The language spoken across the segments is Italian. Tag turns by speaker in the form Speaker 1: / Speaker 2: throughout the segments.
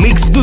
Speaker 1: Mix to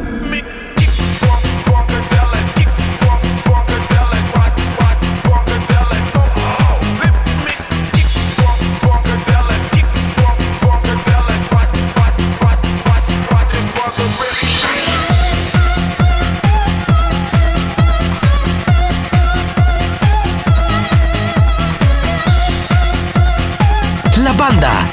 Speaker 1: La banda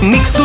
Speaker 1: Mix to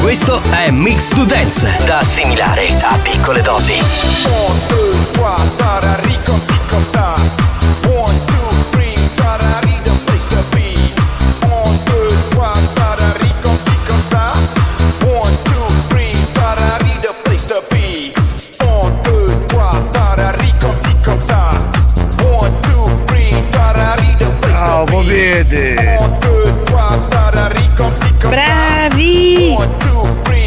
Speaker 1: Questo è Mix to Dance, da assimilare a piccole dosi.
Speaker 2: One, two, trois, da-da, rico, zico, za. One, two, three, da-da, rhythm, place to be. One, two, trois, da-da, rico, zico, za. One, two, three, da-da, rhythm, place to be. One, two, trois, da-da, rico, zico, za. One, two, three, da-da, rhythm, place to
Speaker 3: Ciao,
Speaker 2: be.
Speaker 3: popete!
Speaker 2: One, two, trois, da-da, rico, zico, za.
Speaker 4: Bravi!
Speaker 2: One, two, three,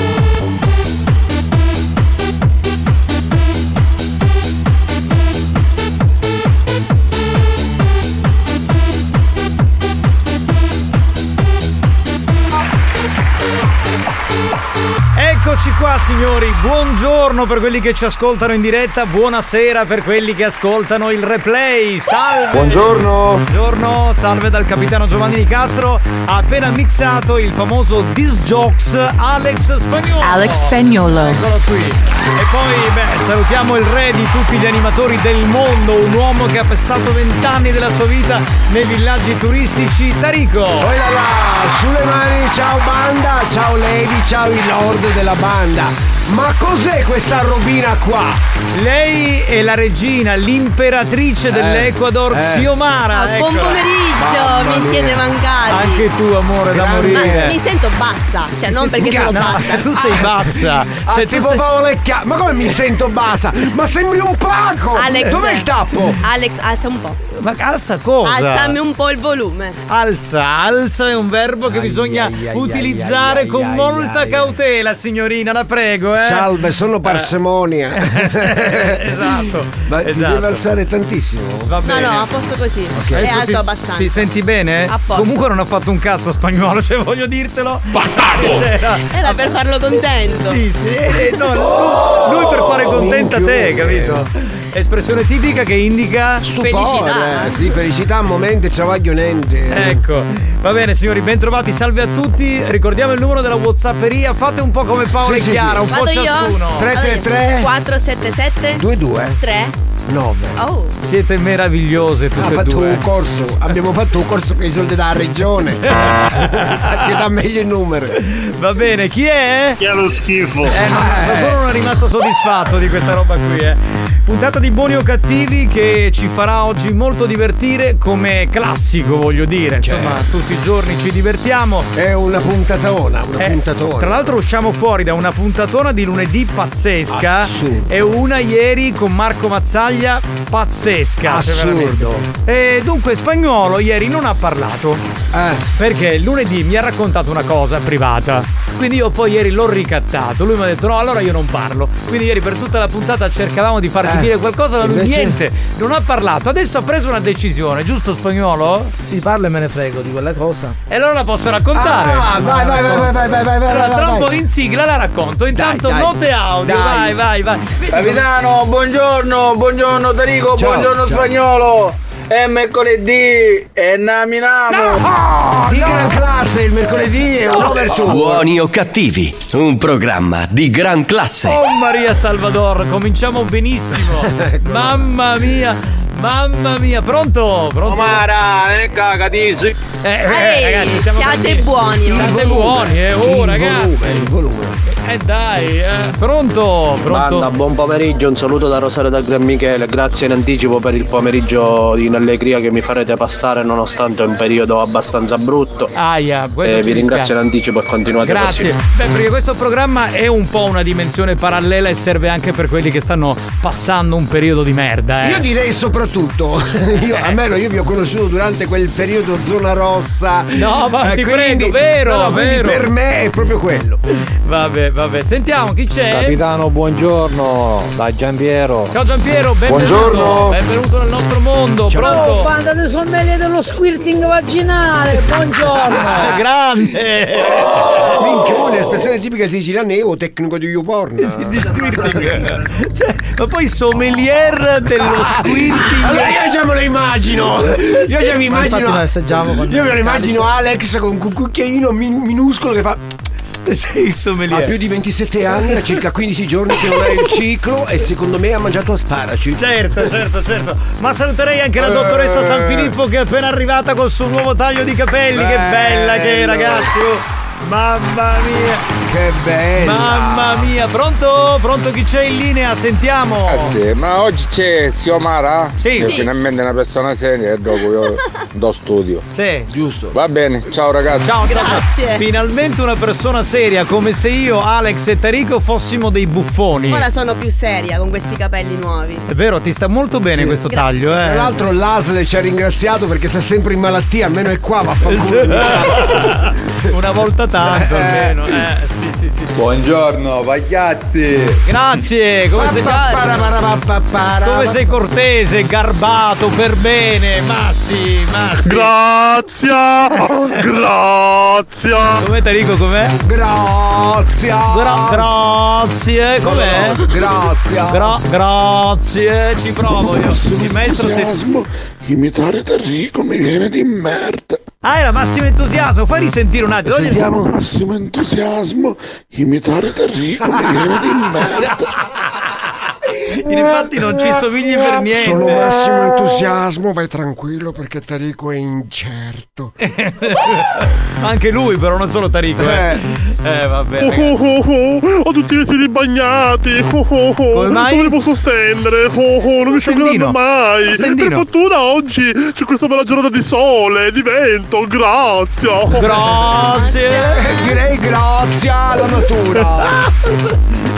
Speaker 3: Eccoci qua signori, buongiorno per quelli che ci ascoltano in diretta, buonasera per quelli che ascoltano il replay, salve!
Speaker 5: Buongiorno.
Speaker 3: Buongiorno, salve dal capitano Giovanni Di Castro, ha appena mixato il famoso Disjokes Alex Spagnolo.
Speaker 6: Alex Spagnolo.
Speaker 3: Eccolo qui. E poi, beh, salutiamo il re di tutti gli animatori del mondo, un uomo che ha passato vent'anni della sua vita nei villaggi turistici, Tarico.
Speaker 5: Poi là là, sulle mani, ciao banda, ciao lady, ciao il lord della banda. Ma cos'è questa robina qua?
Speaker 3: Lei è la regina, l'imperatrice dell'Ecuador,
Speaker 5: eh.
Speaker 3: Xiomara.
Speaker 7: Ah, Buon
Speaker 3: eccola.
Speaker 7: pomeriggio, mi siete mancati.
Speaker 3: Anche tu, amore, da
Speaker 5: Grande.
Speaker 7: Ma
Speaker 3: morire.
Speaker 7: mi sento bassa, cioè non perché
Speaker 3: No,
Speaker 7: sono bassa.
Speaker 3: tu sei bassa.
Speaker 5: Ah,
Speaker 3: Cioè, tu
Speaker 5: tipo
Speaker 3: sei-
Speaker 5: Paolecchia. Ma come mi sento bassa? Ma sembri un pacco!
Speaker 7: Alex.
Speaker 5: Dov'è il tappo?
Speaker 7: Alex, alza un po'.
Speaker 3: Ma alza cosa?
Speaker 7: Alzami un po' il volume.
Speaker 3: Alza, alza è un verbo che
Speaker 5: Ai,
Speaker 3: bisogna
Speaker 5: ai, ai,
Speaker 3: utilizzare
Speaker 5: ai, ai,
Speaker 3: con
Speaker 5: ai,
Speaker 3: molta
Speaker 5: ai.
Speaker 3: cautela, signorina, la prego, Antonio, eh?
Speaker 5: Salve, sono parsemonia.
Speaker 3: esatto.
Speaker 5: Ma
Speaker 3: esatto.
Speaker 5: ti eh. devi alzare tantissimo.
Speaker 3: Va
Speaker 7: No,
Speaker 3: bene.
Speaker 7: no, a posto così. È
Speaker 3: Adesso
Speaker 7: alto
Speaker 3: ti,
Speaker 7: abbastanza.
Speaker 3: Ti senti bene?
Speaker 7: A posto.
Speaker 3: Comunque non ha fatto un cazzo spagnolo, cioè voglio dirtelo. Bastardo!
Speaker 7: Era Eh, per farlo contento.
Speaker 3: Sì, sì, eh, no, lui, lui per fare contenta te, capito? Espressione tipica che indica
Speaker 7: Felicità.
Speaker 5: Stupore, eh, sì, felicità, momenti travaglionenti.
Speaker 3: Ecco, va bene signori, bentrovati, salve a tutti. Ricordiamo il numero della Whatsapperia, fate un po' come Paolo
Speaker 5: Sì,
Speaker 3: e
Speaker 5: sì,
Speaker 3: Chiara,
Speaker 5: sì.
Speaker 3: un po'
Speaker 7: Vado io?
Speaker 3: ciascuno.
Speaker 5: Tre, tre, tre.
Speaker 7: 477
Speaker 5: 2, 2,
Speaker 7: 3
Speaker 5: 9.
Speaker 7: Oh.
Speaker 3: Siete meravigliose
Speaker 5: Ha
Speaker 3: tutte e
Speaker 5: fatto
Speaker 3: due.
Speaker 5: un corso, abbiamo fatto un corso con i soldi della regione. che dà meglio i numeri. Ah,
Speaker 3: Va bene, chi è?
Speaker 8: Che è lo schifo.
Speaker 3: Eh, no, qualcuno non è rimasto soddisfatto di questa roba qui, eh. Puntata di buoni o cattivi che ci farà oggi molto divertire come classico, voglio dire. Insomma, tutti i giorni ci divertiamo.
Speaker 5: Certo. È una puntatona, una
Speaker 3: Eh,
Speaker 5: puntatona.
Speaker 3: Tra l'altro usciamo fuori da una puntatona di lunedì pazzesca
Speaker 5: Assurdo.
Speaker 3: e una ieri con Marco Mazzaglia pazzesca. cioè veramente.
Speaker 5: assurdo.
Speaker 3: e dunque Spagnolo ieri non ha parlato
Speaker 5: Eh,
Speaker 3: perché lunedì mi ha raccontato una cosa privata. Quindi io poi ieri l'ho ricattato, lui mi ha detto no allora io non parlo. Quindi ieri per tutta la puntata cercavamo di farti
Speaker 5: Eh,
Speaker 3: dire qualcosa, ma lui
Speaker 5: invece-
Speaker 3: niente, non ha parlato. Adesso ha preso una decisione, giusto spagnolo?
Speaker 9: Sì, parlo e me ne frego di quella cosa.
Speaker 3: E allora la posso raccontare.
Speaker 5: ah, vai, vai, vai, vai, vai, vai, vai, vai,
Speaker 3: Allora,
Speaker 5: vai,
Speaker 3: tra un
Speaker 5: vai.
Speaker 3: po' in sigla la racconto. Intanto
Speaker 5: dai.
Speaker 3: note audio, vai,
Speaker 5: Dai.
Speaker 3: vai, vai. Vedi
Speaker 2: Capitano, buongiorno, buongiorno Tarico,
Speaker 5: Ciao,
Speaker 2: buongiorno
Speaker 5: ciao.
Speaker 2: spagnolo. È mercoledì e naminamo.
Speaker 5: Di gran classe il mercoledì è un overture.
Speaker 1: Buoni o cattivi, un programma di gran classe.
Speaker 3: Oh Maria Salvador, cominciamo benissimo.
Speaker 10: Ecco.
Speaker 3: mamma mia, mamma mia, pronto? Pronto?
Speaker 2: Mara, non è cagatissimo.
Speaker 3: Eh, eh,
Speaker 7: Ehi,
Speaker 3: ragazzi, siamo
Speaker 7: siate
Speaker 3: partiti.
Speaker 7: buoni. oh.
Speaker 3: Siate buoni, eh, oh
Speaker 5: Il
Speaker 3: ragazzi.
Speaker 5: volume, il volume.
Speaker 3: Eh dai, eh. pronto? Pronto?
Speaker 10: Banda, buon pomeriggio, un saluto da Rosario da Gran Michele, grazie in anticipo per il pomeriggio in allegria che mi farete passare nonostante un periodo abbastanza brutto.
Speaker 3: Aia, questo
Speaker 10: Eh,
Speaker 3: ci
Speaker 10: vi ringrazio in
Speaker 3: dispiace.
Speaker 10: anticipo e continuate
Speaker 3: Grazie.
Speaker 10: così.
Speaker 3: Beh, perché questo programma è un po' una dimensione parallela e serve anche per quelli che stanno passando un periodo di merda, eh.
Speaker 5: Io direi soprattutto, io, almeno io vi ho conosciuto durante quel periodo zona rossa. Eh,
Speaker 3: No, ma ti prego, vero,
Speaker 5: quindi
Speaker 3: vero.
Speaker 5: Per me è proprio quello.
Speaker 3: Vabbè, vabbè, sentiamo chi c'è.
Speaker 9: Capitano, buongiorno, da Giampiero.
Speaker 3: Ciao Giampiero, benvenuto.
Speaker 10: Buongiorno.
Speaker 3: Benvenuto nel nostro mondo. Pronto? Eh,
Speaker 2: Banda di sommelier dello squirting vaginale, buongiorno.
Speaker 3: Ah, grande!
Speaker 5: Minchione, espressione tipica siciliana io tecnico di YouPorn.
Speaker 3: Di squirting. Cioè, ma poi sommelier dello squirting.
Speaker 5: Allora io già me lo immagino. Io già mi
Speaker 9: Infatti
Speaker 5: immagino.
Speaker 9: lo assaggiamo con
Speaker 5: Io me lo immagino Alex con un cucchiaino min- minuscolo che fa.
Speaker 3: Sei il
Speaker 5: Ha
Speaker 3: sommelier.
Speaker 5: più di 27 anni, ha circa 15 giorni che non ha il ciclo e secondo me ha mangiato asparaci.
Speaker 3: Certo, certo, certo. Ma saluterei anche la dottoressa San Filippo che è appena arrivata col suo nuovo taglio di capelli. Che bella che è,
Speaker 5: Bello.
Speaker 3: ragazzi. oh. Mamma mia,
Speaker 5: Che bello!
Speaker 3: mamma mia. Pronto? Pronto chi c'è in linea? Sentiamo.
Speaker 2: ma oggi c'è Zio Mara?
Speaker 3: Sì.
Speaker 2: Che è
Speaker 3: Sì.
Speaker 2: Finalmente una persona seria e dopo io do studio.
Speaker 3: Sì.
Speaker 5: Giusto.
Speaker 2: Va bene, ciao ragazzi.
Speaker 3: Ciao, ciao, ciao.
Speaker 7: Grazie.
Speaker 3: Finalmente una persona seria, come se io, Alex e Tarico fossimo dei buffoni.
Speaker 7: Ora sono più seria con questi capelli nuovi.
Speaker 3: È vero, ti sta molto bene questo
Speaker 7: Grazie.
Speaker 3: taglio, eh.
Speaker 5: Tra l'altro l'ASL ci ha ringraziato perché sta sempre in malattia, almeno è qua, vaffanculo.
Speaker 3: Una volta tanto almeno. Eh, sì, sì, sì. sì.
Speaker 8: Buongiorno, pagliazzi.
Speaker 3: Grazie, come sei, come sei cortese, garbato, per bene. Massi, Massi.
Speaker 8: Grazie, grazie.
Speaker 3: Com'è Tarico, com'è?
Speaker 5: Grazie!
Speaker 3: Gra- grazie, Eh, com'è?
Speaker 5: Grazie!
Speaker 3: Gra- grazie, ci provo io. Il maestro si...
Speaker 8: Imitare Terrico mi viene di merda.
Speaker 3: Ah, era massimo entusiasmo, fai risentire un attimo. Togli il-
Speaker 5: Sentiamo.
Speaker 8: Massimo entusiasmo. Imitare Terrico mi viene di merda.
Speaker 3: Infatti non ci somigli per niente.
Speaker 5: Solo massimo entusiasmo, vai tranquillo perché Tarico è incerto.
Speaker 3: Anche lui, però, non solo Tarico. Eh, eh vabbè. ragazzi.
Speaker 8: Oh, oh, oh, ho tutti i vestiti bagnati. Oh, oh, oh.
Speaker 3: Come mai?
Speaker 8: Dove li posso stendere? Oh, oh, non mi
Speaker 3: Stendino.
Speaker 8: scioglieranno mai.
Speaker 3: Stendino.
Speaker 8: Per fortuna oggi c'è questa bella giornata di sole, di vento. Grazie. Oh, oh.
Speaker 3: Grazie.
Speaker 5: Direi grazie alla natura.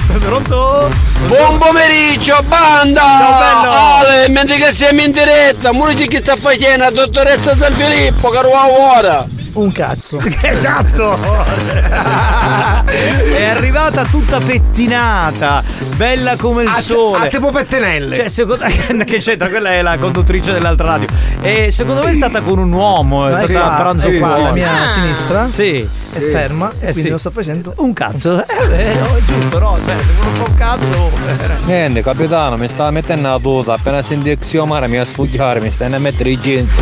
Speaker 3: Pronto?
Speaker 2: Buon pomeriggio, banda!
Speaker 3: Ciao, bello!
Speaker 2: Ale, mentre che siamo in diretta, murici che sta facendo la dottoressa San Filippo, caro ora!
Speaker 11: un cazzo.
Speaker 3: Esatto! È arrivata tutta pettinata, bella come il sole.
Speaker 12: a tipo pettenelle.
Speaker 3: Cioè, secondo che c'entra? Quella è la conduttrice dell'altra radio. E secondo me è stata con un uomo, è
Speaker 11: Ma è
Speaker 3: stata
Speaker 11: qua,
Speaker 3: a pranzo
Speaker 11: è qua,
Speaker 3: fuori.
Speaker 11: alla mia Ah. sinistra.
Speaker 3: Sì.
Speaker 11: È ferma, e quindi lo sto
Speaker 3: facendo un cazzo. Eh, beh, no, è giusto, no? Cioè, se uno fa un cazzo. eh.
Speaker 11: Niente, capitano, mi stava mettendo la tuta. Appena senti il xiomara mi va a spugliare, mi stai a mettere i jeans.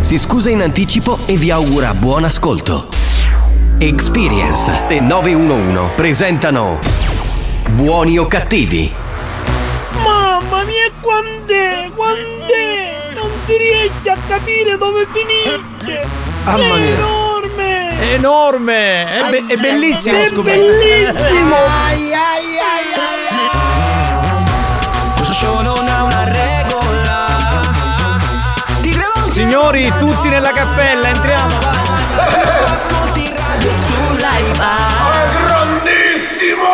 Speaker 1: si scusa in anticipo e vi augura buon ascolto. Experience e 911 presentano Buoni o cattivi?
Speaker 13: Mamma mia, quant'è? Quant'è? Non si riesce a capire dove finisce!
Speaker 3: Mamma
Speaker 13: è
Speaker 3: mia.
Speaker 13: enorme!
Speaker 3: È enorme! È, be- è bellissimo
Speaker 13: È
Speaker 3: scoperto.
Speaker 13: bellissimo!
Speaker 12: Ai, ai, ai,
Speaker 13: Questo show non ha una regola!
Speaker 3: Signori, tutti nella cappella, entriamo!
Speaker 13: Ascolti radio sull'iPad! È
Speaker 14: Oh,
Speaker 13: grandissimo!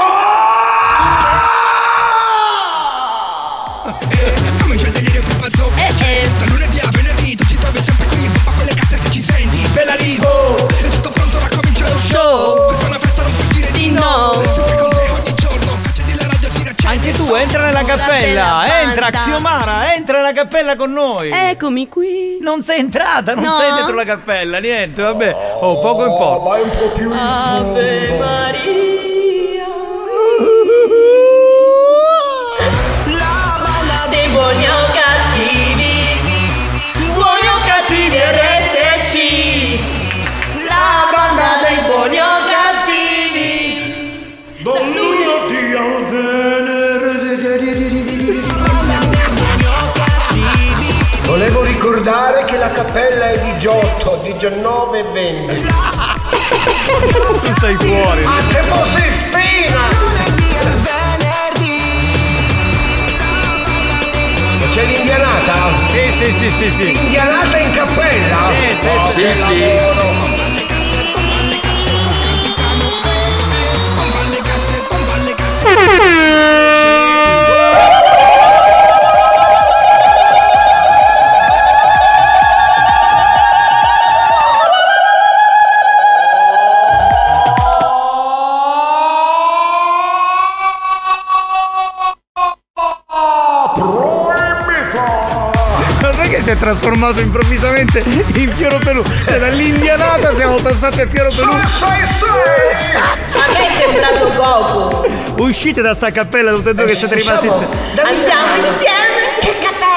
Speaker 14: Comincia il delirio più pazzo
Speaker 13: Eh,
Speaker 14: Da lunedì a venerdì Tu ci trovi sempre qui Pompa quelle casse se ci senti Bella lì oh. È tutto pronto ora comincia lo show Questa è una festa non puoi dire di no Sempre con te ogni giorno Accendi la radio si accende
Speaker 3: Anche tu, entra nella cappella, entra Xiomara, entra nella cappella con noi.
Speaker 7: Eccomi qui.
Speaker 3: Non sei entrata, non sei dentro la cappella, niente, vabbè. Oh, poco importa. Vai un po' più
Speaker 13: Ave Maria La balla dei buoni o cattivi Buoni o cattivi RSC La banda dei buoni o cattivi Da lunedì al
Speaker 12: Volevo ricordare che la cappella è 18, 19 e 20.
Speaker 3: tu sei fuori.
Speaker 12: Anche Sistina! C'è l'indianata?
Speaker 3: Sì, sì, sì, sì, sì.
Speaker 12: Indianata in cappella?
Speaker 3: Sì, sì, sì. Non è che si è trasformato improvvisamente in Fioro Pelù. Cioè, dall'indianata siamo passati a Fioro Pelù.
Speaker 13: A me è sembrato poco
Speaker 3: Uscite da sta cappella tutte e due che siete rimasti se-
Speaker 13: Andiamo insieme Che cappella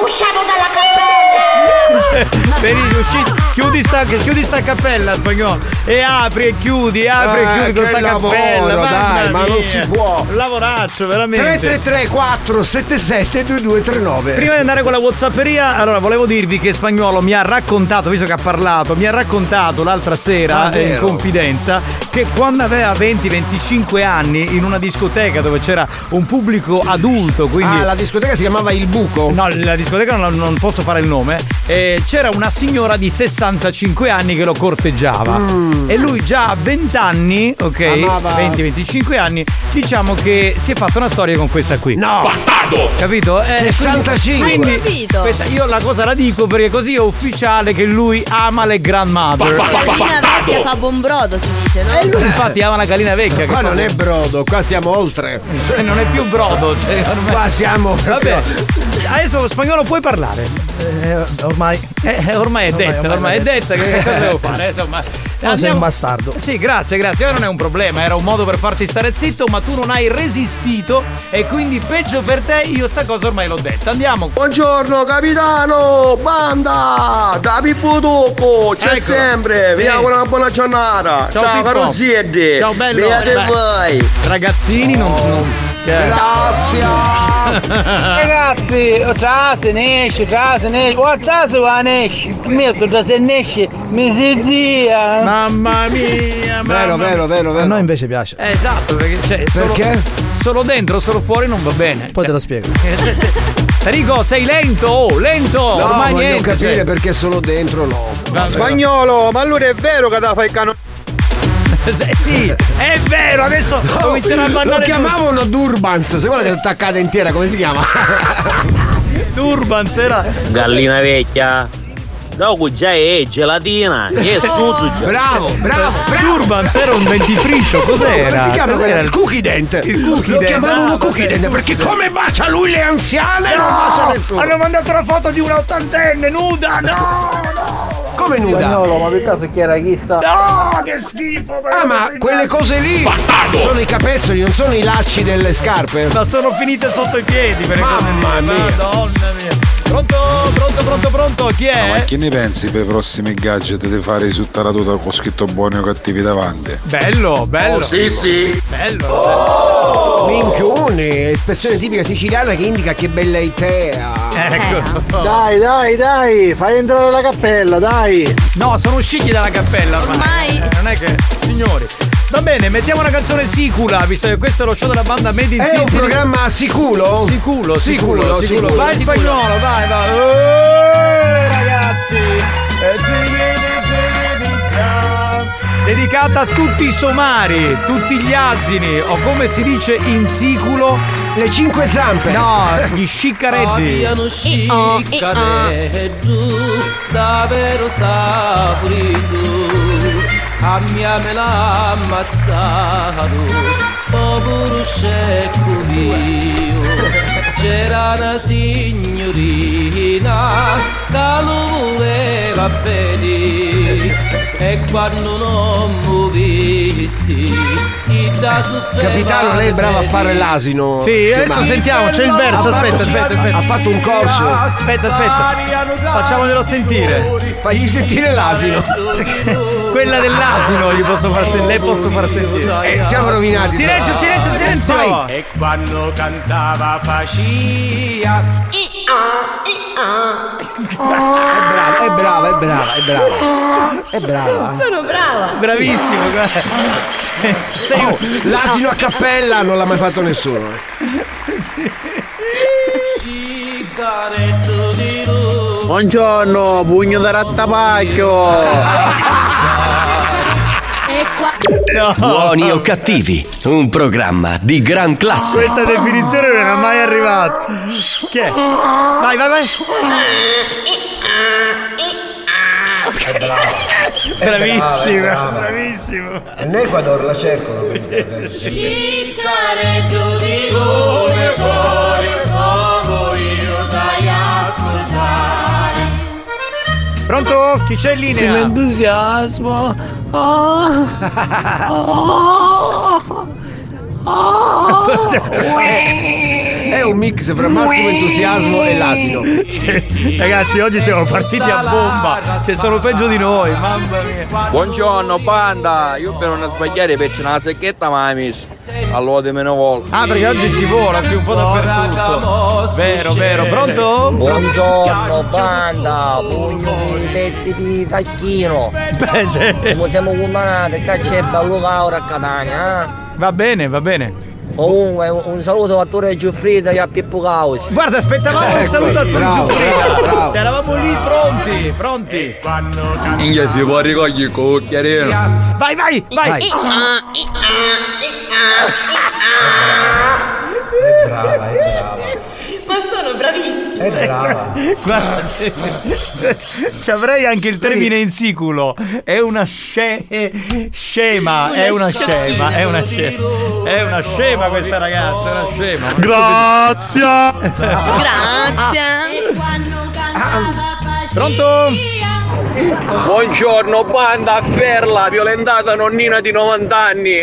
Speaker 13: Usciamo dalla cappella
Speaker 3: Benissimo, uscite. Chiudi sta, chiudi sta cappella spagnolo e apri e chiudi, apri e
Speaker 12: Eh,
Speaker 3: chiudi con
Speaker 12: che
Speaker 3: sta
Speaker 12: lavoro,
Speaker 3: cappella.
Speaker 12: dai,
Speaker 3: mamma
Speaker 12: ma non
Speaker 3: mia.
Speaker 12: si può.
Speaker 3: Lavoraccio, veramente.
Speaker 12: 333 477 2239
Speaker 3: Prima di andare con la Whatsapperia, allora volevo dirvi che Spagnolo mi ha raccontato, visto che ha parlato, mi ha raccontato l'altra sera
Speaker 12: Ah,
Speaker 3: eh, in
Speaker 12: vero?
Speaker 3: confidenza che quando aveva 20-25 anni in una discoteca dove c'era un pubblico adulto, quindi
Speaker 12: Ah, la discoteca si chiamava Il Buco?
Speaker 3: No, la discoteca non, non posso fare il nome. eh, c'era una signora di 65 anni che lo corteggiava. E lui già a 20 anni, ok?
Speaker 12: Mm. Amava.
Speaker 3: 20-25 anni, diciamo che si è fatta una storia con questa qui.
Speaker 12: No!
Speaker 3: Bastardo! Capito? Eh,
Speaker 12: 65.
Speaker 3: Quindi,
Speaker 12: Hai capito?
Speaker 3: questa- io la cosa la dico perché così è ufficiale che lui ama le grandmother.
Speaker 7: La linea vecchia fa buon brodo, si dice, no?
Speaker 3: Lui infatti ama la gallina vecchia.
Speaker 12: Qua
Speaker 3: che fa-
Speaker 12: non è brodo, qua siamo oltre.
Speaker 3: Non è più brodo. Cioè, ormai-
Speaker 12: Qua siamo.
Speaker 3: Vabbè, adesso spagnolo puoi parlare.
Speaker 11: ormai.
Speaker 3: Eh, ormai è detta, ormai, è detta. Che che cosa devo fare? Insomma,
Speaker 11: No, sei
Speaker 3: andiamo-
Speaker 11: un bastardo.
Speaker 3: Sì, grazie, grazie. Eh, Non è un problema, era un modo per farti stare zitto, ma tu non hai resistito e quindi peggio per te, io sta cosa ormai l'ho detta. Andiamo.
Speaker 15: Buongiorno capitano, banda, da Pippo Tocco, c'è
Speaker 3: Ecco.
Speaker 15: sempre, vi
Speaker 3: Sì.
Speaker 15: auguro una buona giornata, ciao,
Speaker 3: Pippo.
Speaker 15: Carosietti,
Speaker 3: Ciao bello.
Speaker 15: beate
Speaker 3: Dai.
Speaker 15: voi.
Speaker 3: Ragazzini, non. non- che-
Speaker 15: Grazie.
Speaker 16: Eh.
Speaker 17: Ragazzi, o già se ne esce, già se ne esce, o già se va ne esce, messo già se ne esce, mi si dia.
Speaker 3: Mamma mia,
Speaker 5: Vero, vero, vero, vero.
Speaker 16: A noi invece piace.
Speaker 3: Eh, Esatto, perché, cioè, solo-
Speaker 5: Perché?
Speaker 3: Solo, dentro, solo fuori non va bene. Cioè,
Speaker 16: Poi te lo spiego.
Speaker 3: Tarico, sei lento, oh, lento!
Speaker 5: No,
Speaker 3: ormai
Speaker 5: voglio
Speaker 3: niente.
Speaker 5: capire
Speaker 3: cioè.
Speaker 5: perché solo dentro no.
Speaker 3: Vabbè.
Speaker 18: Spagnolo, ma allora è vero che da fai il cano.
Speaker 3: sì, è vero, adesso
Speaker 5: No,
Speaker 3: comincerà a
Speaker 5: Lo
Speaker 3: mandare
Speaker 5: chiamavano Durbans, se guarda che è attaccata intera, come si chiama?
Speaker 3: Durban sera.
Speaker 19: Gallina vecchia. Dopo già è gelatina,
Speaker 2: Eh.
Speaker 18: Oh.
Speaker 19: è suzu già.
Speaker 5: Bravo, bravo, bravo.
Speaker 3: Durbans era un dentifricio,
Speaker 5: No,
Speaker 3: cos'era?
Speaker 5: come si chiama
Speaker 3: Cos'era?
Speaker 5: quello? Il cookie dent.
Speaker 3: Il cookie
Speaker 5: Lo
Speaker 3: dent.
Speaker 5: chiamavano
Speaker 3: Ah,
Speaker 5: cookie
Speaker 3: vabbè.
Speaker 5: dent perché come bacia lui le anziane non bacia nessuno.
Speaker 16: Hanno mandato la foto di una ottantenne nuda, no!
Speaker 5: Come nuda?
Speaker 17: Spagnolo, ma per caso chi era chi sta?
Speaker 16: No, che schifo!
Speaker 5: Ah, ma quelle cose lì sono i capezzoli, non sono i lacci delle scarpe.
Speaker 3: Ma sono finite sotto i piedi per
Speaker 5: Mamma
Speaker 3: cose lì.
Speaker 5: mia.
Speaker 3: Madonna mia. Pronto, pronto, pronto, pronto, chi è?
Speaker 12: Ma che ne pensi per i prossimi gadget di fare i suttaraduta con scritto buoni o cattivi davanti?
Speaker 3: Bello, bello.
Speaker 12: Oh, sì, sì.
Speaker 3: Bello.
Speaker 5: Minchione, espressione tipica siciliana che indica che bella idea.
Speaker 3: Ecco.
Speaker 5: Dai, dai, dai, fai entrare la cappella, dai.
Speaker 3: No, sono usciti dalla cappella ormai. Eh, non è che. Signori. Va bene, mettiamo una canzone sicula, visto che questo è lo show della banda Made in
Speaker 5: È
Speaker 3: Sicily.
Speaker 5: un programma siculo?
Speaker 3: Siculo, siculo,
Speaker 5: Siculo,
Speaker 3: siculo.
Speaker 5: siculo.
Speaker 3: Vai
Speaker 5: Siculo.
Speaker 3: spagnolo, vai, vai. Eh, ragazzi. Eh, zighi, zighi, zighi. Dedicata a tutti i somari, tutti gli asini, o come si dice in siculo.
Speaker 5: Le cinque zampe.
Speaker 3: No, gli sciccareddi.
Speaker 20: Abbiano sciccareddu, davvero saporidu, a mia me l'ha ammazzato, povero scecco mio. C'era una signorina che lo voleva bene e quando non mi visti, chi da soffriva
Speaker 5: Capitano, lei è brava a fare l'asino.
Speaker 3: Sì, adesso
Speaker 5: Sciemano.
Speaker 3: sentiamo, c'è il verso,
Speaker 5: Ha fatto-
Speaker 3: aspetta, aspetta, aspetta.
Speaker 5: Ha fatto un corso.
Speaker 3: Aspetta, aspetta. Facciamoglielo sentire.
Speaker 5: Fagli sentire l'asino.
Speaker 3: Quella dell'asino gli posso far sen- le posso far sentire.
Speaker 5: Eh, siamo rovinati.
Speaker 3: Silenzio, silenzio, silenzio.
Speaker 5: Vai.
Speaker 20: E quando cantava facia
Speaker 5: È brava, è brava, è brava, è brava. È brava.
Speaker 20: Sono brava
Speaker 3: Bravissimo, guarda. Sei
Speaker 5: Oh, l'asino a cappella non l'ha mai fatto nessuno. eh.
Speaker 21: Buongiorno, pugno da rattapacchio.
Speaker 1: Buoni o cattivi, un programma di gran classe.
Speaker 3: Questa definizione non era mai arrivata. Chi è? Vai, vai, vai. Bravissimo, bravissimo.
Speaker 5: In Ecuador la cercano.
Speaker 20: Cicaretto di come cuore come io dai ascoltare
Speaker 3: Pronto? Chi c'è in
Speaker 17: Se
Speaker 3: linea?
Speaker 17: l'entusiasmo. Ah, ah,
Speaker 3: Oh.
Speaker 17: ah.
Speaker 5: Cioè, È, è un mix fra massimo entusiasmo e l'asino.
Speaker 3: Cioè, Ragazzi, oggi siamo partiti a bomba. Sei solo peggio di noi, mamma mia.
Speaker 2: Buongiorno banda, io per non sbagliare perché una secchetta ma hai messo all'ode meno volta.
Speaker 3: Ah, perché oggi si vola, sì, un po' dappertutto. Vero, vero. Pronto?
Speaker 2: Buongiorno banda, pugno di petti di tacchino.
Speaker 3: Beh, c'è-
Speaker 2: Come siamo combinati, che c'è bello cauro a Catania, eh?
Speaker 3: Va bene, va bene.
Speaker 2: Comunque un saluto a Torre Giuffrida e a Pippo Causi.
Speaker 3: Guarda, aspettavamo Ah, il
Speaker 2: Ecco,
Speaker 3: saluto a tutti.
Speaker 2: bravo,
Speaker 3: Giuffrida.
Speaker 2: bravo, bravo.
Speaker 3: Eravamo lì pronti, pronti.
Speaker 12: Inghia si può ricogliere il cucchiarino.
Speaker 3: Vai, vai, vai.
Speaker 5: Brava, è brava.
Speaker 20: Ma sono bravissima
Speaker 5: È brava.
Speaker 3: Guarda, ci avrei anche il termine insiculo. È una sce- eh, scema, è una scema, è una scema. È una scema questa ragazza, è una scema.
Speaker 13: Grazie.
Speaker 20: Grazie
Speaker 3: Pronto?
Speaker 2: Buongiorno banda a Ferla, violentata nonnina di 90 anni.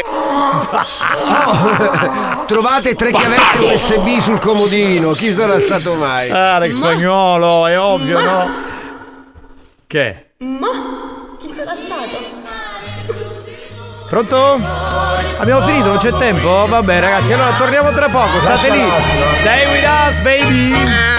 Speaker 5: Trovate tre chiavette USB sul comodino, chi sarà stato mai?
Speaker 3: Ah, l'ex spagnolo, è ovvio, no? Che?
Speaker 20: Ma chi sarà stato?
Speaker 3: Pronto? Abbiamo finito, non c'è tempo? Vabbè ragazzi, allora torniamo tra poco, state lì. Stay with us, baby!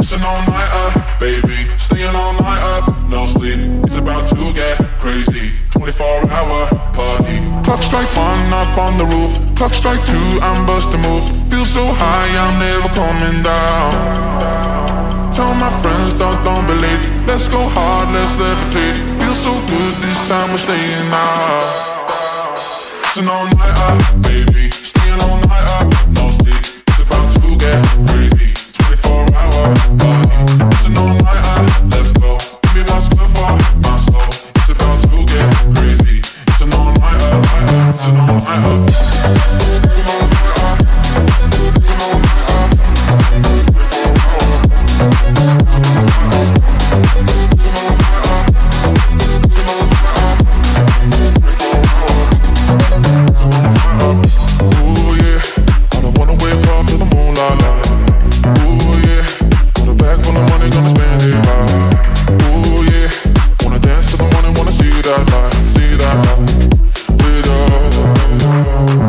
Speaker 8: It's an all night up, baby. Staying all night up, no sleep. It's about to get crazy. 24 hour party. Clock strike one up on the roof. Clock strike two, I'm busting move. Feel so high, I'm never coming down. Tell my friends, don't, don't believe. Let's go hard, let's levitate. Feel so good this time, we're staying out. Staying all night up, baby. Staying all night up, no sleep. It's about to get crazy. 24 hour party. Staying all night up, let's go. Give me what's good for my soul. It's about to get crazy. It's an all night up, night up. It's an all night up. Ooh yeah, I don't wanna wake up to the moonlight light. Ooh yeah, on the back full of money, gonna spend it right. Ooh yeah, wanna dance to the morning, wanna see that light, see that light. With us.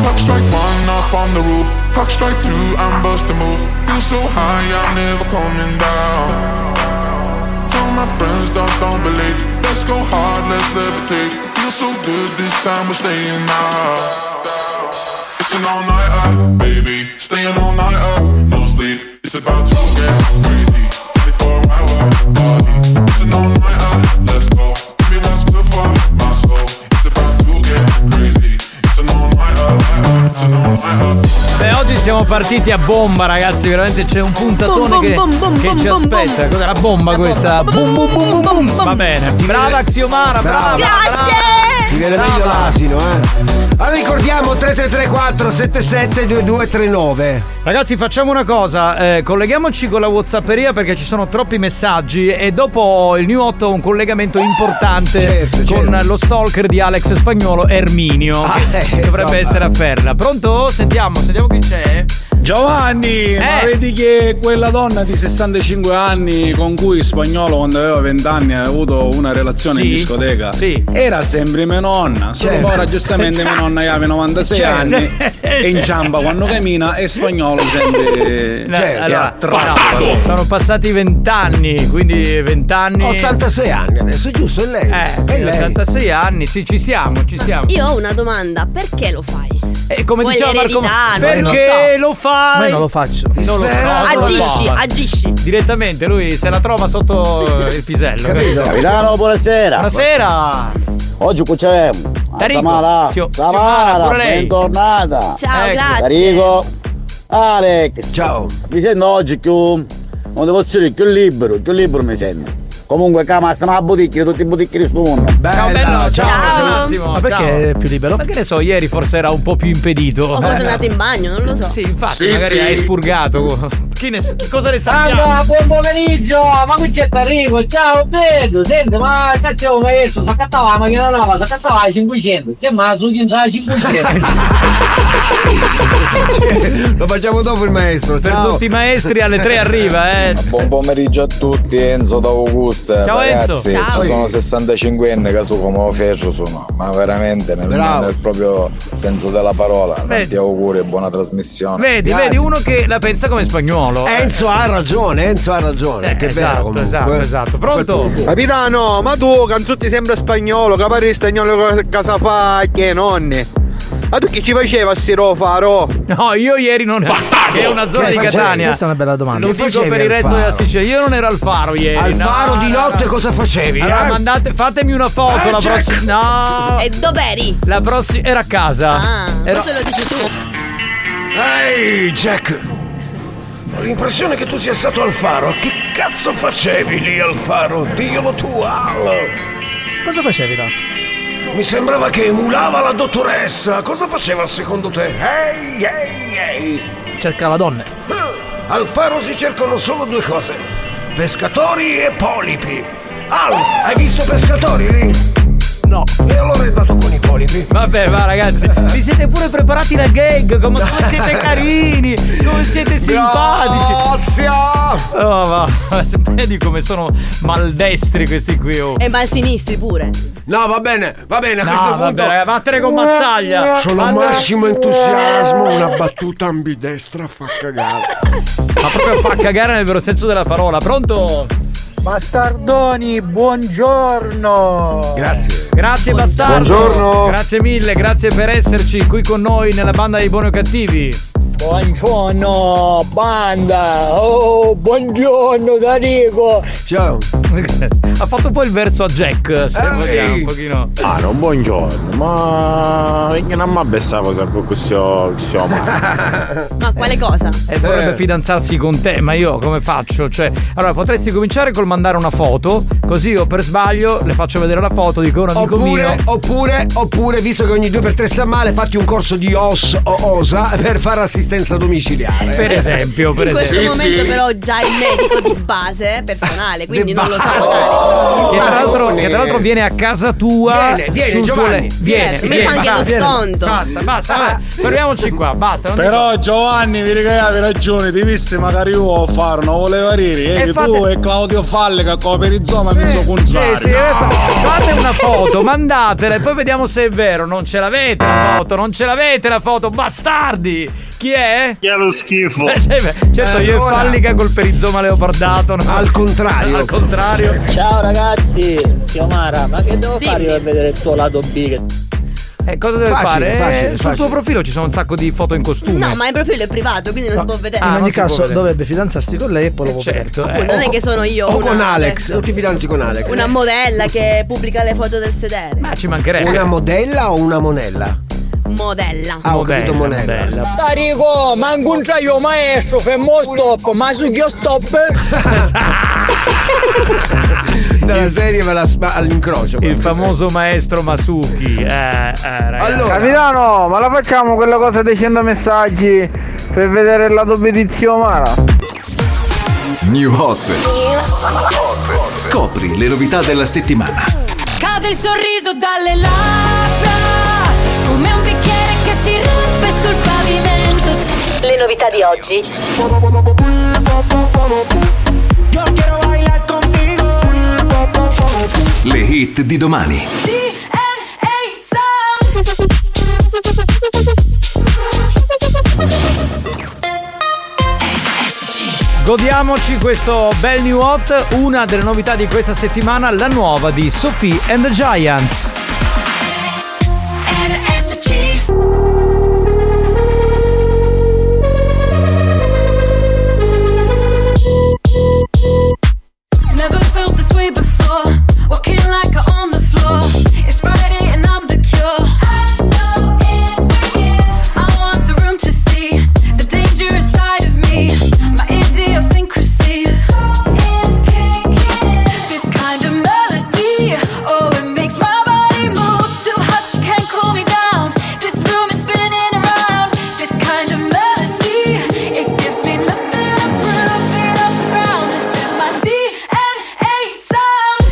Speaker 8: Clock strike one up on the roof, clock strike two, I'm busting move. Feel so high, I'm never coming down. Tell my friends, don't don't believe. Let's go hard, let's levitate. Feel so good this time, we're staying out. It's an all night up, baby. Staying all night up, no sleep. It's about to get crazy. 24 hour party. It's an all night up, let's go. Give me what's good for my soul. It's about to get crazy. It's an all night up, night up. It's an all night up.
Speaker 3: Beh, oggi siamo partiti a bomba, ragazzi. Veramente c'è un puntatone
Speaker 13: Bom, bom,
Speaker 3: che,
Speaker 13: bom, bom,
Speaker 3: che
Speaker 13: bom,
Speaker 3: ci
Speaker 13: bom,
Speaker 3: aspetta.
Speaker 13: bom.
Speaker 3: Cos'è la bomba questa? Boom, boom, boom, boom, boom. Va bene. Brava Axiomara, brava.
Speaker 12: Ti viene meglio l'asino, eh. Allora ricordiamo 3334 772239.
Speaker 3: Ragazzi, facciamo una cosa, eh, colleghiamoci con la Whatsapperia perché ci sono troppi messaggi e dopo il New 8 ho un collegamento importante
Speaker 12: Certo,
Speaker 3: con lo stalker di Alex Spagnolo, Erminio,
Speaker 12: Ah,
Speaker 3: che
Speaker 12: eh,
Speaker 3: dovrebbe essere a Ferla. Pronto? Sentiamo, sentiamo chi c'è. Eh.
Speaker 5: Giovanni, ma vedi che quella donna di 65 anni con cui spagnolo quando aveva 20 anni ha avuto una relazione
Speaker 3: Sì,
Speaker 5: in discoteca
Speaker 3: sì.
Speaker 5: era sempre mia nonna. Solo
Speaker 3: Certo.
Speaker 5: ora giustamente mia nonna aveva 96
Speaker 3: Certo.
Speaker 5: anni e inciampa quando cammina e spagnolo sente
Speaker 3: No,
Speaker 5: che
Speaker 3: cioè, allora,
Speaker 5: ha tratto.
Speaker 3: guarda, sono passati vent'anni, quindi vent'anni. 86 anni adesso, giusto? È lei. Eh,
Speaker 12: lei.
Speaker 3: 86 anni, sì, ci siamo, ci siamo.
Speaker 7: Io ho una domanda, perché lo fai?
Speaker 3: E come
Speaker 7: Vuoi
Speaker 3: diceva Marco,
Speaker 7: l'eredità, non lo so.
Speaker 3: perché lo fai?
Speaker 22: Ma io non lo faccio.
Speaker 3: Non lo no, non lo
Speaker 7: agisci,
Speaker 3: fa.
Speaker 7: agisci.
Speaker 3: Direttamente lui se la trova sotto il pisello. capito?
Speaker 21: Capitano, buonasera.
Speaker 3: Buonasera.
Speaker 21: Oggi qui c'abbiamo.
Speaker 3: Tarico.
Speaker 21: Samara.
Speaker 3: Sio- Xiomara,
Speaker 21: Samara,
Speaker 3: pure lei.
Speaker 21: bentornata. Ciao, Ecco. grazie. grazie. Tarico. Alex. Ciao. Mi sento oggi più. Non devo dire più libero, più libero mi sento. Comunque, cama, siamo a boutique, tutti i boutique di sto mondo.
Speaker 3: Ciao, bello, Eh, Ah, ciao,
Speaker 7: Ciao.
Speaker 3: Massimo.
Speaker 7: Ma
Speaker 3: perché è più libero? Ma che ne so, ieri forse era un po' più impedito.
Speaker 5: Oh,
Speaker 7: O
Speaker 5: eh,
Speaker 7: forse è andato in bagno, non lo so.
Speaker 3: Sì, infatti,
Speaker 7: Sì,
Speaker 3: magari
Speaker 7: sì.
Speaker 3: hai spurgato. Chi ne sa- chi cosa ne
Speaker 2: Allora,
Speaker 3: sappiamo?
Speaker 2: buon pomeriggio, ma qui c'è Tarrico, ciao Pedro, senti ma cazzo ma io sono accattato la macchina nuova, sono accattato la 500, c'è ma su chi non sa la 500.
Speaker 12: Lo facciamo dopo il maestro.
Speaker 3: Per
Speaker 12: ciao.
Speaker 3: tutti i maestri alle 3 arriva, eh.
Speaker 23: Buon pomeriggio a tutti, Enzo da Augusta.
Speaker 3: Ciao,
Speaker 23: Ragazzi,
Speaker 3: Enzo. Ciao.
Speaker 23: ci sono 65enne che su come lo fece sono, ma veramente nel,
Speaker 3: Bravo.
Speaker 23: nel proprio senso della parola.
Speaker 3: Vedi.
Speaker 23: Tanti auguri e buona trasmissione.
Speaker 3: Vedi, vedi uno che la pensa come spagnolo.
Speaker 21: Enzo
Speaker 12: ha ragione, Enzo ha ragione.
Speaker 3: che esatto,
Speaker 21: bello
Speaker 3: esatto, esatto. Pronto?
Speaker 21: Capitano, ma tu canzotti sembra spagnolo, capare spagnolo cosa fa che nonne.
Speaker 24: Ma tu chi ci faceva a Sirofaro?
Speaker 3: No, io ieri non
Speaker 24: Bastardo!
Speaker 3: Che è una zona
Speaker 24: Che
Speaker 3: di
Speaker 24: facevi?
Speaker 3: Catania.
Speaker 24: Questa è una bella domanda.
Speaker 3: Lo
Speaker 24: Che
Speaker 3: dico
Speaker 24: facevi
Speaker 3: per il
Speaker 24: al
Speaker 3: resto
Speaker 24: faro?
Speaker 3: della Sicilia. Io non ero al faro ieri.
Speaker 5: Al
Speaker 3: Eh, no,
Speaker 5: faro di
Speaker 3: no,
Speaker 5: notte
Speaker 3: no.
Speaker 5: cosa facevi?
Speaker 3: Allora,
Speaker 5: eh?
Speaker 3: mandate- fatemi una foto
Speaker 5: Eh,
Speaker 3: la
Speaker 5: check.
Speaker 3: prossima. No!
Speaker 7: E dov'eri?
Speaker 3: La prossima. Era a casa.
Speaker 7: Ah,
Speaker 3: Era-
Speaker 7: questo lo dici tu.
Speaker 5: Ehi, Jack! Ho l'impressione che tu sia stato al faro. Che cazzo facevi lì al faro? Diglielo tu, Al!
Speaker 25: Cosa facevi là?
Speaker 5: Mi sembrava che emulava la dottoressa. Cosa faceva secondo te? Ehi, ehi, ehi!
Speaker 25: Cercava donne.
Speaker 5: Al faro si cercano solo due cose: pescatori e polipi. Al, hai visto pescatori lì?
Speaker 25: No.
Speaker 5: E allora è andato con i polipi.
Speaker 3: Vabbè, va ragazzi, vi siete pure preparati la gag, come, come siete carini, come siete simpatici. Oh, ma, ma se- vedi come sono maldestri questi qui. Oh.
Speaker 7: E malsinistri pure.
Speaker 5: No, va bene, va bene, a
Speaker 3: No,
Speaker 5: questo punto.
Speaker 3: vabbè, eh, vattene con Mazzaglia.
Speaker 5: Sono al
Speaker 3: Vattene-
Speaker 5: massimo entusiasmo, una battuta ambidestra fa cagare.
Speaker 3: Ma proprio fa cagare nel vero senso della parola. Pronto?
Speaker 26: Bastardoni, buongiorno!
Speaker 5: Grazie.
Speaker 3: Grazie bastardo.
Speaker 26: Buongiorno.
Speaker 3: Grazie mille, grazie per esserci qui con noi nella banda dei buoni o cattivi.
Speaker 2: Buongiorno banda, oh buongiorno Darico
Speaker 5: Ciao
Speaker 3: Ha fatto un po' il verso a Jack, se
Speaker 2: Ehi.
Speaker 3: vogliamo un pochino.
Speaker 2: Ah no, buongiorno, ma io non mi abbessa cosa con questo
Speaker 7: Ma quale cosa?
Speaker 3: E Eh,
Speaker 7: Eh.
Speaker 3: vorrebbe fidanzarsi con te, ma io come faccio? Cioè, allora potresti cominciare col mandare una foto, così io per sbaglio le faccio vedere la foto, dico un amico
Speaker 5: Oppure,
Speaker 3: mio.
Speaker 5: oppure, oppure, visto che ogni due per tre sta male, fatti un corso di OS o OSA per fare assistenza domiciliare.
Speaker 3: Per esempio, per
Speaker 5: In
Speaker 7: Eh. In
Speaker 3: esempio.
Speaker 7: questo momento però ho già il medico di base personale, quindi non lo so.
Speaker 3: Che tra, l'altro, che tra l'altro viene a casa tua
Speaker 7: Viene, viene,
Speaker 3: sul tuo
Speaker 7: Giovanni,
Speaker 3: le-
Speaker 7: viene,
Speaker 3: viene,
Speaker 7: Certo, mi fa anche lo
Speaker 3: basta,
Speaker 7: sconto. Ah,
Speaker 3: Basta, basta, vabbè, fermiamoci qua, basta. non dico-
Speaker 12: Però Giovanni vi ricavi ragione, ti visse magari io a fare, non voleva rire.
Speaker 3: E
Speaker 12: E
Speaker 3: fate-
Speaker 12: tu e Claudio Falle che copri il zoma mi sono
Speaker 3: Sì,
Speaker 12: conzati.
Speaker 3: sì, eh, fa- fate una foto, mandatela e poi vediamo se è vero. Non ce l'avete la foto, non ce l'avete la foto, bastardi! Chi è? Chi è lo schifo? certo, io e
Speaker 2: Allora.
Speaker 3: Fallica col perizoma leopardato. Al
Speaker 5: contrario.
Speaker 3: Al contrario.
Speaker 2: Ciao ragazzi, zio Mara, ma che devo
Speaker 3: Dimmi.
Speaker 2: fare io per vedere il tuo lato B?
Speaker 3: Eh, cosa deve
Speaker 2: Facile,
Speaker 3: fare? Eh,
Speaker 2: facile,
Speaker 3: sul
Speaker 2: facile.
Speaker 3: tuo profilo ci sono un sacco di foto in costume.
Speaker 7: No, ma il profilo è privato, quindi non si può vedere.
Speaker 3: Ah,
Speaker 25: in ogni
Speaker 3: non si può
Speaker 25: caso
Speaker 3: vedere.
Speaker 25: dovrebbe fidanzarsi con lei e poi lo può
Speaker 3: Certo,
Speaker 25: vedere.
Speaker 7: Eh, Non è che sono io
Speaker 5: O
Speaker 7: una,
Speaker 5: con Alex, o ti fidanzi con Alex.
Speaker 7: una modella che pubblica le foto del sedere.
Speaker 3: Ma ci mancherebbe.
Speaker 5: Una modella o una monella?
Speaker 7: Modella.
Speaker 5: Ah, ho capito monella.
Speaker 2: Darico, ma incontrai io maestro, fermo stop, ma su io stop.
Speaker 5: Dalla serie me la spa- all'incrocio.
Speaker 3: Il famoso maestro Masuki. Eh, eh, ragazzi.
Speaker 2: Capitano, ma la facciamo quella cosa dei 100 messaggi per vedere il lato B di zio Mara?
Speaker 27: New Hot. Scopri le novità della settimana.
Speaker 13: Cade il sorriso dalle labbra, come un bicchiere che si rompe sul pavimento. Le novità di oggi.
Speaker 27: Le hit di domani.
Speaker 13: DNA Sound.
Speaker 3: Godiamoci questo bel new hot, una delle novità di questa settimana, la nuova di Sophie and the Giants.
Speaker 13: Never felt this way before. Walking like a on the floor. It's Friday and I'm the cure. I'm so in I want the room to see the dangerous side of me. My idiosyncrasies. This kind of melody, oh, it makes my body move. Too hot, you can't cool me down. This room is spinning around. This kind of melody, it gives me nothing to prove. It off the ground. This is my DNA sound.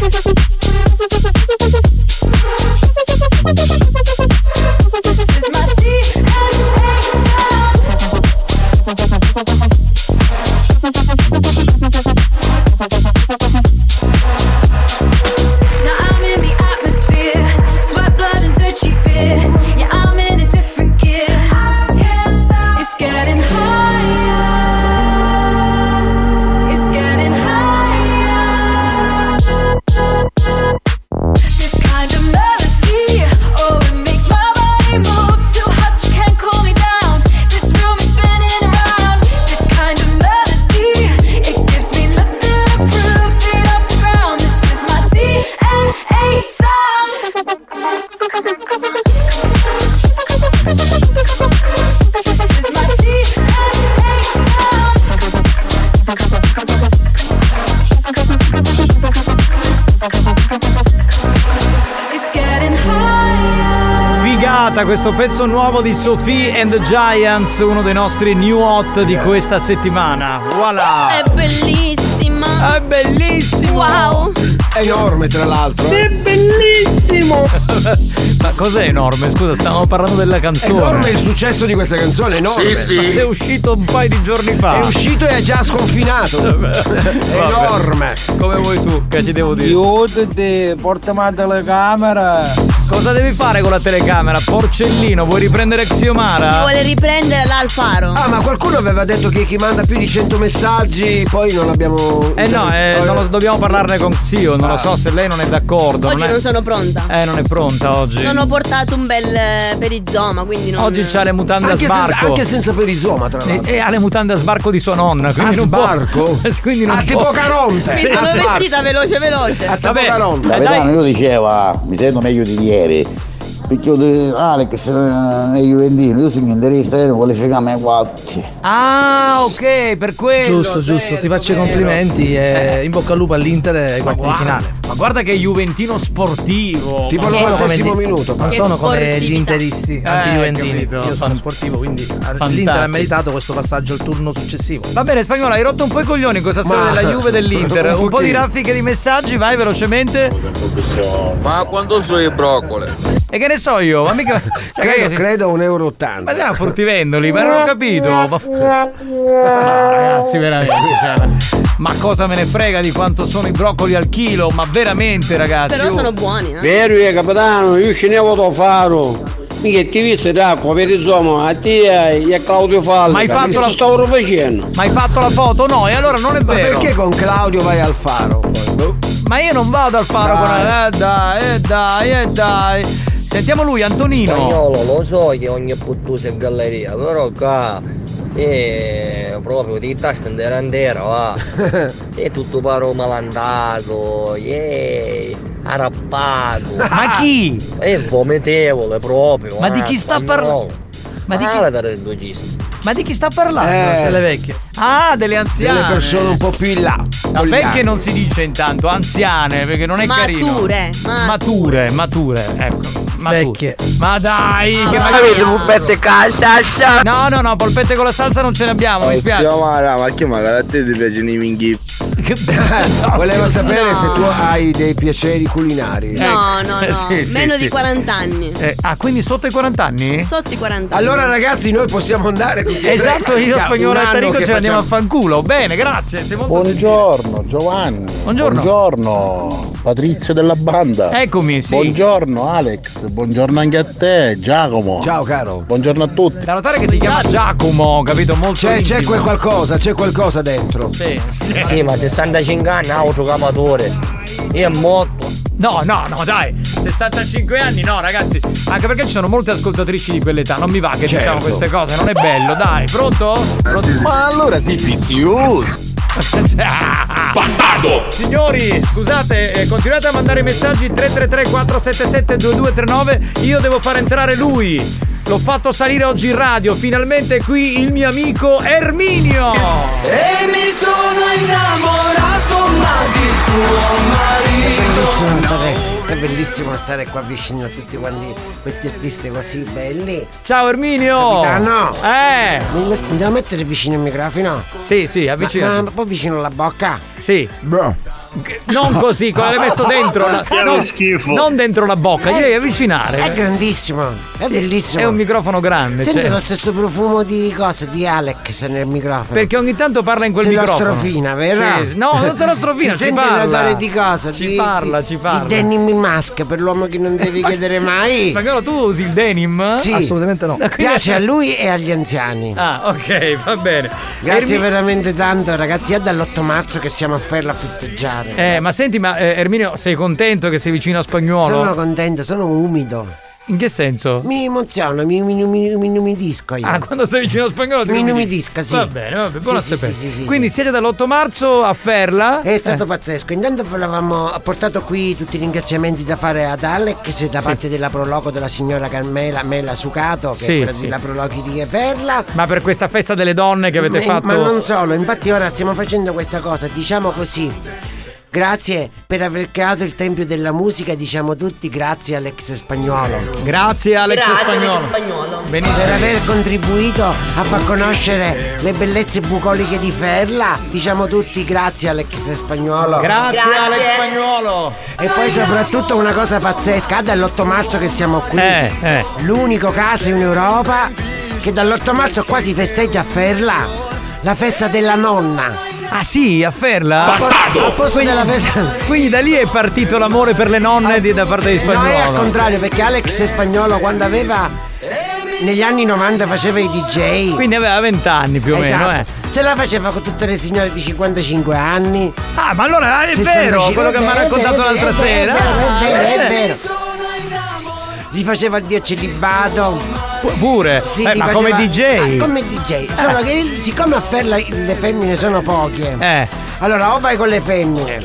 Speaker 13: oh,
Speaker 3: puntata questo pezzo nuovo di Sophie and the Giants, uno dei nostri new hot
Speaker 5: Eh.
Speaker 3: di questa settimana. Voilà!
Speaker 13: È bellissima.
Speaker 3: È bellissimo.
Speaker 13: Wow.
Speaker 3: È enorme tra l'altro. È bellissimo! Ma cos'è enorme? Scusa, stavamo parlando della canzone.
Speaker 5: Enorme il successo di questa canzone, enorme.
Speaker 3: Sì, sì. È uscito un paio di giorni fa.
Speaker 5: È uscito e è già sconfinato. È enorme.
Speaker 3: Come vuoi tu, che ti devo dire?
Speaker 28: Aiutati, portami la telecamera.
Speaker 3: Cosa devi fare con la telecamera? Porcellino, vuoi riprendere
Speaker 7: Ti
Speaker 3: Xiomara?
Speaker 7: vuole riprendere l'Alfaro.
Speaker 5: Ah, ma qualcuno aveva detto che chi manda più di 100 messaggi poi non abbiamo.
Speaker 3: Eh no, eh, non lo- dobbiamo parlarne con Xio, non lo so se lei non è d'accordo.
Speaker 7: Oggi
Speaker 3: non è-
Speaker 7: non sono pronta.
Speaker 3: Eh, non è pronta oggi.
Speaker 7: Non ho portato un bel eh, perizoma, quindi non.
Speaker 3: Oggi c'ha le mutande
Speaker 7: Anche
Speaker 3: a
Speaker 7: senza-
Speaker 3: sbarco.
Speaker 7: anche
Speaker 5: senza perizoma, tra
Speaker 3: l'altro. E, e ha le mutande a sbarco di sua nonna. Quindi
Speaker 5: A
Speaker 3: non può-
Speaker 5: sbarco?
Speaker 3: quindi non
Speaker 5: Ah, tipo
Speaker 3: può-
Speaker 5: Caronte.
Speaker 7: Mi
Speaker 3: Sì,
Speaker 7: sono
Speaker 3: a sbarco.
Speaker 7: vestita veloce veloce.
Speaker 3: Vabbè, eh, dai,
Speaker 21: Capitano, io dicevo, ah, mi sento meglio di ieri. Perché io, eh, Alex eh, è Juventino, io sono interista e non vuole cercare i quattro.
Speaker 3: Ah, ok, per quello.
Speaker 2: Giusto, giusto, ti faccio i complimenti e in bocca al lupo all'Inter ai quarti di finale.
Speaker 3: Eh. Ma guarda che Juventino sportivo.
Speaker 2: Tipo
Speaker 3: Ma
Speaker 2: al
Speaker 3: sono come
Speaker 2: novantesimo
Speaker 3: gli-
Speaker 2: minuto,
Speaker 3: ma
Speaker 2: che
Speaker 3: sono come
Speaker 2: sportività.
Speaker 3: gli interisti
Speaker 2: Eh,
Speaker 3: anti-juventini.
Speaker 2: capito.
Speaker 3: Io sono sportivo, quindi
Speaker 2: L'Inter ha
Speaker 3: meritato.
Speaker 2: meritato questo passaggio al turno successivo.
Speaker 3: Va bene, Spagnola, hai rotto un po' i coglioni con questa
Speaker 2: Ma-
Speaker 3: storia della Juve e dell'Inter.
Speaker 2: un
Speaker 3: Un, po' di
Speaker 2: pochino.
Speaker 3: raffiche di messaggi, vai velocemente.
Speaker 29: Ma quando sono i broccoli?
Speaker 3: E che ne so io? Ma mica. cioè,
Speaker 5: Credo,
Speaker 3: ragazzi,
Speaker 5: credo un euro 80.
Speaker 3: Ma siamo furtivendoli, ma non ho capito. Ma, ma ragazzi, veramente. cioè, ma cosa me ne frega di quanto sono i broccoli al chilo? Ma veramente, ragazzi.
Speaker 7: Però
Speaker 3: oh.
Speaker 7: sono buoni, eh.
Speaker 30: Vero è capitano, io scenevo da faro. Mica ti visto d'acqua, per insomma, a te e a Claudio Fallo.
Speaker 3: Ma hai fatto la-
Speaker 30: stavo facendo.
Speaker 3: Ma hai fatto la foto? No, e allora non è
Speaker 5: Ma
Speaker 3: vero.
Speaker 5: perché con Claudio vai al faro?
Speaker 3: Ma io non vado al faro con. Eh dai, eh dai, eh dai. Sentiamo lui, Antonino.
Speaker 14: Spagnolo, lo so che ogni puttusa è galleria, però qua è proprio di testa intera intera, va. È tutto paro malandato, yeah, arrabbato.
Speaker 3: Ma chi?
Speaker 14: È vomitevole proprio. eh, Ah,
Speaker 3: Ma di chi sta parlando? Ma di chi- Ma di chi sta parlando?
Speaker 14: Eh.
Speaker 3: Delle vecchie. Ah, delle anziane.
Speaker 14: Delle
Speaker 5: persone un po' più in là.
Speaker 3: No,
Speaker 5: con gli
Speaker 3: vecchie
Speaker 5: anni.
Speaker 3: non si dice intanto, anziane, perché non è
Speaker 7: Mature,
Speaker 3: carino.
Speaker 7: ma-
Speaker 3: Mature, mature, ecco. Vecchie. Ma dai, che
Speaker 5: Ah,
Speaker 14: Ma
Speaker 3: magari
Speaker 14: avete polpette
Speaker 3: con la salsa. No, no, no, polpette con la salsa non ce ne abbiamo, mi spiace.
Speaker 27: Xiomara, ma che magari a te ti piacciono i minghi?
Speaker 5: Volevo Eh, sapere
Speaker 7: No.
Speaker 5: se tu hai dei piaceri culinari.
Speaker 3: Ecco.
Speaker 7: No, no, no.
Speaker 5: Ecco. Sì, sì,
Speaker 7: Meno
Speaker 5: sì.
Speaker 7: di 40 anni.
Speaker 3: Eh, ah, quindi sotto i 40 anni?
Speaker 7: Sotto i 40 anni.
Speaker 5: Allora ragazzi noi possiamo andare con
Speaker 3: Esatto, io spagnolo e Tarico ce ne andiamo a fanculo. Bene, Eh, grazie. Sei molto
Speaker 21: Buongiorno Giovanni.
Speaker 3: Buongiorno.
Speaker 21: Buongiorno, Patrizio della banda.
Speaker 3: Eccomi, sì.
Speaker 21: Buongiorno Alex, buongiorno anche a te, Giacomo. Ciao
Speaker 5: caro.
Speaker 21: Buongiorno a tutti.
Speaker 3: Da notare che ti chiama Giacomo, capito? Molto
Speaker 5: C'è, c'è
Speaker 3: intimo.
Speaker 5: quel qualcosa, c'è qualcosa dentro.
Speaker 3: Sì.
Speaker 14: Sì, ma 65 anni, autocamatore. Io è morto.
Speaker 3: No, no, no, dai, 65 anni, no, ragazzi. Anche perché ci sono molte ascoltatrici di quell'età, non mi va che diciamo
Speaker 27: Certo.
Speaker 3: queste cose, non è bello, dai, pronto?
Speaker 27: Ma allora sei pizioso.
Speaker 3: Bastardo! Signori, scusate, eh, continuate a mandare i messaggi 333-477-2239. Io devo far entrare lui. L'ho fatto salire oggi in radio, finalmente è qui il mio amico Erminio!
Speaker 13: E mi sono innamorato ma di tuo
Speaker 14: Bellissimo stare- È bellissimo stare qua vicino a tutti quanti questi artisti così belli.
Speaker 3: Ciao Erminio!
Speaker 5: Ah,
Speaker 14: Capitano!
Speaker 3: Eh!
Speaker 14: Mi met- mi devo mettere vicino il microfono?
Speaker 3: Sì, sì, avvicinati.
Speaker 14: Ma, ma un po' vicino alla bocca?
Speaker 3: Sì. Non così, cosa l'hai messo dentro? La,
Speaker 14: Che
Speaker 3: non,
Speaker 14: schifo.
Speaker 3: non dentro la bocca, gli devi avvicinare.
Speaker 14: È grandissimo, è
Speaker 3: Sì,
Speaker 14: bellissimo.
Speaker 3: È un microfono grande.
Speaker 14: Sente
Speaker 3: cioè,
Speaker 14: lo stesso profumo di cosa? Di Alex nel microfono.
Speaker 3: perché ogni tanto parla in quel
Speaker 14: Se la
Speaker 3: microfono.
Speaker 14: strofina, vero?
Speaker 3: Sì, sì. no, non sono strofina,
Speaker 14: si
Speaker 3: ci
Speaker 14: sente
Speaker 3: parla.
Speaker 14: l'odore di cosa?
Speaker 3: Ci
Speaker 14: Di-
Speaker 3: parla,
Speaker 14: di-
Speaker 3: ci parla.
Speaker 14: Di denim in mask per l'uomo che non devi chiedere mai.
Speaker 3: Spagnolo, tu usi il denim?
Speaker 14: Sì. Piace a lui e agli anziani.
Speaker 3: Ah, ok, va bene.
Speaker 14: Grazie
Speaker 3: Ermi-
Speaker 14: veramente tanto, ragazzi. È dall'8 marzo che siamo a Ferla a festeggiare.
Speaker 3: Eh, ma senti, ma eh, Erminio, sei contento che sei vicino a Spagnolo?
Speaker 14: Sono contento, sono umido.
Speaker 3: In che senso?
Speaker 14: Mi emoziono, mi, mi, mi, mi inumidisco io.
Speaker 3: Ah, quando sei vicino a spagnolo ti
Speaker 14: Mi
Speaker 3: umidi.
Speaker 14: inumidisco, sì.
Speaker 3: Va bene, va bene, buona a
Speaker 14: Sì, sì,
Speaker 3: sapere.
Speaker 14: sì, sì, sì.
Speaker 3: Quindi siete dall'8 marzo a Ferla. Eh.
Speaker 14: È stato pazzesco. Intanto volevamo, ho portato qui tutti i ringraziamenti da fare ad Alex da parte della Proloco della signora Carmela Mela Sucato, che
Speaker 3: Sì,
Speaker 14: è quella
Speaker 3: sì.
Speaker 14: della Prolochi di Ferla.
Speaker 3: Ma per questa festa delle donne che avete
Speaker 14: ma,
Speaker 3: fatto.
Speaker 14: ma non solo, infatti ora stiamo facendo questa cosa, diciamo così. Grazie per aver creato il Tempio della Musica, diciamo tutti grazie Alex Spagnolo.
Speaker 3: Grazie Alex
Speaker 14: Grazie,
Speaker 3: Spagnolo.
Speaker 14: Alex
Speaker 3: Spagnolo.
Speaker 14: Per aver contribuito a far conoscere le bellezze bucoliche di Ferla, diciamo tutti grazie Alex Spagnolo.
Speaker 3: Grazie, Alex Spagnuolo.
Speaker 14: E poi soprattutto una cosa pazzesca, ah, dall'8 marzo che siamo qui.
Speaker 3: Eh, eh.
Speaker 14: L'unico caso in Europa che dall'8 marzo qua si festeggia a Ferla la festa della nonna.
Speaker 3: Ah sì, a Ferla?
Speaker 14: Bastardo! A posto della festa...
Speaker 3: Quindi da lì è partito l'amore per le nonne di- da parte di
Speaker 14: Eh, No, è al
Speaker 3: Spagnolo.
Speaker 14: contrario, perché Alex Spagnolo quando aveva negli anni 90 faceva i DJ.
Speaker 3: Quindi aveva 20 anni più o meno, eh.
Speaker 14: Esatto. Se la faceva con tutte le signore di 55 anni.
Speaker 3: Ah, ma allora è vero, quello che mi ha raccontato l'altra sera.
Speaker 14: È vero, è vero, è
Speaker 3: Ah,
Speaker 14: vero. Gli faceva il dio celibato.
Speaker 3: Pu- Pure,
Speaker 14: Sì,
Speaker 3: Eh,
Speaker 14: gli
Speaker 3: ma
Speaker 14: faceva-
Speaker 3: come DJ.
Speaker 14: Ah, come DJ. Solo
Speaker 3: Eh.
Speaker 14: che siccome a Ferla le femmine sono poche.
Speaker 3: Eh.
Speaker 14: Allora o vai con le femmine,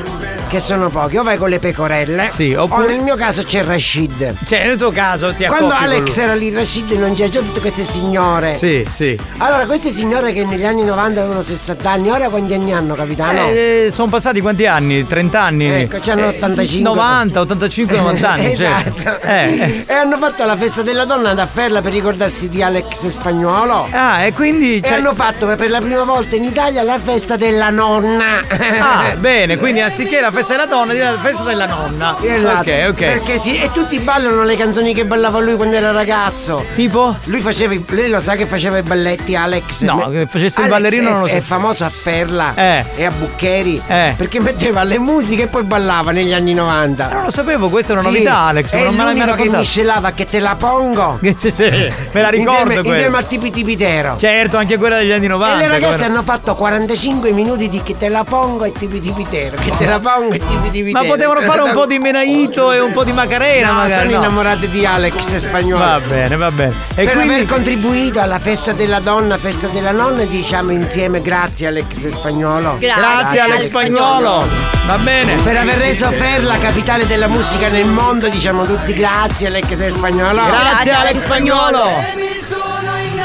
Speaker 14: che sono poche, o vai con le pecorelle.
Speaker 3: Sì,
Speaker 14: O
Speaker 3: oppure-
Speaker 14: nel mio caso c'è Rashid.
Speaker 3: Cioè, nel tuo caso ti
Speaker 14: Quando
Speaker 3: accoppi con
Speaker 14: Alex
Speaker 3: lui.
Speaker 14: era lì, Rashid non c'era già tutte queste signore.
Speaker 3: Sì, sì.
Speaker 14: Allora, queste signore che negli anni 90 avevano 60 anni, ora quanti anni hanno, capitano?
Speaker 3: Eh, sono passati quanti anni? 30 anni?
Speaker 14: Ah, Ecco, c'hanno
Speaker 3: Eh,
Speaker 14: 85.
Speaker 3: 90, 85, 90 anni. cioè.
Speaker 14: Esatto.
Speaker 3: Eh, eh.
Speaker 14: E hanno fatto la festa della donna ad Afferla per ricordarsi di Alex Spagnolo.
Speaker 3: Ah, e quindi.
Speaker 14: E hanno fatto per la prima volta in Italia la festa della nonna.
Speaker 3: Ah, bene, quindi anziché la festa della donna, diventa la festa della nonna.
Speaker 14: Esatto.
Speaker 3: Ok, ok.
Speaker 14: Perché sì, e tutti ballano le canzoni che ballava lui quando era ragazzo.
Speaker 3: Tipo?
Speaker 14: Lui faceva i- lei lo sa che faceva i balletti Alex.
Speaker 3: No, che facesse il ballerino
Speaker 14: è,
Speaker 3: non lo so. Eh.
Speaker 14: È famoso a Perla e a Buccheri. Perché metteva le musiche e poi ballava negli anni 90.
Speaker 3: Non lo sapevo, questa è una
Speaker 14: Sì,
Speaker 3: novità, Alex.
Speaker 14: È
Speaker 3: non me l'hai mai
Speaker 14: l'unico che
Speaker 3: raccontato.
Speaker 14: miscelava che te la pongo.
Speaker 3: Sì, sì, me la ricordo
Speaker 14: insieme,
Speaker 3: quella.
Speaker 14: insieme a Tipi Tipitero.
Speaker 3: Certo, anche quella degli anni 90.
Speaker 14: E le ragazze
Speaker 3: come no.
Speaker 14: hanno fatto 45 minuti di che te la pongo e tipi tipi tero, che te la pongo e tipi tipi
Speaker 3: Ma
Speaker 14: tero.
Speaker 3: potevano fare un po' di Menaito e un po' di Macarena,
Speaker 14: No,
Speaker 3: magari.
Speaker 14: sono
Speaker 3: no.
Speaker 14: innamorati di Alex Spagnolo.
Speaker 3: Va bene, va bene. E
Speaker 14: per
Speaker 3: quindi.
Speaker 14: aver contribuito alla festa della donna, festa della nonna, diciamo insieme grazie Alex Spagnolo.
Speaker 3: Grazie, Alex Spagnolo. Va bene.
Speaker 14: Per aver reso Ferla capitale della musica nel mondo, diciamo tutti grazie Alex Spagnolo.
Speaker 3: Grazie, Grazie, Alex Alex Spagnolo.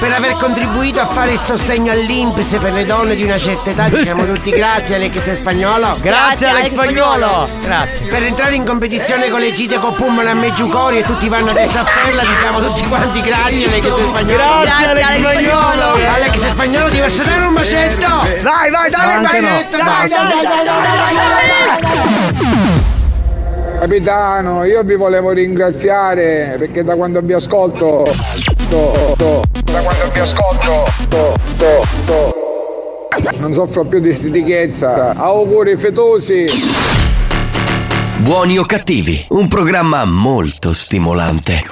Speaker 14: Per aver contribuito a fare il sostegno all'Inps per le donne di una certa età, diciamo tutti grazie Alex Spagnolo.
Speaker 3: Grazie, Alex Spagnolo. Grazie.
Speaker 14: Per entrare in competizione con le gite con Pullman a Meggiucori e tutti vanno adesso a Ferla, diciamo tutti quanti grazie Alex Spagnolo.
Speaker 3: Grazie, Alex Alex Spagnolo. Spagnolo.
Speaker 14: Alex Spagnolo ti posso dare un bacetto?
Speaker 3: Vai, vai, dai,
Speaker 14: No,
Speaker 3: dai, dai,
Speaker 14: anche no.
Speaker 3: dai, dai,
Speaker 14: Basta.
Speaker 3: dai, dai,
Speaker 23: Capitano, io vi volevo ringraziare perché da quando vi ascolto. to- to- da quando vi ascolto. to- to- to, non soffro più di stitichezza. Auguri fetosi.
Speaker 1: Buoni o cattivi, un programma molto stimolante.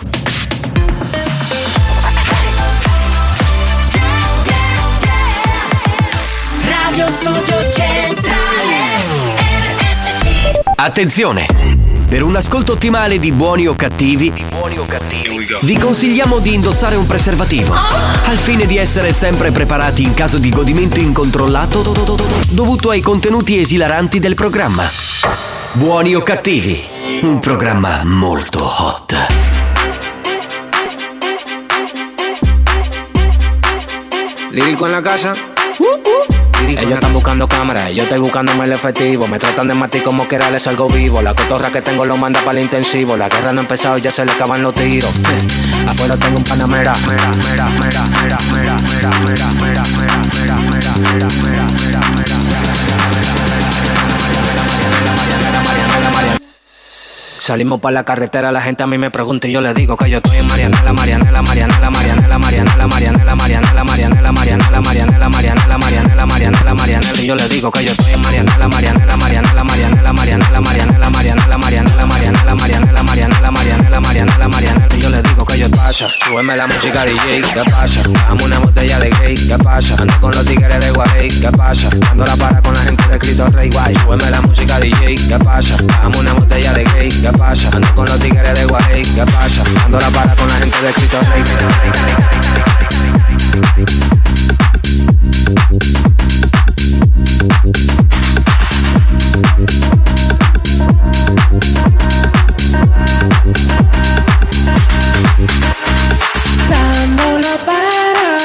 Speaker 13: Radio Studio Centrale RSC
Speaker 1: Attenzione! Per un ascolto ottimale di buoni o cattivi, vi consigliamo di indossare un preservativo, al fine di essere sempre preparati in caso di godimento incontrollato do- do- do- do- do- dovuto ai contenuti esilaranti del programma. Buoni o cattivi, un programma molto hot.
Speaker 15: Lírico en la casa. Ellos están buscando cámaras, yo estoy buscándome el efectivo. Me tratan de matar como quiera, les salgo vivo. La cotorra que tengo lo manda para el intensivo. La guerra no ha empezado, ya se le acaban los tiros. Eh, Afuera tengo un panamera. Salimos para la carretera, la gente a mí me pregunta y yo le digo que yo estoy en Marianela, Marianela, Marianela, Marianela, Marianela, Marianela, Marianela, Marianela, Marianela, Marianela, Marianela, Marianela, Marianela, Marianela, y yo le digo que yo estoy en Marianela, Marianela, Marianela, Marianela, Marianela, Marianela, Marianela, Marianela, Marianela, Marianela, Marianela, Marianela, Marianela, Marianela, y yo le digo que yo pasa, súbeme la música DJ, ¿qué pasa? Dame una botella de gay, ¿qué pasa? Ando con los tigres de Guarey, ¿qué pasa? Dando la para con la gente de Cristo Rey, guay, súbeme la música DJ, ¿qué pasa? Dame una botella de gay, ¿qué pasa? Ando con los tigres de Guarey, ¿qué pasa? Dando la para con la gente de Cristo Rey.
Speaker 13: Dándolo para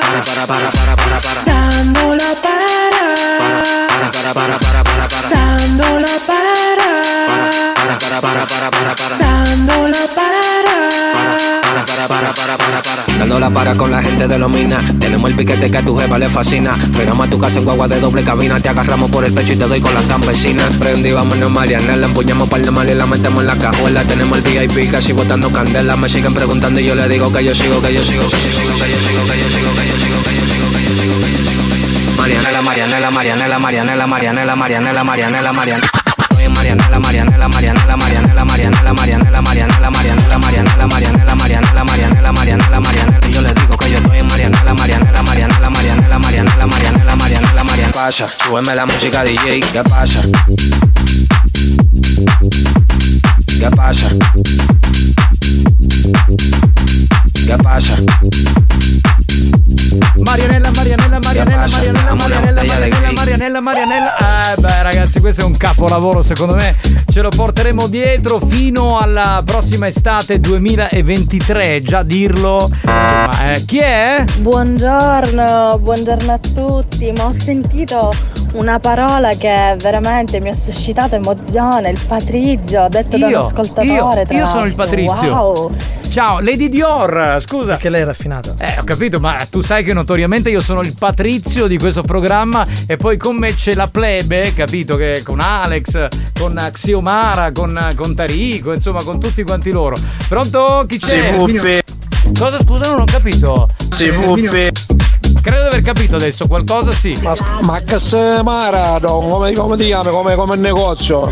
Speaker 15: Para, para, para, para, para, para,
Speaker 13: Dándolo para
Speaker 15: para, para, para, para, para, para.
Speaker 13: Dándolo
Speaker 15: la para con la gente de los minas. Tenemos el piquete que a tu jefa le fascina. Frenamos a tu casa en guagua de doble cabina. Te agarramos por el pecho y te doy con la campesina. Prendí, vámonos Mariana. La empuñamos para el mal y la metemos en la cajuela. Tenemos el VIP casi botando candela. Me siguen preguntando y yo le digo que yo sigo, que yo sigo, que yo sigo, que yo sigo, que yo sigo, que yo sigo, que yo sigo, que yo sigo, que yo sigo. Marianela, Marianela, Marianela, Marianela, Marianela, Marianela, Marianela, Marianela. Soy Marianela, Marianela, Marianela, Marianela, Marianela, Marianela, Marianela, Marianela, Marianela, Marianela, Marianela, Marianela, Marianela, Marianela. Yo le digo que yo estoy en Marianela, Marianela, Marianela, Marianela, Marianela, Marianela, Marianela, Marianela. Pasa, súbeme la música DJ, ¿qué pasa? ¿Qué pasa? ¿Qué pasa?
Speaker 3: Marianella, Marianella, Marianella, Marianella, Marianella, Marianella, Marianella, Marianella. Eh, beh, ragazzi, questo è un capolavoro, secondo me. Ce lo porteremo dietro fino alla prossima estate 2023. Già dirlo. Insomma, eh, chi è?
Speaker 31: Buongiorno, buongiorno a tutti, ma ho sentito una parola che veramente mi ha suscitato emozione, il patrizio, detto da un
Speaker 3: Io,
Speaker 31: ascoltatore.
Speaker 3: io,
Speaker 31: tra
Speaker 3: io sono il
Speaker 31: l'altro.
Speaker 3: Patrizio.
Speaker 31: Wow.
Speaker 3: Ciao, Lady Dior, scusa. Che lei è raffinata. Eh, ho capito, ma tu sai che notoriamente io sono il Patrizio di questo programma e poi con me c'è la plebe, capito? Che con Alex, con Axiomara, con, con Tarico, insomma, con tutti quanti loro. Pronto? Chi c'è?
Speaker 27: Sì, Puppe.
Speaker 3: Cosa scusa, non ho capito. Eh,
Speaker 27: Sì, Puppe.
Speaker 3: Credo di aver capito adesso qualcosa, sì. Eh,
Speaker 27: Ma, ma che se Mara, don, come, come ti chiami? Come, come negozio?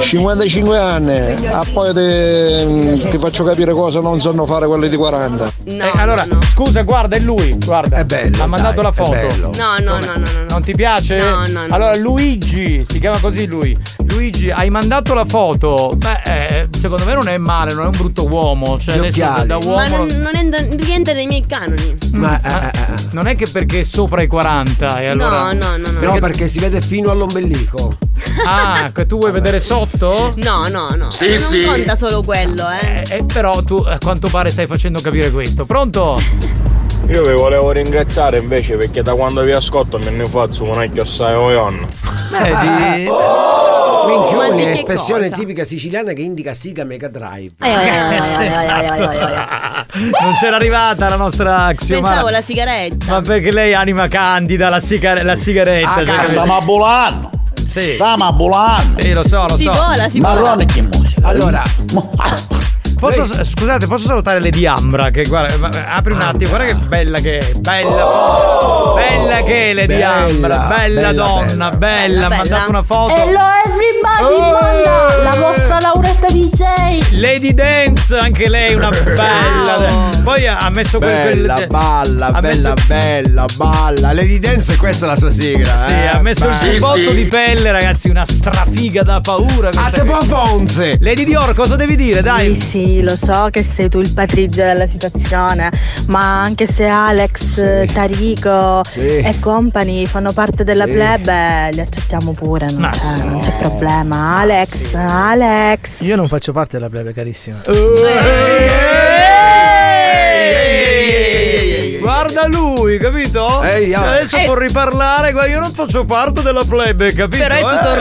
Speaker 27: 55 anni, a poi te- mm, ti faccio capire cosa non sanno fare quelli di 40.
Speaker 3: Eh, allora, scusa, guarda, è lui. Guarda. È bello. Ha mandato la
Speaker 27: dai, è
Speaker 3: foto.
Speaker 27: bello.
Speaker 7: No, no, no, no, no.
Speaker 3: Non ti piace?
Speaker 7: No, no, no.
Speaker 3: Allora Luigi, si chiama così lui. Luigi, hai mandato la foto. Beh, eh, secondo me non è male, non è un brutto uomo. Cioè,
Speaker 27: Gli
Speaker 3: adesso da-
Speaker 27: occhiali.
Speaker 3: da uomo.
Speaker 7: Ma non,
Speaker 3: non-
Speaker 7: non entra- rientra nei miei canoni.
Speaker 27: Ma, eh,
Speaker 3: Ah, non è che perché è sopra i 40 e allora.
Speaker 7: No, no, no, no.
Speaker 27: No, perché si vede fino all'ombelico.
Speaker 3: Ah, che tu vuoi vedere sotto?
Speaker 7: No, no, no.
Speaker 3: Sì,
Speaker 7: non
Speaker 3: sì.
Speaker 7: conta solo quello, eh.
Speaker 3: Eh, però tu a quanto pare stai facendo capire questo. Pronto?
Speaker 6: Io vi volevo ringraziare invece perché da quando vi ascolto me ne faccio una chiossai oion.
Speaker 27: Vedi?
Speaker 3: Oh!
Speaker 7: Oh! Ma di
Speaker 27: Minchione,
Speaker 7: che
Speaker 27: espressione
Speaker 7: cosa?
Speaker 27: tipica siciliana che indica Siga Mega Drive.
Speaker 7: Ai, ai, ai, ai, ai, ai, ai, ai, ai.
Speaker 3: Non c'era arrivata la nostra Axiomara.
Speaker 7: Pensavo la sigaretta.
Speaker 3: Ma perché lei è anima candida la, siga- la sigaretta?
Speaker 7: Ah, cazzo,
Speaker 3: ma
Speaker 21: bulano!
Speaker 3: Sì.
Speaker 21: Stiamo bulano!
Speaker 3: Sì, lo so, lo
Speaker 7: Si
Speaker 3: so.
Speaker 7: vola, si vola.
Speaker 21: Marrone che musica!
Speaker 3: Allora, Posso- scusate, posso salutare Lady Ambra? Che guarda, va- va- apri un attimo, guarda che bella che è, bella foto, bella che è Lady
Speaker 27: Bella,
Speaker 3: Ambra, bella,
Speaker 27: bella,
Speaker 3: donna, bella, ha mandato una foto. Oh!
Speaker 32: Hello everybody, manda la vostra Lauretta DJ.
Speaker 3: Lady Dance, anche lei una bella. Poi ha ha messo quel, quel-
Speaker 27: Bella, balla,
Speaker 3: ha
Speaker 27: bella,
Speaker 3: messo-
Speaker 27: bella, balla. Lady Dance e questa è la sua sigla.
Speaker 3: Sì,
Speaker 27: eh.
Speaker 3: ha messo il
Speaker 27: Beh.
Speaker 3: giubbotto di pelle, ragazzi, una strafiga da paura. questa
Speaker 27: te
Speaker 3: qui.
Speaker 27: Ponze.
Speaker 3: Lady Dior, cosa devi dire? Dai.
Speaker 32: Sì, sì, lo so che sei tu il patrizio della situazione, ma anche se Alex, Tarico
Speaker 27: Sì.
Speaker 32: e company fanno parte della
Speaker 27: Sì.
Speaker 32: plebe, li accettiamo pure, non, c'è, non c'è problema. Alex, Alex.
Speaker 33: Io non faccio parte della plebe, carissima.
Speaker 3: Eh. Guarda lui, capito?
Speaker 33: Ehi, ah.
Speaker 3: Adesso può riparlare, guarda, io non faccio parte della plebe, capito? Eh.
Speaker 7: Però è tutto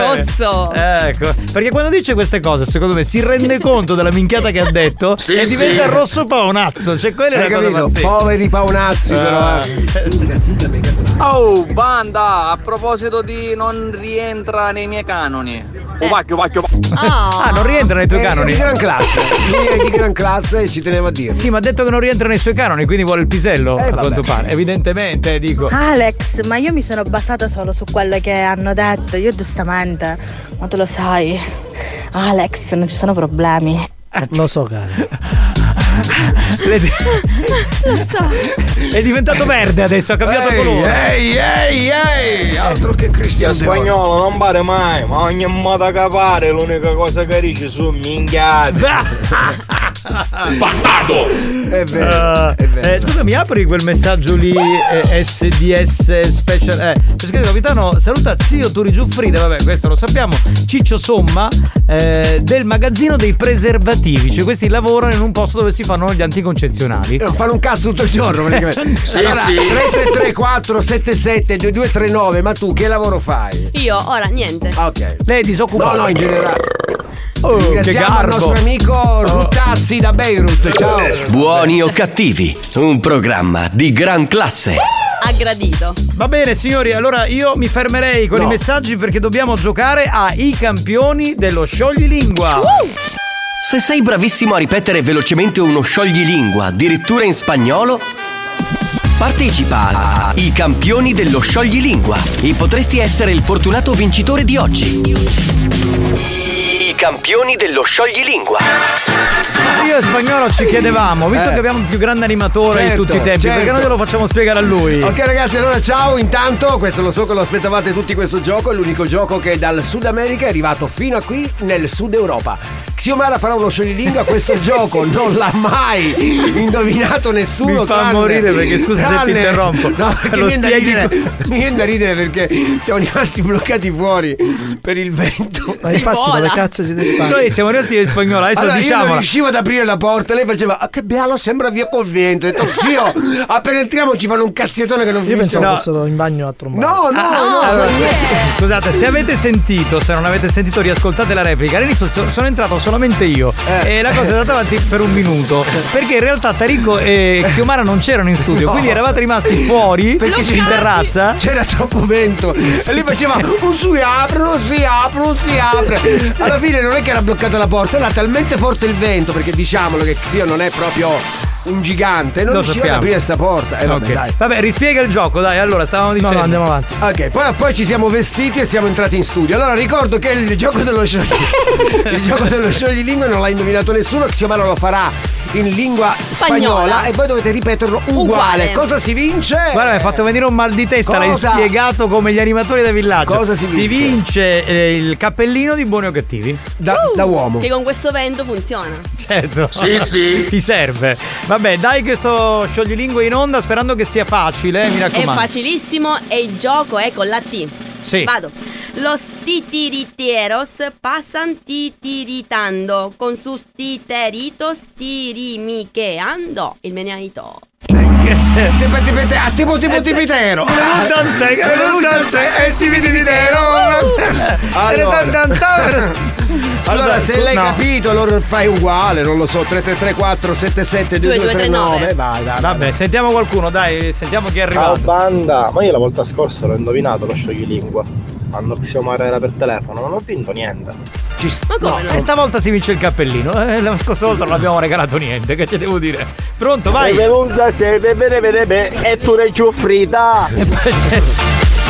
Speaker 7: rosso.
Speaker 3: Ecco, perché quando dice queste cose, secondo me si rende conto della minchiata che ha detto e
Speaker 27: sì.
Speaker 3: diventa rosso paonazzo. Cioè, quella
Speaker 27: Hai
Speaker 3: è la cosa
Speaker 27: capito?
Speaker 3: pazzesca.
Speaker 27: Poveri paonazzi, però. eh.
Speaker 3: Ah.
Speaker 32: Oh, banda, a proposito di non rientra nei miei canoni.
Speaker 7: Eh.
Speaker 32: Oh, vacchio, vacchio, vacchio.
Speaker 3: Ah, non rientra nei tuoi canoni.
Speaker 27: Eh, Di gran classe. Lui è di gran classe, ci tenevo a dire.
Speaker 3: Sì, ma ha detto che non rientra nei suoi canoni, quindi vuole il pisello, a
Speaker 27: vabbè.
Speaker 3: quanto pare. Evidentemente, eh, dico.
Speaker 33: Ecco.
Speaker 31: Ah.
Speaker 32: Alex, ma io mi sono basata solo su quello che hanno detto, io giustamente, ma tu lo sai. Alex, non ci sono problemi.
Speaker 33: Lo so, cara.
Speaker 3: È diventato verde adesso, ha cambiato
Speaker 27: Ehi,
Speaker 3: colore.
Speaker 27: ehi, ehi, ehi, altro che
Speaker 6: Lo
Speaker 27: Cristiano Deone.
Speaker 6: spagnolo non pare mai, ma ogni modo che pare l'unica cosa che dice sono minchiate. Bastardo!
Speaker 27: È vero,
Speaker 3: Eh, eh, scusa, mi apri quel messaggio lì eh, SDS Special? Eh, c'è scritto capitano, saluta zio Turi Giuffrida, vabbè, questo lo sappiamo. Ciccio Somma eh, del magazzino dei preservativi, cioè questi lavorano in un posto dove si fanno gli anticoncezionali.
Speaker 27: Fanno un cazzo tutto il giorno, praticamente.
Speaker 3: Sì,
Speaker 27: allora,
Speaker 3: sì.
Speaker 27: 3334 77 2239, ma tu che lavoro fai?
Speaker 7: Io ora niente.
Speaker 27: Ok.
Speaker 5: Ah,
Speaker 3: Lei è disoccupata.
Speaker 27: No, no, in generale.
Speaker 3: Oh,
Speaker 5: Ringraziamo il nostro amico Ruttazzi da Beirut. Ciao.
Speaker 1: Buoni o cattivi, un programma di gran classe.
Speaker 7: Ha gradito.
Speaker 3: Va bene signori, allora io mi fermerei con
Speaker 7: No.
Speaker 3: i messaggi perché dobbiamo giocare a I campioni dello scioglilingua.
Speaker 1: Se sei bravissimo a ripetere velocemente uno scioglilingua, addirittura in spagnolo, partecipa a I campioni dello scioglilingua e potresti essere il fortunato vincitore di oggi. I campioni dello scioglilingua.
Speaker 3: Io e spagnolo ci chiedevamo, visto
Speaker 1: Eh.
Speaker 3: che abbiamo il più grande animatore
Speaker 5: Certo,
Speaker 3: di tutti i tempi,
Speaker 5: certo.
Speaker 3: perché noi glielo facciamo spiegare a lui?
Speaker 5: Ok ragazzi, allora ciao, intanto questo lo so che lo aspettavate tutti questo gioco, è l'unico gioco che dal Sud America è arrivato fino a qui nel Sud Europa. Xiomara farà uno scioglilingua, questo gioco non l'ha mai indovinato nessuno.
Speaker 3: Mi fa
Speaker 5: tranne-
Speaker 3: morire perché, scusa se ti
Speaker 5: tranne-
Speaker 3: interrompo.
Speaker 5: No, perché
Speaker 3: Lo
Speaker 5: mi viene da
Speaker 3: spieghi
Speaker 5: ridere- mi viene da ridere perché siamo rimasti bloccati fuori per il vento.
Speaker 27: Ma infatti, come cazzo siete stati?
Speaker 3: Noi siamo rimasti in spagnolo, adesso
Speaker 5: Allora, Io non
Speaker 3: diciamo.
Speaker 5: riuscivo ad aprire la porta, lei faceva ah, che bello, sembra via col vento. Ho detto, zio, appena entriamo ci fanno un cazziatone che non
Speaker 27: Io
Speaker 5: finisce.
Speaker 27: pensavo
Speaker 5: No.
Speaker 27: fossero in bagno a trombare.
Speaker 5: No, no, Ah, no, no,
Speaker 3: Allora,
Speaker 5: non
Speaker 3: se-
Speaker 5: c'è.
Speaker 3: scusate, se avete sentito, se non avete sentito, riascoltate la replica. All'inizio so- sono entrato solamente io
Speaker 5: Eh.
Speaker 3: e la cosa è andata avanti per un minuto perché in realtà Tarico e Xiomara non c'erano in studio,
Speaker 5: No.
Speaker 3: quindi eravate rimasti fuori in terrazza.
Speaker 5: C'era troppo vento e lui faceva "Oh, un si apre, si apre, si apre. Alla fine non è che era bloccata la porta, era talmente forte il vento, perché diciamolo che Xio non è proprio un gigante, non
Speaker 3: Lo
Speaker 5: riusciva ad
Speaker 3: sappiamo.
Speaker 5: aprire sta porta. E vabbè,
Speaker 3: Ok.
Speaker 5: dai.
Speaker 3: Vabbè, rispiega il gioco, dai. Allora, stavamo dicendo.
Speaker 27: avanti.
Speaker 5: Ok, poi, poi ci siamo vestiti e siamo entrati in studio. Allora ricordo che il gioco dello sciogli il gioco dello scioglilingue non l'ha indovinato nessuno, Xiomara lo farà in lingua spagnola,
Speaker 3: Spagnola.
Speaker 5: e voi dovete ripeterlo uguale.
Speaker 3: Uguale.
Speaker 5: Cosa si vince?
Speaker 3: Guarda, mi hai fatto venire un mal di testa, l'hai
Speaker 5: Cosa?
Speaker 3: spiegato come gli animatori da villaggio.
Speaker 5: Cosa si vince?
Speaker 3: Si vince eh, il cappellino di buoni o cattivi.
Speaker 5: Da, uomo.
Speaker 7: Che con questo vento funziona.
Speaker 3: Certo.
Speaker 7: Sì, sì.
Speaker 3: Ti serve. Vabbè, dai che sto scioglilingue in onda sperando che sia facile, eh, mi
Speaker 7: È
Speaker 3: raccomando.
Speaker 7: facilissimo e il gioco è con la T.
Speaker 3: Sì.
Speaker 7: Vado. Los titiriteros pasan titiritando con sus titeritos tirimicheando il meneaito.
Speaker 5: Tepe, tepe, Eh, te- eh, a tipo tipo tipitero.
Speaker 3: Danze,
Speaker 5: danze, e tipitero. Uh! Allora, allora se l'hai
Speaker 3: No.
Speaker 5: capito, allora fai uguale, non lo so, 3334 77 2239. Vai, vai.
Speaker 3: Vabbè, sentiamo qualcuno, dai, sentiamo chi è arrivato.
Speaker 34: banda, ma io la volta scorsa l'ho indovinato lo scioglilingua. Quando Xiomara era per telefono, non ho vinto niente.
Speaker 5: Ci
Speaker 3: sta. E stavolta si vince il cappellino. Eh, la scorsa volta non abbiamo regalato niente, che ti devo dire. Pronto, vai.
Speaker 2: E tu ne giuffrita.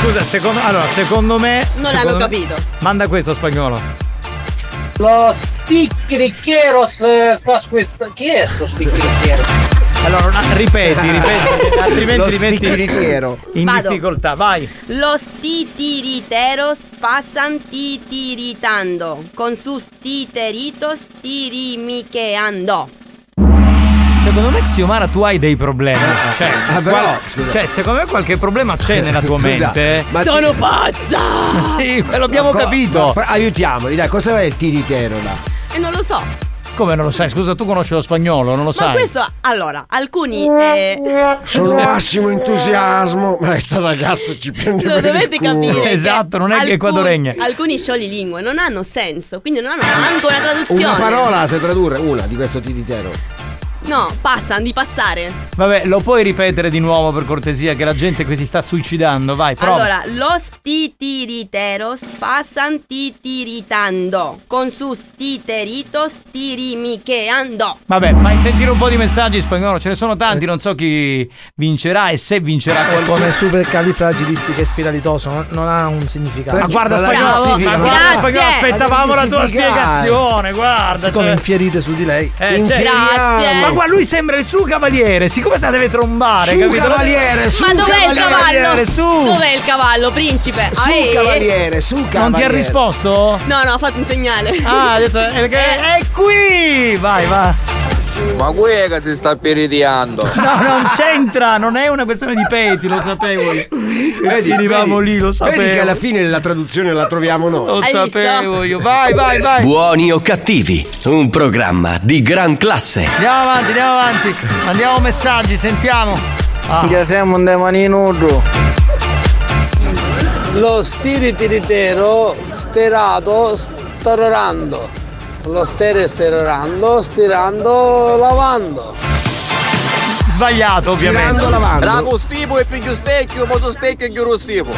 Speaker 3: Scusa, secondo, allora, secondo me.
Speaker 2: Non
Speaker 3: secondo
Speaker 2: l'hanno
Speaker 3: me-
Speaker 2: capito.
Speaker 3: Manda questo spagnolo.
Speaker 2: Los ticchericheros eh, sta squittando. Chi è sto sticcherichero?
Speaker 3: Allora, no, ripeti, ripeti, perché altrimenti
Speaker 2: Lo
Speaker 3: rimetti
Speaker 2: sticcherichero.
Speaker 3: in
Speaker 7: Vado.
Speaker 3: difficoltà. Vai.
Speaker 7: Los titiriteros pasan titiritando con sus titeritos tirimicheando.
Speaker 3: Secondo me, Xiomara, tu hai dei problemi. Cioè,
Speaker 5: Ah, però,
Speaker 3: guarda-
Speaker 5: scusa.
Speaker 3: cioè, secondo me qualche problema c'è nella tua
Speaker 5: Scusa,
Speaker 3: mente.
Speaker 5: ma ti-
Speaker 3: Sono pazza! Sì, quello abbiamo
Speaker 5: Ma co- ma
Speaker 3: capito.
Speaker 5: fa- aiutiamoli, dai, cosa è il tiritero là?
Speaker 7: E non lo so.
Speaker 3: Come non lo sai? Scusa, tu conosci lo spagnolo, non lo
Speaker 7: Ma
Speaker 3: sai.
Speaker 7: questo, allora, alcuni... eh,
Speaker 5: Sono massimo entusiasmo, ma sta ragazza
Speaker 3: Cioè,
Speaker 5: ci prende
Speaker 7: Lo
Speaker 5: per il
Speaker 7: dovete
Speaker 5: culo. Esatto,
Speaker 7: capire. che
Speaker 3: Esatto,
Speaker 7: alcun- Alcuni scioglilingue non hanno senso, quindi non hanno manco una traduzione.
Speaker 5: Una parola la sai tradurre, una di questo tiritero.
Speaker 7: No, passano di passare.
Speaker 3: Vabbè, lo puoi ripetere di nuovo per cortesia, che la gente qui si sta suicidando. Vai, prova.
Speaker 7: Allora, los titiriteros pasan titiritando con sus titeritos tirimicheando.
Speaker 3: Vabbè, fai sentire un po' di messaggi in spagnolo, ce ne sono tanti, non so chi vincerà e se
Speaker 5: Eh,
Speaker 3: vincerà
Speaker 27: È
Speaker 3: qualcuno.
Speaker 27: come super califragilistica e spiralitoso, non, non ha un significato.
Speaker 3: Ma guarda spagnolo, ma guarda spagnolo, aspettavamo la tua spiegazione, guarda.
Speaker 27: Siccome
Speaker 3: cioè-
Speaker 27: infierite su di lei.
Speaker 3: Eh, cioè- Ma guarda, lui sembra il suo cavaliere, siccome se la deve trombare,
Speaker 27: Su
Speaker 3: capito?
Speaker 27: cavaliere, su
Speaker 7: Ma dov'è il cavallo?
Speaker 3: Cavaliere, su.
Speaker 7: Dov'è il cavallo, principe?
Speaker 3: Su,
Speaker 7: Ehi.
Speaker 3: cavaliere, su, Non ti ha risposto?
Speaker 7: No, no, ho fatto un segnale. Eh,
Speaker 3: Ah, ha detto, è, è qui! Vai, va.
Speaker 35: Ma qui è che si sta peridiando.
Speaker 3: No, non c'entra, non è una questione di peti, lo sapevo. Vedi, Venivamo lì, lo sapevo.
Speaker 5: Vedi che alla fine la traduzione la troviamo noi.
Speaker 3: Lo Hai visto? sapevo io. Vai, vai, vai.
Speaker 1: Buoni o cattivi, un programma di gran classe.
Speaker 3: Andiamo avanti, andiamo avanti. Andiamo messaggi, sentiamo. Ah.
Speaker 36: Ya siamo un demaninudo.
Speaker 14: Lo stiri tiritero sterato starorando.
Speaker 37: Lo stereo stirando, stirando, lavando.
Speaker 3: Sbagliato ovviamente.
Speaker 38: Bravo Stivo e più specchio, molto specchio e chiudo Stivo.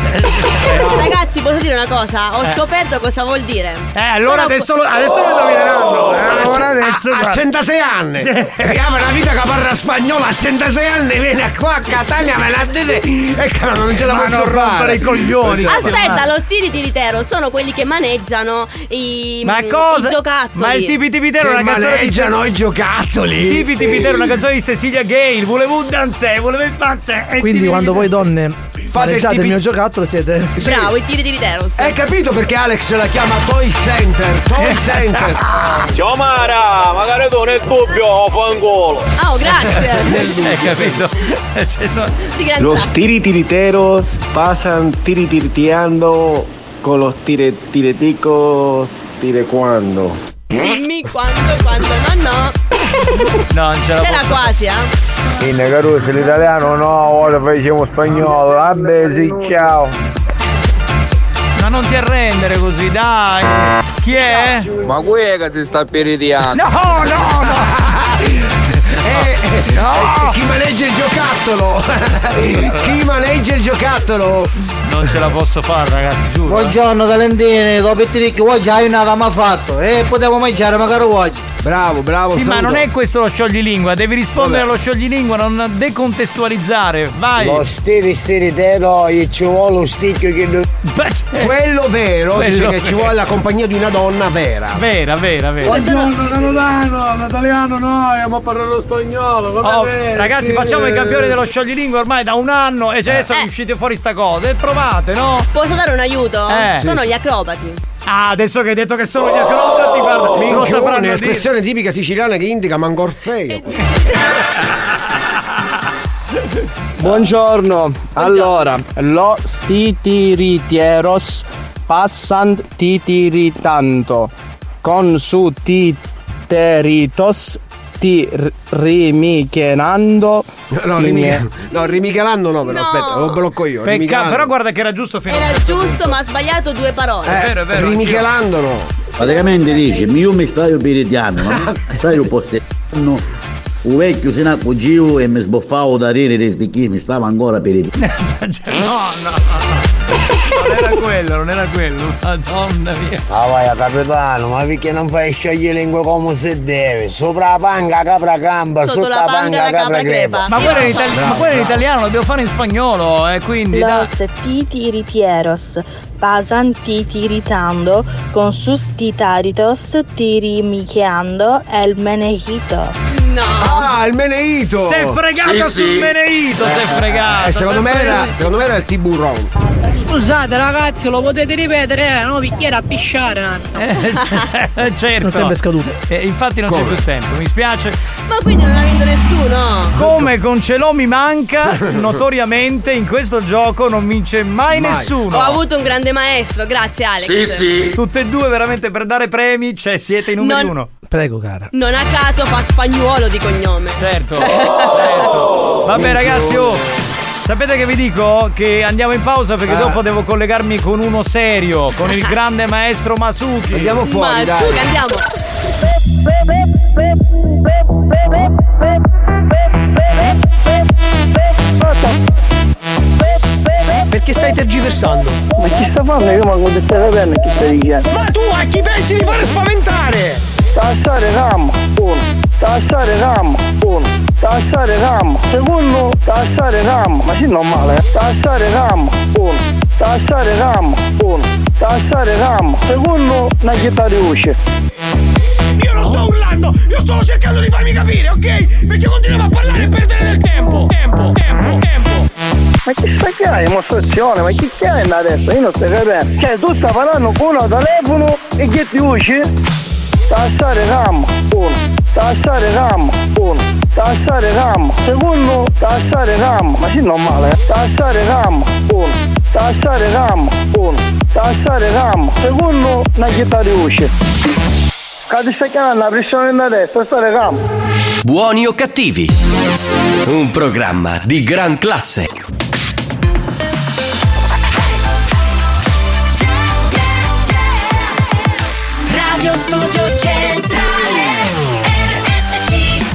Speaker 7: Ragazzi, posso dire una cosa? Ho
Speaker 3: Eh.
Speaker 7: scoperto cosa vuol dire.
Speaker 3: Eh, allora adesso lo, adesso lo indovineranno. eh. Allora adesso.
Speaker 5: eh. A 106 anni! Chiama la vita caparra spagnola a 106 anni, viene qua a Catania, me la dite! E cavolo, non ce la
Speaker 3: Ma
Speaker 5: posso
Speaker 3: non rompere
Speaker 5: fare!
Speaker 3: i coglioni.
Speaker 5: Non ce la
Speaker 7: Aspetta,
Speaker 5: faccio.
Speaker 7: lo tiri tiritero sono quelli che maneggiano i,
Speaker 3: Ma
Speaker 7: i
Speaker 3: cosa?
Speaker 7: giocattoli.
Speaker 3: Ma il tipi tipitero è una canzone di
Speaker 5: maneggiano i giocattoli.
Speaker 3: Tipi tipitero è una canzone di Cecilia Gale, volevo un danzè, volevo il panzè. e
Speaker 39: Quindi
Speaker 3: tipi-
Speaker 39: quando voi donne maneggiate
Speaker 5: tipi-
Speaker 39: il mio giocattolo siete...
Speaker 7: Bravo, i tiri tiritero.
Speaker 5: Hai capito perché Alex la chiama Toy Center?
Speaker 3: Eh.
Speaker 5: Toy Center!
Speaker 40: Mara, magari tu nel dubbio fa un golo.
Speaker 7: Oh,
Speaker 13: Ah,
Speaker 7: grazie.
Speaker 3: Hai Eh, capito? Eh, Ci sono-
Speaker 7: Di gran-
Speaker 41: Los tiritiriteros pasan tiritiriteando con los tiretireticos tirecuando.
Speaker 7: Dimmi quando, quando, no, no.
Speaker 3: No, non ce
Speaker 7: C'era quasi, eh.
Speaker 41: In caruso l'italiano no, ora facciamo spagnolo. Vabbè sì, ciao.
Speaker 3: Ma non ti arrendere così, dai. Chi è?
Speaker 38: Ma qui che si sta peridiando.
Speaker 3: No, no, no.
Speaker 5: Eh, eh, Chi maneggia il giocattolo? Chi maneggia il giocattolo?
Speaker 3: Non ce la posso fare, ragazzi, giuro.
Speaker 14: Buongiorno Valentini, dopo il tiricchio oggi hai una dama fatto e potevo mangiare magari oggi.
Speaker 5: Bravo, bravo.
Speaker 3: Sì, ma non è questo lo scioglilingua, devi rispondere allo scioglilingua, non decontestualizzare, vai!
Speaker 14: Lo stiri stiri te no, e ci vuole lo sticchio che non...
Speaker 5: Quello vero dice
Speaker 3: eh. Quello
Speaker 5: che ci
Speaker 3: vero.
Speaker 5: vuole la compagnia di una donna vera.
Speaker 3: Vera, vera, vera.
Speaker 14: Buongiorno Napoletano, l'italiano no, andiamo a parlare lo spagnolo, va
Speaker 3: Oh,
Speaker 14: bene.
Speaker 3: ragazzi, facciamo i campioni dello scioglilingua ormai da un anno
Speaker 14: Eh.
Speaker 3: e cioè adesso mi uscite fuori sta cosa e provate, no?
Speaker 7: Posso dare un aiuto?
Speaker 3: Eh.
Speaker 7: Sono
Speaker 3: Sì.
Speaker 7: gli acrobati.
Speaker 3: Ah, adesso che hai detto che sono gli acrobati, guarda, non lo
Speaker 5: Minchione,
Speaker 3: sapranno dire. Eh,
Speaker 5: un'espressione tipica siciliana che indica mangorfeo.
Speaker 42: Buongiorno, allora, lo stitiriteros passant titiritanto con su titeritos ti r- rimichenando
Speaker 5: No,
Speaker 42: in-
Speaker 5: rimiche- no, rimichelando no, però aspetta, lo blocco io.
Speaker 42: Peccato,
Speaker 3: Però guarda che era giusto fino
Speaker 7: Era giusto, ma ha sbagliato due
Speaker 5: Eh,
Speaker 7: parole.
Speaker 3: Eh.
Speaker 5: Rimichelando.
Speaker 43: Praticamente dice, io mi stai piridiano, ma mi stai un po' sterno. Un vecchio se ne accogivo e mi sboffavo da ridere di chi mi stava ancora piridiano.
Speaker 3: No, Cioè, no, no, no. Non era quello, non era quello. Madonna mia.
Speaker 14: Ah vai capitano, ma perché non fai sciogliere lingue come si deve? Sopra la panca capra gamba,
Speaker 3: Sotto
Speaker 14: sotto,
Speaker 3: la
Speaker 14: la panca capra, crepa.
Speaker 3: Ma quello è in, itali- ma quello è in italiano, lo devo fare in spagnolo, eh, quindi dai.
Speaker 31: Los titiritieros pasan titiritando con sus titaritos tirimicheando el menejito.
Speaker 7: No.
Speaker 5: Ah, il meneito.
Speaker 3: S'è fregato sul Meneito, s'è fregato.
Speaker 5: Eh, secondo, me era, secondo me era il tiburon.
Speaker 44: Scusate ragazzi, lo potete ripetere? Eh? No, picchiera a pisciare un attimo.
Speaker 3: Eh, certo.
Speaker 44: Il tempo è
Speaker 3: scaduto. infatti non c'è più tempo, mi spiace.
Speaker 7: Ma quindi non ha vinto nessuno.
Speaker 3: Come con Celò mi manca, notoriamente in questo gioco non vince mai, nessuno.
Speaker 7: Ho avuto un grande maestro, grazie Alex.
Speaker 3: Tutte e due veramente per dare premi, cioè siete i numeri
Speaker 7: Non-
Speaker 3: uno. Prego, cara.
Speaker 7: Non a caso fa spagnuolo di cognome. Oh!
Speaker 3: Certo. Certo. Vabbè ragazzi, oh, sapete che vi dico? Che andiamo in pausa perché dopo devo collegarmi con uno serio, con il grande maestro Masuki.
Speaker 5: Andiamo
Speaker 7: Ma su, che andiamo.
Speaker 2: Perché stai tergiversando? Ma chi sta facendo? Io manco di stai sapendo chi stai dicendo. Ma tu a chi pensi di fare spaventare? Tassare RAM, uno. Tassare RAM, uno. Tassare RAM, secondo. Tassare RAM, ma sì normale. eh. Tassare RAM, uno. Tassare RAM, uno. Tassare RAM, secondo. Una città di usce.
Speaker 13: Io non sto urlando, io sto cercando di farmi capire, ok? Perché continuiamo a parlare e perdere del tempo. Tempo, tempo, tempo.
Speaker 2: Ma che sta che hai dimostrazione? Ma chi che hai adesso? Io non sto capendo. Cioè tu stai parlando con uno al telefono e che ti usci? Tassare RAM, uno, tassare RAM, uno, tassare RAM, secondo, tassare RAM, ma sì normale, eh? tassare RAM, uno, tassare RAM, uno, tassare RAM, secondo, una città di usci. Cade stai chiamando la pressione da destra, tassare RAM.
Speaker 1: Buoni o cattivi? Un programma di gran classe.
Speaker 45: Radio
Speaker 13: studio centrale RSC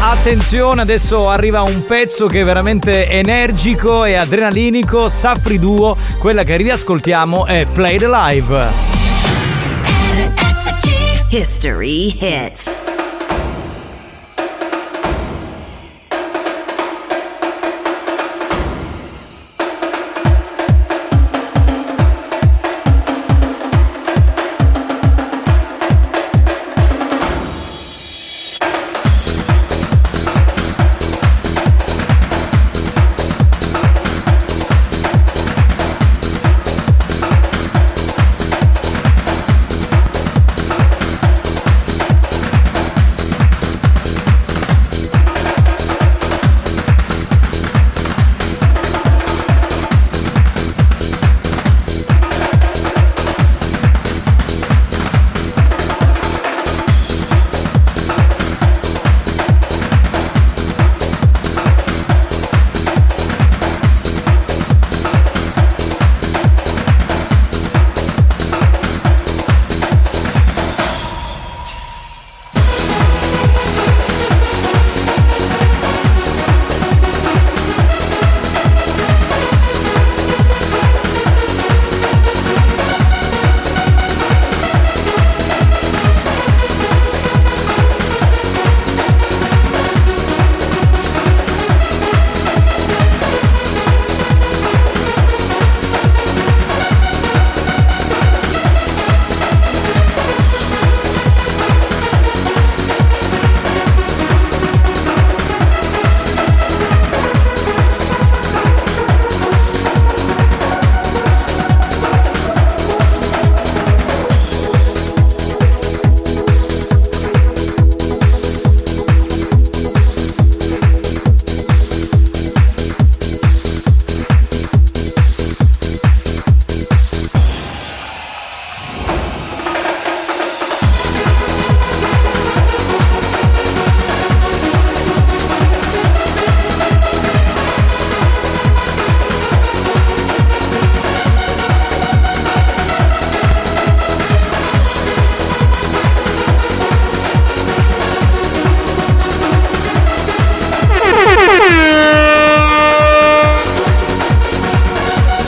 Speaker 3: Attenzione, adesso arriva un pezzo che è veramente energico e adrenalinico, Safri Duo, quella che riascoltiamo è Play the Live.
Speaker 21: History hits.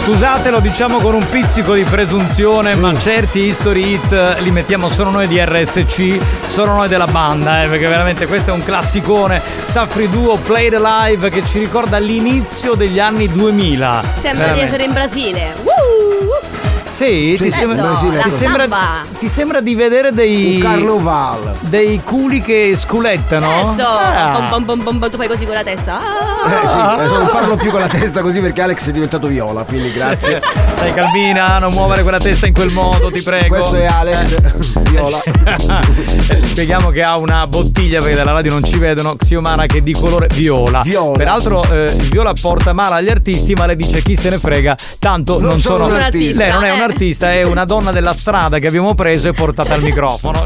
Speaker 3: Scusate, lo diciamo con un pizzico di presunzione, ma certi history hit eh, li mettiamo solo noi di RSC, solo noi della banda, eh, perché veramente questo è un classicone. Safri Duo Play the Live che ci ricorda l'inizio degli anni 2000.
Speaker 7: Sembra
Speaker 3: Veramente.
Speaker 7: di essere in Brasile. Woo!
Speaker 3: Sì, ti,
Speaker 7: Certo,
Speaker 3: sembra,
Speaker 7: la
Speaker 3: ti, sembra,
Speaker 7: samba.
Speaker 3: ti sembra di vedere dei.
Speaker 7: Un
Speaker 5: carnaval.
Speaker 3: Dei culi che sculettano?
Speaker 7: Certo.
Speaker 3: Ah.
Speaker 7: Bom, bom, bom, bom, bom, tu fai così con la testa. Ah.
Speaker 5: Eh, sì, eh, non farlo più con la testa così perché Alex è diventato viola, quindi grazie.
Speaker 3: Sai Calvina, non muovere quella testa in quel modo, ti prego. Eh.
Speaker 5: Questo è Alex, viola.
Speaker 3: Spieghiamo che ha una bottiglia perché dalla radio non ci vedono, Xiomara che è di colore viola. Peraltro eh, il viola porta male agli artisti, ma lei dice chi se ne frega, tanto non,
Speaker 5: Non sono
Speaker 3: sono
Speaker 5: un artista,
Speaker 3: Lei non è
Speaker 5: eh.
Speaker 3: un artista, è una donna della strada che abbiamo preso e portata al microfono.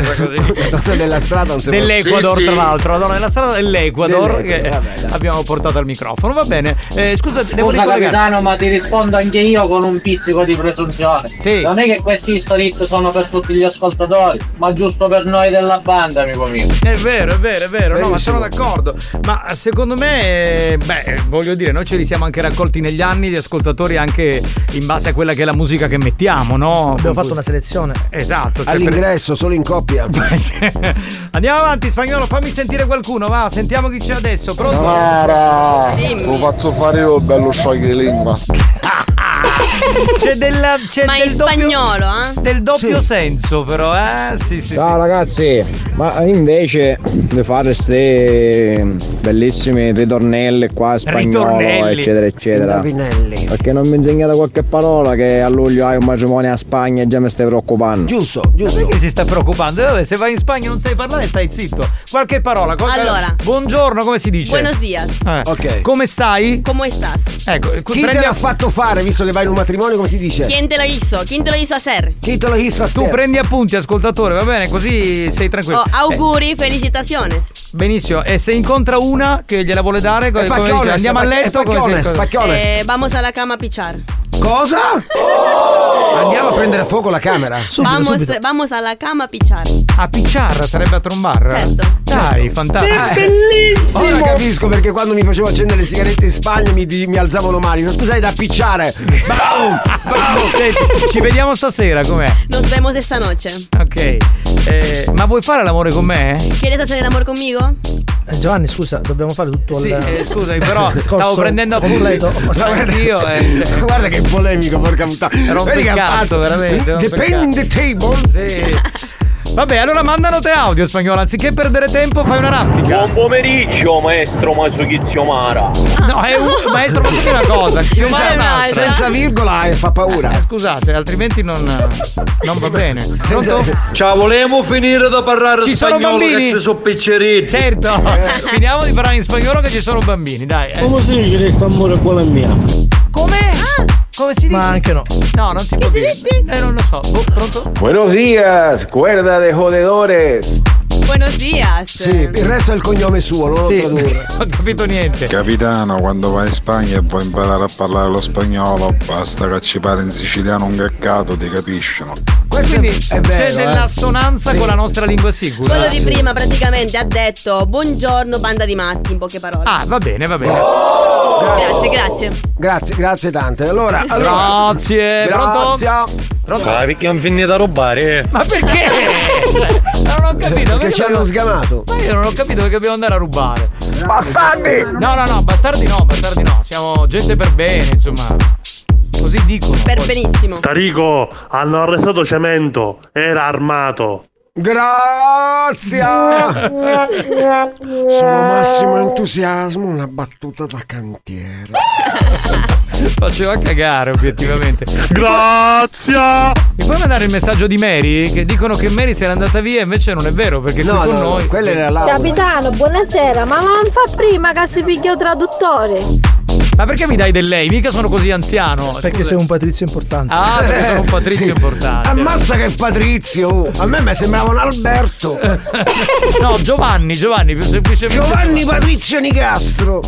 Speaker 5: Della strada non si può-
Speaker 3: Dell'Ecuador,
Speaker 5: Sì, sì.
Speaker 3: tra l'altro, la donna della strada dell'Ecuador
Speaker 5: Dell'Ecuador,
Speaker 3: che
Speaker 5: vabbè,
Speaker 3: Eh, abbiamo portato al microfono. Va bene, eh, scusa, devo
Speaker 46: Scusa
Speaker 3: ricollegare-
Speaker 46: capitano, ma ti rispondo anche io con un pizzico di presunzione. Non è che questi storit sono per tutti gli ascoltatori, ma giusto per noi della banda, amico mio.
Speaker 3: È vero, è vero, è vero, no, ma sono d'accordo. Ma secondo me, eh, beh, voglio dire, noi ce li siamo anche raccolti negli anni, gli ascoltatori anche in base a quella che è la musica che mettiamo, no?
Speaker 47: Abbiamo fatto una selezione.
Speaker 3: Esatto, cioè, per- Eh,
Speaker 5: All'ingresso, solo in coppia.
Speaker 3: Andiamo avanti, spagnolo, fammi sentire qualcuno, va, sentiamo chi c'è adesso. Pronto?
Speaker 21: Samara, lo faccio fare io Oh, bello sciogli lingua.
Speaker 3: Eh, C'è della c'è
Speaker 7: Ma
Speaker 3: del
Speaker 7: in
Speaker 3: doppio-
Speaker 7: spagnolo, eh?
Speaker 3: Del doppio senso, però, eh? Sì, sì.
Speaker 2: Ciao ragazzi, ma invece di fare queste bellissime ritornelle qua spagnolo,
Speaker 3: Ritornelli.
Speaker 2: eccetera, eccetera.
Speaker 3: Indovinelli.
Speaker 2: Perché non mi insegnate qualche parola che a luglio hai un matrimonio a Spagna e già mi stai preoccupando.
Speaker 5: Giusto,
Speaker 3: Ma perché si sta preoccupando? Eh, vabbè, se vai in Spagna e non sai parlare, stai zitto. Qualche parola. qual-
Speaker 7: Allora.
Speaker 3: Buongiorno, come si dice?
Speaker 7: Buenos dias.
Speaker 3: Eh.
Speaker 5: Ok.
Speaker 3: Come stai?
Speaker 7: ¿Cómo estás?
Speaker 3: Ecco, eh,
Speaker 5: Chi te
Speaker 3: prendi-
Speaker 5: l'ha fatto fare, visto che vai in un matrimonio, come si dice?
Speaker 7: ¿Quién te lo hizo? ¿Quién te lo hizo hacer?
Speaker 5: Chi te lo hizo a
Speaker 3: Tu
Speaker 5: te?
Speaker 3: prendi appunti, ascoltatore, va bene? Così sei tranquillo.
Speaker 7: Oh, auguri, felicitaciones.
Speaker 3: Eh, benissimo. E se incontra
Speaker 5: Eh,
Speaker 3: una che gliela vuole dare, co- come dice, andiamo a letto. come si-
Speaker 7: Eh, vamos a la cama a pichar.
Speaker 3: come-
Speaker 5: Cosa? Andiamo a prendere fuoco la camera.
Speaker 7: vamos, vamos alla cama a picciare.
Speaker 3: A picciarra sarebbe a trombar.
Speaker 7: Certo.
Speaker 3: Dai, fantastico. Ah,
Speaker 5: Eh, Ora capisco perché quando mi facevo accendere le sigarette in Spagna mi, di- mi alzavano mani. Non scusate da picciare. Bravo, bravo,
Speaker 3: Senti, ci vediamo stasera, com'è?
Speaker 7: Nos vemos esta noche.
Speaker 3: Ok. Eh, ma vuoi fare l'amore con me? Eh?
Speaker 7: ¿Quieres hacer el amor conmigo?
Speaker 13: Eh, Giovanni, scusa, dobbiamo fare tutto
Speaker 3: Sì,
Speaker 13: il.
Speaker 3: eh, scusami, però
Speaker 13: il corso
Speaker 3: stavo prendendo
Speaker 13: completo.
Speaker 3: appunto. Io, eh, cioè.
Speaker 5: Guarda che polemico, porca puttana.
Speaker 3: Rompe
Speaker 5: Vedi
Speaker 3: il
Speaker 5: che ha
Speaker 3: cazzo,
Speaker 5: fatto-
Speaker 3: veramente. rompe il
Speaker 5: Depending the table.
Speaker 3: Sì. Vabbè, allora mandano te audio spagnolo, anziché perdere tempo fai una raffica.
Speaker 48: Buon pomeriggio, maestro Masuki Mara.
Speaker 3: No, è un maestro, ma è una cosa, Xiomara è un'altra.
Speaker 5: Senza virgola eh, fa paura.
Speaker 3: Scusate, altrimenti non, non va bene. Pronto?
Speaker 27: Ciao, volevo finire da parlare
Speaker 3: Ci sono
Speaker 27: spagnolo
Speaker 3: bambini?
Speaker 27: che ci sono piccerini.
Speaker 3: Certo, finiamo di parlare in spagnolo che ci sono bambini, dai. eh.
Speaker 27: Come si dice questo amore qua la mia?
Speaker 3: Come? Come si dice?
Speaker 13: Ma anche no.
Speaker 3: No, non si può dire. Eh, non lo so. Oh, pronto?
Speaker 12: Buenos días, cuerda de jodedores.
Speaker 7: Buenos días.
Speaker 5: Sì, il resto è il cognome suo, non lo tradurre.
Speaker 3: Non ho capito niente.
Speaker 12: Capitano, quando vai in Spagna e vuoi imparare a parlare lo spagnolo, basta che ci parli in siciliano un caccato, ti capiscono.
Speaker 3: Quindi
Speaker 12: è
Speaker 3: c'è
Speaker 12: vero,
Speaker 3: dell'assonanza
Speaker 12: Sì.
Speaker 3: con la nostra lingua sicura.
Speaker 7: Quello di prima praticamente ha detto buongiorno banda di matti in poche parole.
Speaker 3: Ah, va bene, va bene. Ah.
Speaker 7: Grazie, grazie.
Speaker 5: Grazie, grazie tante. Allora, allora
Speaker 3: Grazie, pronto? Pronto?
Speaker 27: Ma perché non finite a rubare?
Speaker 3: Ma perché? non ho capito.
Speaker 27: Perché ci hanno sgamato.
Speaker 3: Ma io non ho capito perché dobbiamo andare a rubare. Bastardi! No, no, no, bastardi no, bastardi no. Siamo gente per bene, insomma. Così dicono.
Speaker 7: Per benissimo.
Speaker 49: Tarico, hanno arrestato Cemento, era armato.
Speaker 5: Grazie! Sono massimo entusiasmo, una battuta da cantiere.
Speaker 3: Faceva cagare, obiettivamente. Grazie! Mi puoi mandare il messaggio di Mary? Che dicono che Mary si era andata via, invece non è vero, perché qui
Speaker 5: No,
Speaker 3: con
Speaker 5: no, no,
Speaker 3: noi.
Speaker 5: quella era Laura.
Speaker 6: Capitano, buonasera, ma non fa prima che si piglia il traduttore.
Speaker 3: Ma perché mi dai del lei? Mica sono così anziano.
Speaker 13: Perché sei un patrizio importante.
Speaker 3: Ah, perché sono un patrizio importante.
Speaker 5: Ammazza che Patrizio! oh. A me mi sembrava un Alberto!
Speaker 3: No, Giovanni, Giovanni, più semplicemente.
Speaker 5: Giovanni Patrizio Nicastro!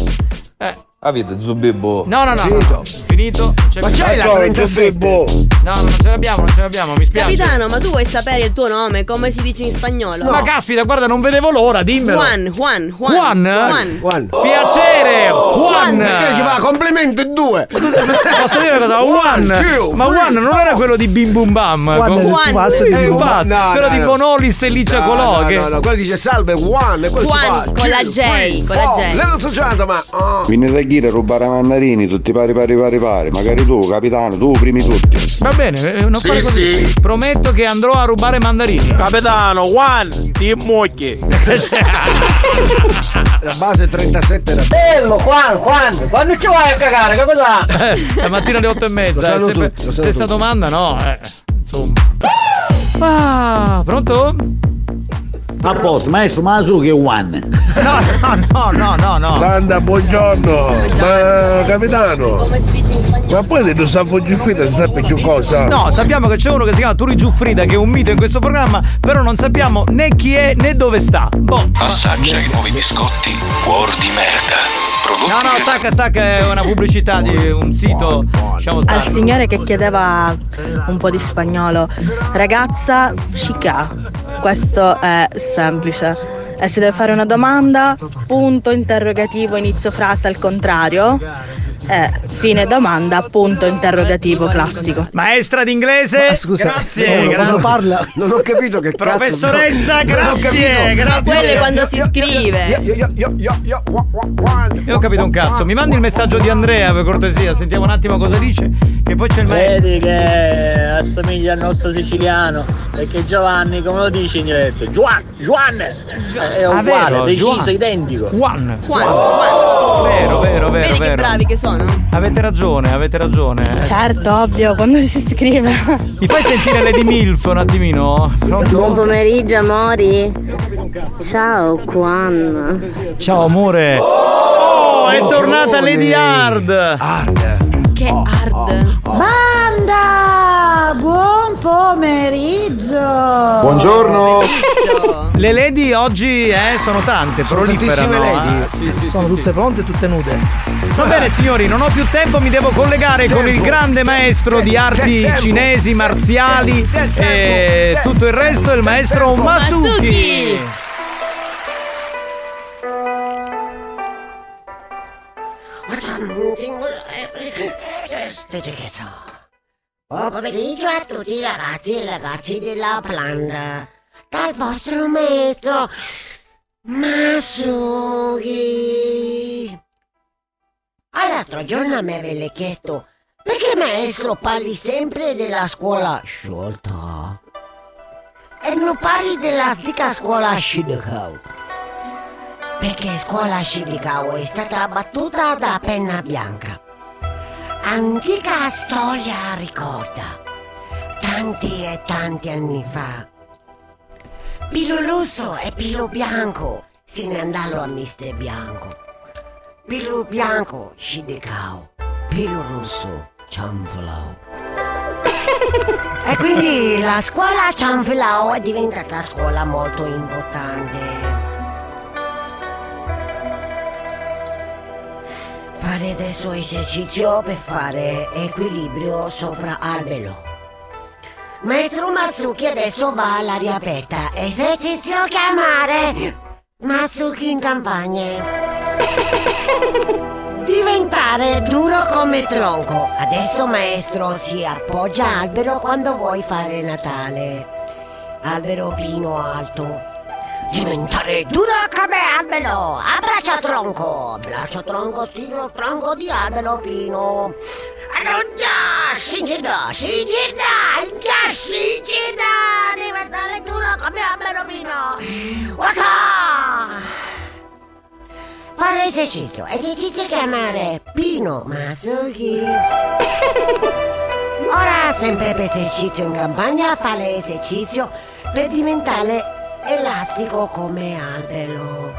Speaker 12: Avete zubibbo?
Speaker 3: No, no, no, no, no. Finito. C'è
Speaker 12: Ma c'hai la
Speaker 3: No,
Speaker 12: 37?
Speaker 3: No, no, non ce l'abbiamo, non ce l'abbiamo, mi spiace.
Speaker 7: Capitano, ma tu vuoi sapere il tuo nome? Come si dice in spagnolo?
Speaker 3: Ma caspita, guarda, non vedevo l'ora, dimmelo.
Speaker 7: Juan, Juan, Juan.
Speaker 3: Juan?
Speaker 7: Juan.
Speaker 3: Piacere, Juan.
Speaker 5: Perché diceva complimento e due!
Speaker 3: Posso dire una cosa? One! Ma One non era quello di Bim Bum Bam!
Speaker 5: One
Speaker 3: con-
Speaker 5: è il pupazzo di
Speaker 3: Eh,
Speaker 5: Bim Bum Bam.
Speaker 3: pupazzo,
Speaker 5: No,
Speaker 3: quello
Speaker 5: no,
Speaker 3: di
Speaker 5: no.
Speaker 3: Bonolis e Licia
Speaker 5: No,
Speaker 3: Colò.
Speaker 5: no,
Speaker 3: che-
Speaker 5: no, no, quello dice salve Juan e questo
Speaker 7: Juan,
Speaker 5: fa
Speaker 7: con la
Speaker 5: two,
Speaker 7: J,
Speaker 5: three,
Speaker 7: con la
Speaker 5: four.
Speaker 7: J.
Speaker 5: Lei non so già, ma oh.
Speaker 12: Vieni da Ghira a rubare mandarini, tutti pari pari pari pari, magari tu, capitano, tu primi tutti.
Speaker 3: Va bene, eh, non
Speaker 12: Sì,
Speaker 3: fare così. Prometto che andrò a rubare mandarini.
Speaker 48: Capitano, Juan, ti mucchi.
Speaker 5: la base 37 era
Speaker 2: Bello, Juan, Juan, quando ci vai a cagare, che cos'ha?
Speaker 3: Eh, La mattina alle 8 e mezza.
Speaker 5: Lo sanno
Speaker 3: eh, sempre-
Speaker 5: tutti, lo sanno
Speaker 3: stessa
Speaker 5: tutti.
Speaker 3: domanda, no? eh, insomma. Ah, pronto?
Speaker 50: A posto, maestro Masuki e One.
Speaker 3: No, no, no, no, no, no.
Speaker 27: Banda, buongiorno. Ma capitano. Ma poi se non sa fuggifita si sa più cosa.
Speaker 3: No, sappiamo che c'è uno che si chiama Turi Giuffrida, che è un mito in questo programma, però non sappiamo né chi è né dove sta. Boh.
Speaker 27: Assaggia i nuovi biscotti cuor di merda. Prodotti
Speaker 3: No, no,
Speaker 27: che-
Speaker 3: stacca, stacca, è una pubblicità di un sito. Diciamo
Speaker 31: Al
Speaker 3: stare.
Speaker 31: signore che chiedeva un po' di spagnolo, ragazza chica, questo è semplice. E se deve fare una domanda, punto interrogativo, inizio frase al contrario, e fine domanda, punto interrogativo classico.
Speaker 3: Maestra d'inglese? grazie, grazie.
Speaker 5: parla. Non ho capito che cazzo.
Speaker 3: Professoressa,
Speaker 5: Non ho
Speaker 3: grazie,
Speaker 5: capito.
Speaker 3: grazie. Quello è
Speaker 7: quando si scrive.
Speaker 5: Io, io, io, io, io, io, wa- wa- wa-
Speaker 3: Io ho capito un cazzo. Mi mandi il messaggio di Andrea per cortesia, sentiamo un attimo cosa dice. Che poi c'è il maestro.
Speaker 2: Vedi che assomiglia al nostro siciliano perché Giovanni come lo dice in diretto? Juan, Juanes è
Speaker 3: Ah,
Speaker 2: uguale,
Speaker 3: vero,
Speaker 2: preciso,
Speaker 3: Juan.
Speaker 2: identico.
Speaker 3: Juan.
Speaker 7: Juan, Juan.
Speaker 3: Vero, vero, vero,
Speaker 7: Vedi che
Speaker 3: vero.
Speaker 7: bravi che sono?
Speaker 3: Avete ragione, avete ragione. eh.
Speaker 31: Certo, ovvio, quando si scrive.
Speaker 3: Mi fai sentire Lady Milf un attimino?
Speaker 12: Buon
Speaker 3: Pronto?
Speaker 12: pomeriggio amori. Ciao Juan.
Speaker 3: Ciao amore. Oh, è tornata Lady Hard. Hard.
Speaker 12: Che hard.
Speaker 6: Banda! Buon
Speaker 51: pomeriggio!
Speaker 3: Buongiorno. Le lady oggi eh, sono tante, proliferano. eh. Sì, sì,
Speaker 33: Sono
Speaker 3: sì,
Speaker 33: tutte pronte e tutte nude.
Speaker 3: Va bene signori, non ho più tempo, mi devo collegare con il grande maestro di arti cinesi, marziali e tutto il resto, il maestro Masuki.
Speaker 51: Buon pomeriggio a tutti i ragazzi e ragazzi della Planda. Dal vostro maestro Masugi. All'altro giorno mi avete chiesto perché maestro parli sempre della scuola sciolta e non parli della stica scuola Shidokao. Perché scuola Shidokao è stata abbattuta da Penna Bianca. Antica storia ricorda, tanti e tanti anni fa. Pilo Rosso e Pilo Bianco se ne andarono a Mister Bianco. Pilo Bianco, Shidekao. Pilo Rosso, Cianflao. e quindi la scuola Cianflao è diventata scuola molto importante. Fare adesso esercizio per fare equilibrio sopra albero. Maestro Matsuki adesso va all'aria aperta. Esercizio chiamare Matsuki in campagna. Diventare duro come tronco. Adesso maestro si appoggia a albero quando vuoi fare Natale. Albero pino alto. Diventare duro come albero. Abbraccia tronco. Abbraccia tronco, stilo tronco di albero pino. Allora, Shinjida, Shinjida, Inga Shinjida. Diventare duro come albero pino. Waka! Fare esercizio, esercizio chiamare Pino Masuki. Ora sempre per esercizio in campagna fare esercizio per diventare elastico come albero.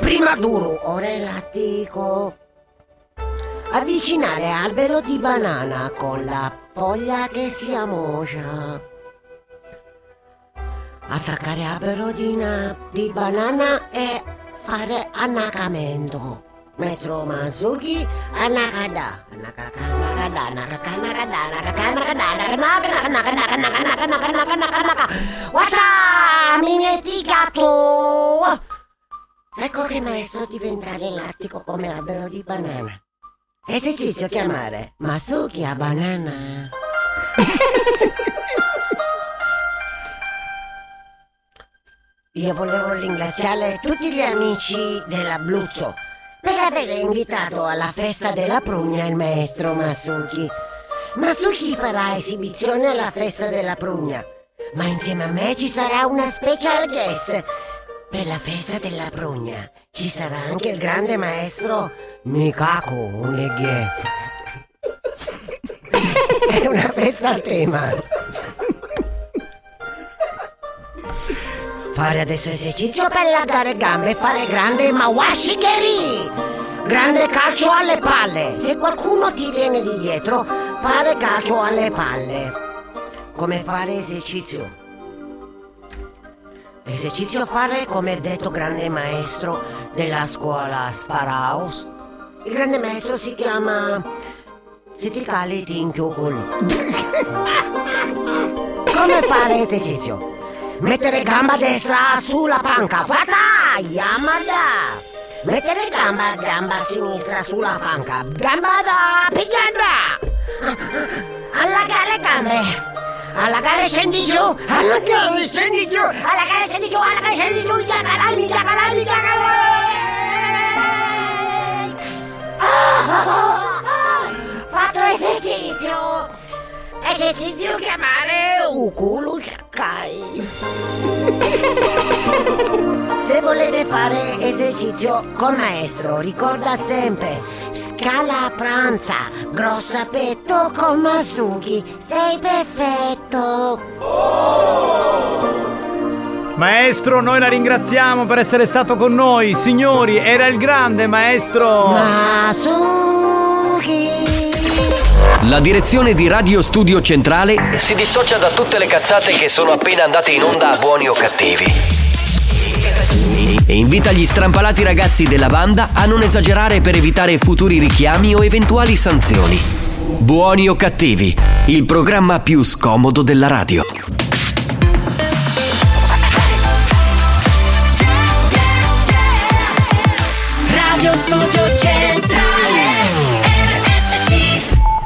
Speaker 51: Prima duro, ora elastico. Avvicinare albero di banana con la foglia che si ammoscia. Attaccare albero di, na- di banana e fare annacamento. Maestro Masuki, annacada. Annacada, annacada, annacada, annacada, annacada, annacada, annacada, annacada, annacada, annacada. Guarda, mi metti gatto! Ecco che maestro diventare elattico come albero di banana. Esercizio chiamare Masuki a banana. Io volevo ringraziare tutti gli amici dell'Abruzzo per aver invitato alla festa della prugna il maestro Masuki. Masuki farà esibizione alla festa della prugna, ma insieme a me ci sarà una special guest. Per la festa della prugna ci sarà anche il grande maestro Mikako Oneghe. È una festa a tema. Fare adesso esercizio per allargare gambe e fare grande mawashikeri! Grande calcio alle palle! Se qualcuno ti viene di dietro, fare calcio alle palle. Come fare esercizio? Esercizio fare come detto grande maestro della scuola Sparaus. Il grande maestro si chiama... Se ti cali ti inchiocol. Come fare esercizio? Mettere gamba destra sulla panca. Fata! Yamada! Mettere gamba, gamba sinistra sulla panca. Gamba da pigliandra! Allagare gambe! Allagare scendi giù! Allagare scendi giù! Allagare scendi giù! Allagare scendi giù! Giacalami, giacalami, giacalami! Ah, ah, ah. Fatto esercizio! Esercizio chiamare Ukulu Shakai. Se volete fare esercizio con maestro, ricorda sempre scala a pranza, grossa petto con Masuki, sei perfetto.
Speaker 3: Maestro, noi la ringraziamo per essere stato con noi. Signori, era il grande maestro.
Speaker 51: Masuki.
Speaker 1: La direzione di Radio Studio Centrale si dissocia da tutte le cazzate che sono appena andate in onda a buoni o cattivi. E invita gli strampalati ragazzi della banda a non esagerare per evitare futuri richiami o eventuali sanzioni. Buoni o cattivi, il programma più scomodo della radio.
Speaker 13: Radio Studio Centrale RSC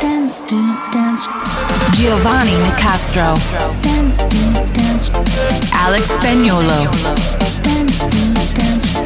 Speaker 13: Dance to Dance Giovanni Nicastro Dance to Dance Alex Spagnolo Dance to Dance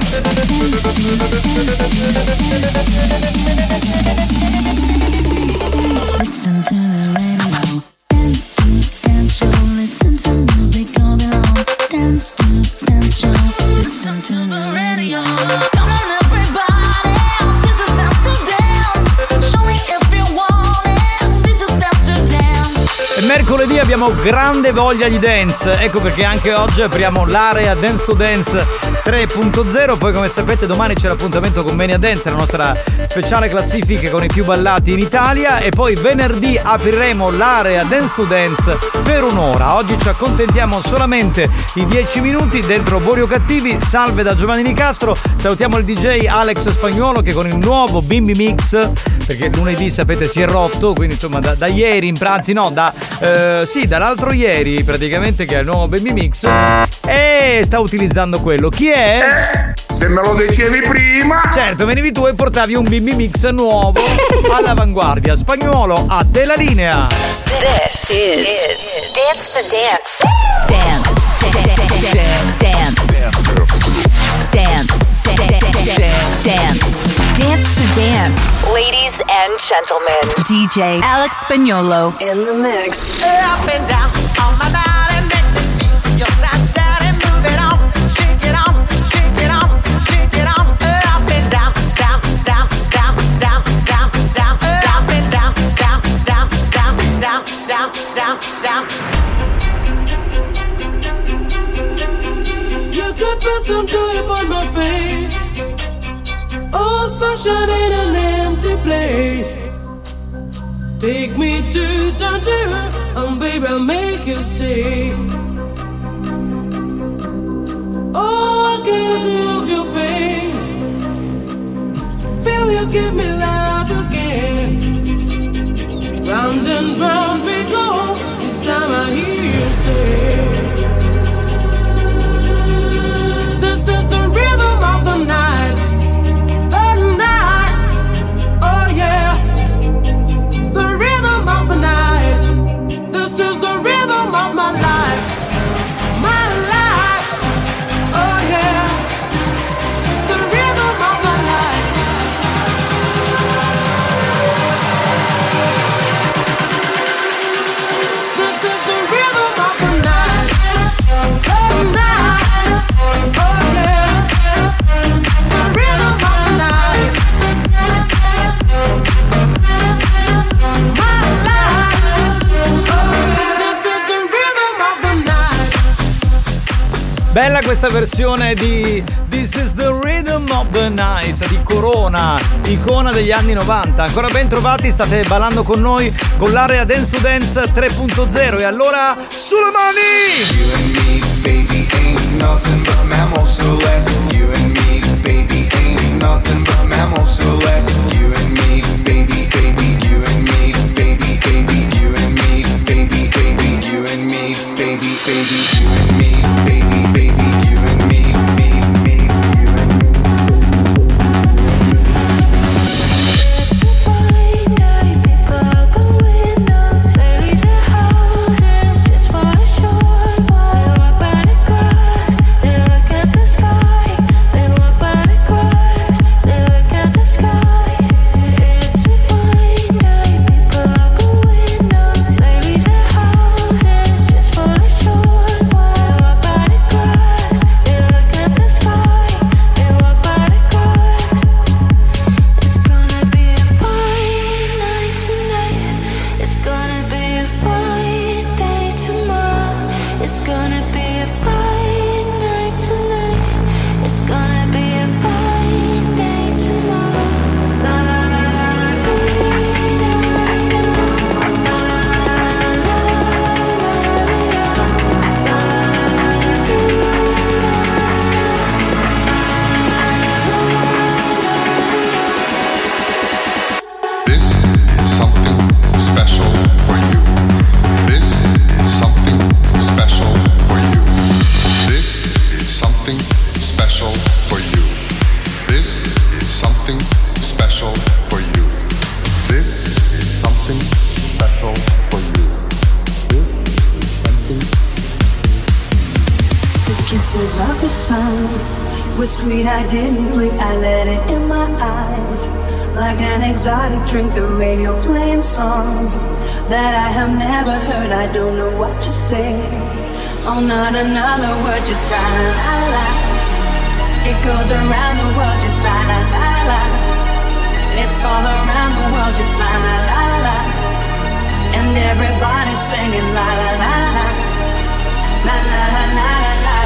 Speaker 13: Listen to the radio Dance to Dance Show Listen to music all day long Dance to Dance Show Listen to the radio Come on everybody This is Dance to Dance Show me if you want it This is Dance to Dance
Speaker 3: E Mercoledì abbiamo grande voglia di dance, ecco perché anche oggi apriamo l'area Dance to Dance 3.0, poi come sapete domani c'è l'appuntamento con Mania Dance, la nostra speciale classifica con i più ballati in Italia e poi venerdì apriremo l'area Dance to Dance per un'ora. Oggi ci accontentiamo solamente di 10 minuti dentro Borio Cattivi, salve da Giovanni Nicastro, salutiamo il DJ Alex Spagnuolo che con il nuovo Bimbi Mix, perché lunedì sapete si è rotto, quindi insomma da, da ieri in pranzi no, da, eh, sì, dall'altro ieri praticamente che è il nuovo Baby Mix e Eh, sta utilizzando quello. Chi è?
Speaker 20: Eh, se me lo dicevi prima.
Speaker 3: Certo, venivi tu e portavi un Baby Mix nuovo all'avanguardia. Spagnolo, a te la linea.
Speaker 13: This is, Dance to Dance. Dance. Dance. Dance. Dance. Dance to Dance. Ladies and gentlemen, DJ Alex Spagnolo in the mix.
Speaker 2: Up and down on my body, make your side down and move it on. Shake it on, shake it on, shake it on. Up and down, down, down, down, down, down, down. Up and down, down, down, down, down, down, down, down.
Speaker 27: You could put some joy upon my face. Oh, sunshine in an empty place. Take me to down to her, and baby, I'll make you stay. Oh, I can see of your pain. Feel you give me love again. Round and round we go. This time I hear you say. This is the rhythm of the night. The night. Oh yeah. The rhythm of the night. This is the rhythm of my life. My life. Oh yeah. The rhythm of my life. This is the rhythm of the night. The night. Oh yeah. The rhythm of the night. My life. Oh yeah. This is the rhythm of the night.
Speaker 3: Bella questa versione di This is the Rhythm of the Night di Corona, icona degli anni 90. Ancora ben trovati, state ballando con noi con l'area Dance to Dance 3.0 e allora sulle mani!
Speaker 32: baby ain't nothing but mammals, so let's you and me, baby ain't nothing but mammals, so let's you and me, baby, baby, you and me, baby, baby, you and me, baby, baby, you and me, baby, baby, you and me, baby, baby, you and me, me, me, you and me.
Speaker 13: They look at the was sweet, I didn't blink, I let it in my eyes. Like an exotic drink, the radio playing songs that I have never heard. I don't know what to say. Oh, not another word, just la la la la. It goes around the world, just la la la la. It's all around the world, just la la la la. And everybody's singing la la la la. La la la la la la.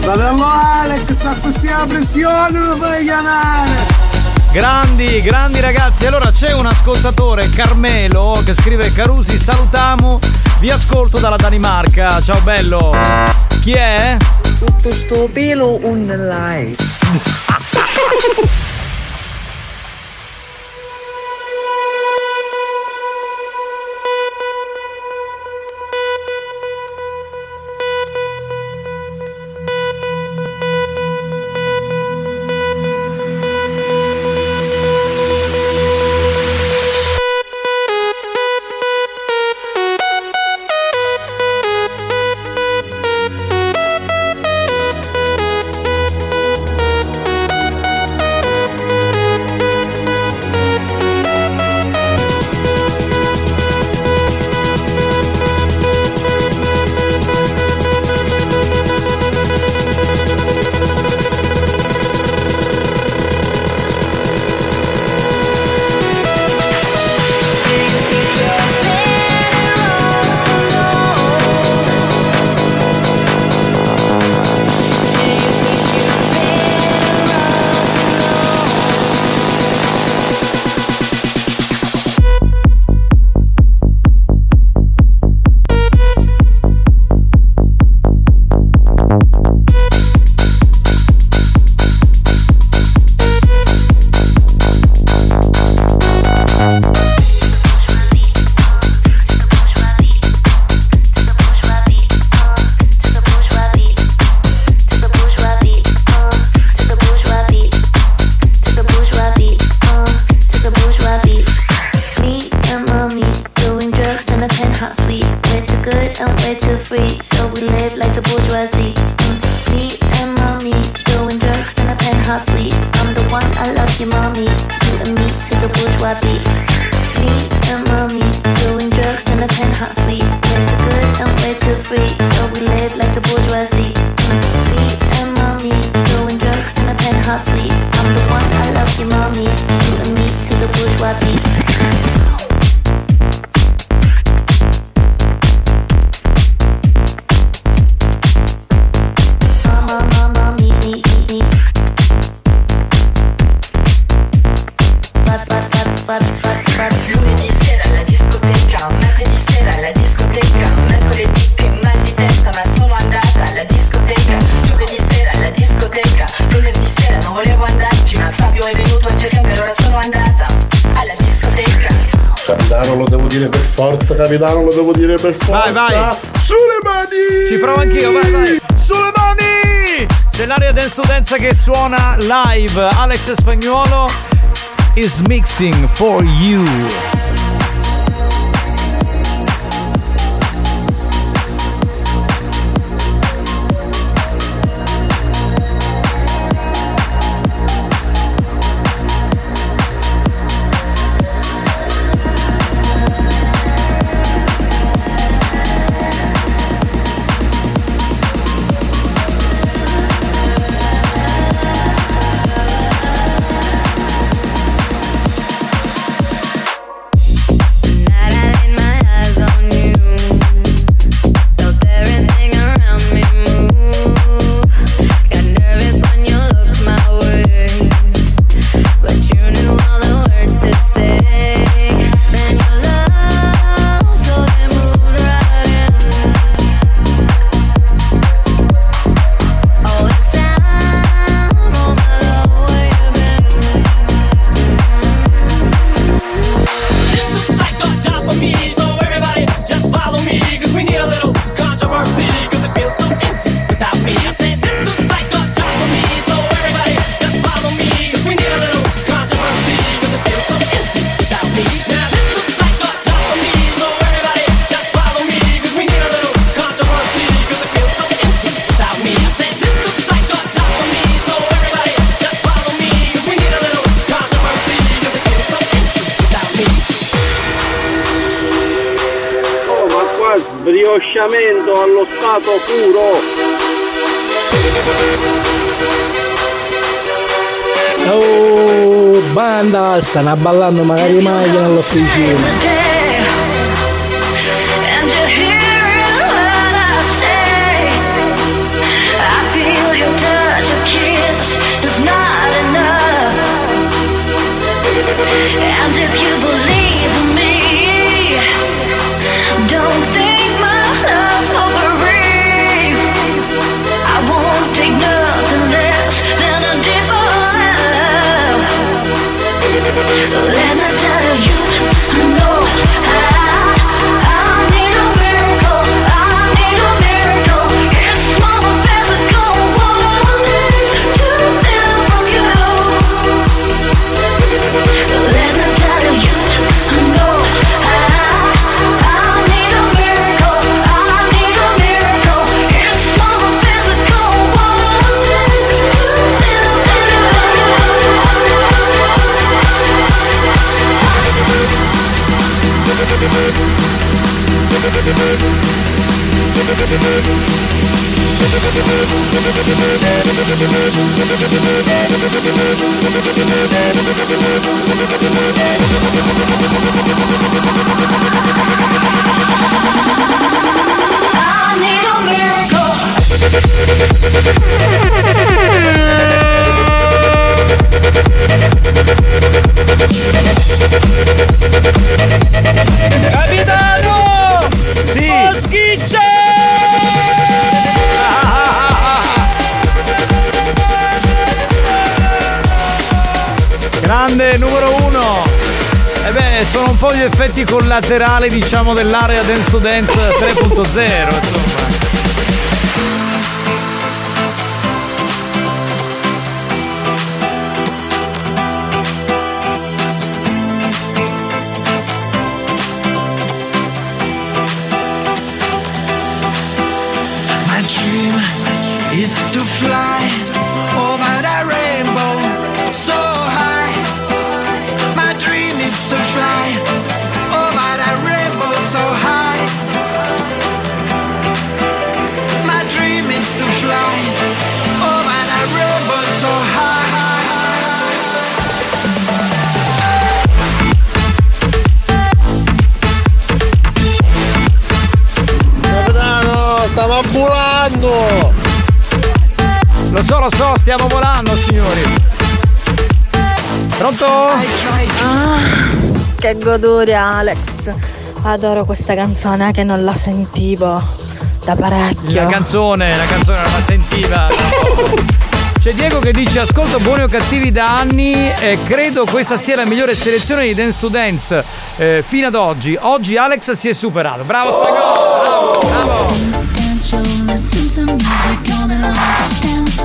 Speaker 2: Fratello Alex, sta così la pressione, lo puoi chiamare!
Speaker 3: Grandi, grandi ragazzi. Allora c'è un ascoltatore, Carmelo, che scrive Carusi, salutamo, vi ascolto dalla Danimarca. Ciao bello. Chi è?
Speaker 52: Tutto sto pelo un live.
Speaker 11: Capitano lo devo dire per forza, capitano lo devo dire per forza.
Speaker 3: Vai, vai.
Speaker 11: Sulle mani!
Speaker 3: Ci provo anch'io, vai, vai. Sulle mani! C'è l'area del studenza che suona live. Alex Spagnuolo is mixing for you.
Speaker 53: Oh, riosciamento allo stato puro.
Speaker 2: Oh, banda, stanno ballando magari meglio nell'officina.
Speaker 13: And if you believe me, don't think my love's for free. I won't take nothing less than a divine love. Let me tell you, I know I- I need a miracle. I need a miracle. It's more physical, what I need to feel from you. Let me tell you, I know I need a miracle. I need a miracle. It's not physical, what I
Speaker 3: Capitano! Sì! Grande numero uno! E beh, sono un po' gli effetti collaterali, diciamo, dell'area Dance to Dance 3.0, insomma.
Speaker 13: My dream is to fly over the rainbow so high. My dream is to fly over the rainbow so high. My dream is to fly over the rainbow so high.
Speaker 3: Capitano, stavo volando! Lo so, lo so, stiamo volando, signori! Pronto?
Speaker 31: Ah, che goduria Alex. Adoro questa canzone che non la sentivo da
Speaker 3: La
Speaker 31: parecchio.
Speaker 3: canzone, la canzone non la sentiva. C'è Diego che dice ascolto buoni o cattivi da anni e credo questa sia la migliore selezione di Dance to Dance eh, fino ad oggi. Oggi Alex si è superato. Bravo spagnolo!
Speaker 13: Dance show, listen to music all night. Dance, dance,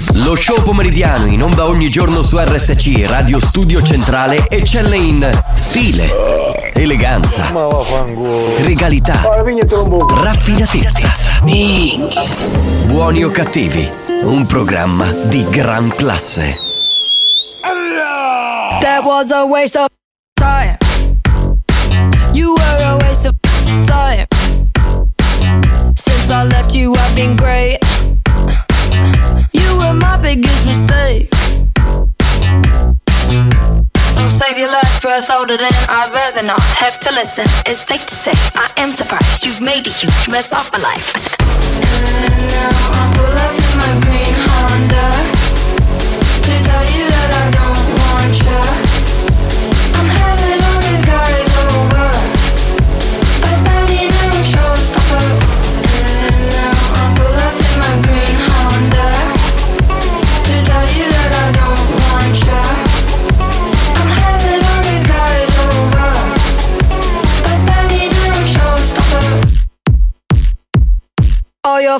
Speaker 1: Lo show pomeridiano in onda ogni giorno su RSC Radio Studio Centrale eccelle in stile, eleganza, regalità, raffinatezza. Buoni o Cattivi, un programma di gran classe.
Speaker 6: That was a waste of time. You were a waste of time. Since I left you, I've been great. You were my biggest mistake. Don't save your last breath older than I'd rather not have to listen. It's safe to say I am surprised you've made a huge mess of my life. And now I pull up in my green Honda to tell you that I don't want you. I'm having all these guys over, but that ain't no showstopper. And now I pull up in my green Honda to tell you that I don't want you. I'm having
Speaker 54: your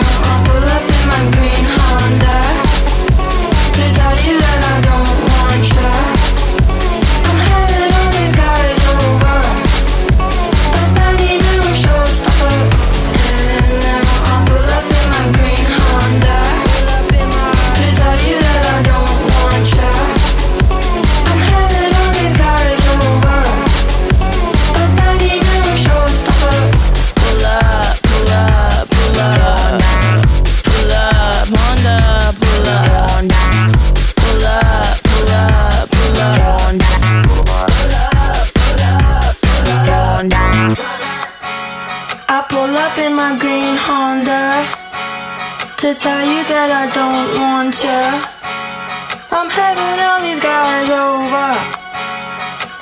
Speaker 6: I pull up in my green Honda to tell you that I don't want you. I'm having all these guys over. I'm planning a showstopper. And now I pull up in my green Honda to tell you that I don't want you. I'm having all these guys over. I'm planning a showstopper. Pull up, pull up, pull up. Pull up, Honda, pull up. Pull up, pull up, pull up. I pull up in my green Honda to tell you that I don't want you. I'm having all these guys over.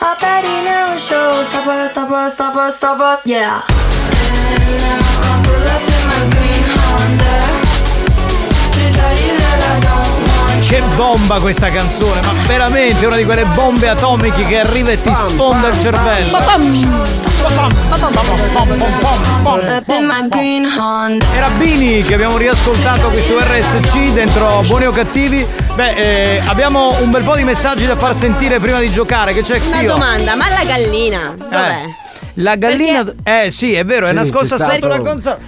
Speaker 6: I bet he never shows. Stop us, stop us, stop us, stop us, yeah. And now I pull up in my green Honda to tell you that I don't want
Speaker 3: Che bomba questa canzone, ma veramente una di quelle bombe atomiche che arriva e ti sfonda il cervello. Era Bini che abbiamo riascoltato qui su RSC dentro Buoni o Cattivi. Beh, eh, abbiamo un bel po' di messaggi da far sentire prima di giocare. Che c'è
Speaker 7: Una
Speaker 3: Xio?
Speaker 7: domanda, ma la gallina
Speaker 3: oh.
Speaker 7: dov'è?
Speaker 3: Eh, la gallina. Eh sì, è vero, è
Speaker 5: Sì,
Speaker 3: nascosta
Speaker 5: c'è
Speaker 3: sotto
Speaker 5: stato.
Speaker 3: la gonza.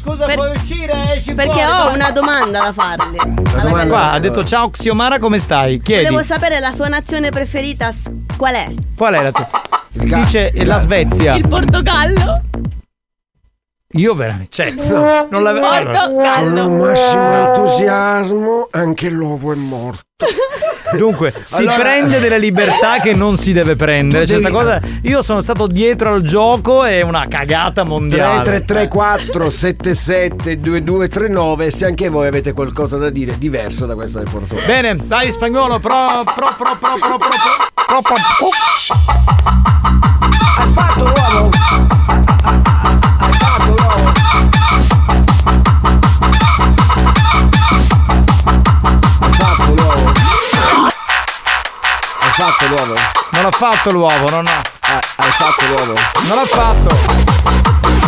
Speaker 3: Scusa, puoi uscire? Esci
Speaker 7: Perché
Speaker 3: fuori,
Speaker 7: ho
Speaker 3: vai.
Speaker 7: una domanda da farle. Alla
Speaker 3: Qua
Speaker 7: gallina.
Speaker 3: ha detto ciao Xiomara, come stai? Chiedi.
Speaker 7: Volevo sapere la sua nazione preferita s- qual è?
Speaker 3: Qual è la tua? Dice la Svezia.
Speaker 7: Il Portogallo.
Speaker 3: Io veramente. Cioè,
Speaker 7: No,
Speaker 3: non l'avevo.
Speaker 7: Portogallo.
Speaker 3: Allora.
Speaker 8: Con massimo entusiasmo anche l'uovo è morto.
Speaker 3: Dunque, si
Speaker 8: Allora-
Speaker 3: prende delle libertà che non si deve prendere. C'è sta cosa. Io sono stato dietro al gioco e è una cagata mondiale.
Speaker 5: 3334 77 2239 se anche voi avete qualcosa da dire diverso da questo del portone.
Speaker 3: Bene, dai spagnolo, pro pro pro pro pro pro pro pro
Speaker 2: Ha fatto l'uomo! Ha fatto l'uomo!
Speaker 5: Hai fatto l'uovo? Hai fatto l'uovo?
Speaker 3: Non l'ha fatto l'uovo, non ha.
Speaker 5: Hai
Speaker 3: Esatto,
Speaker 5: fatto l'uovo?
Speaker 3: Non l'ha fatto.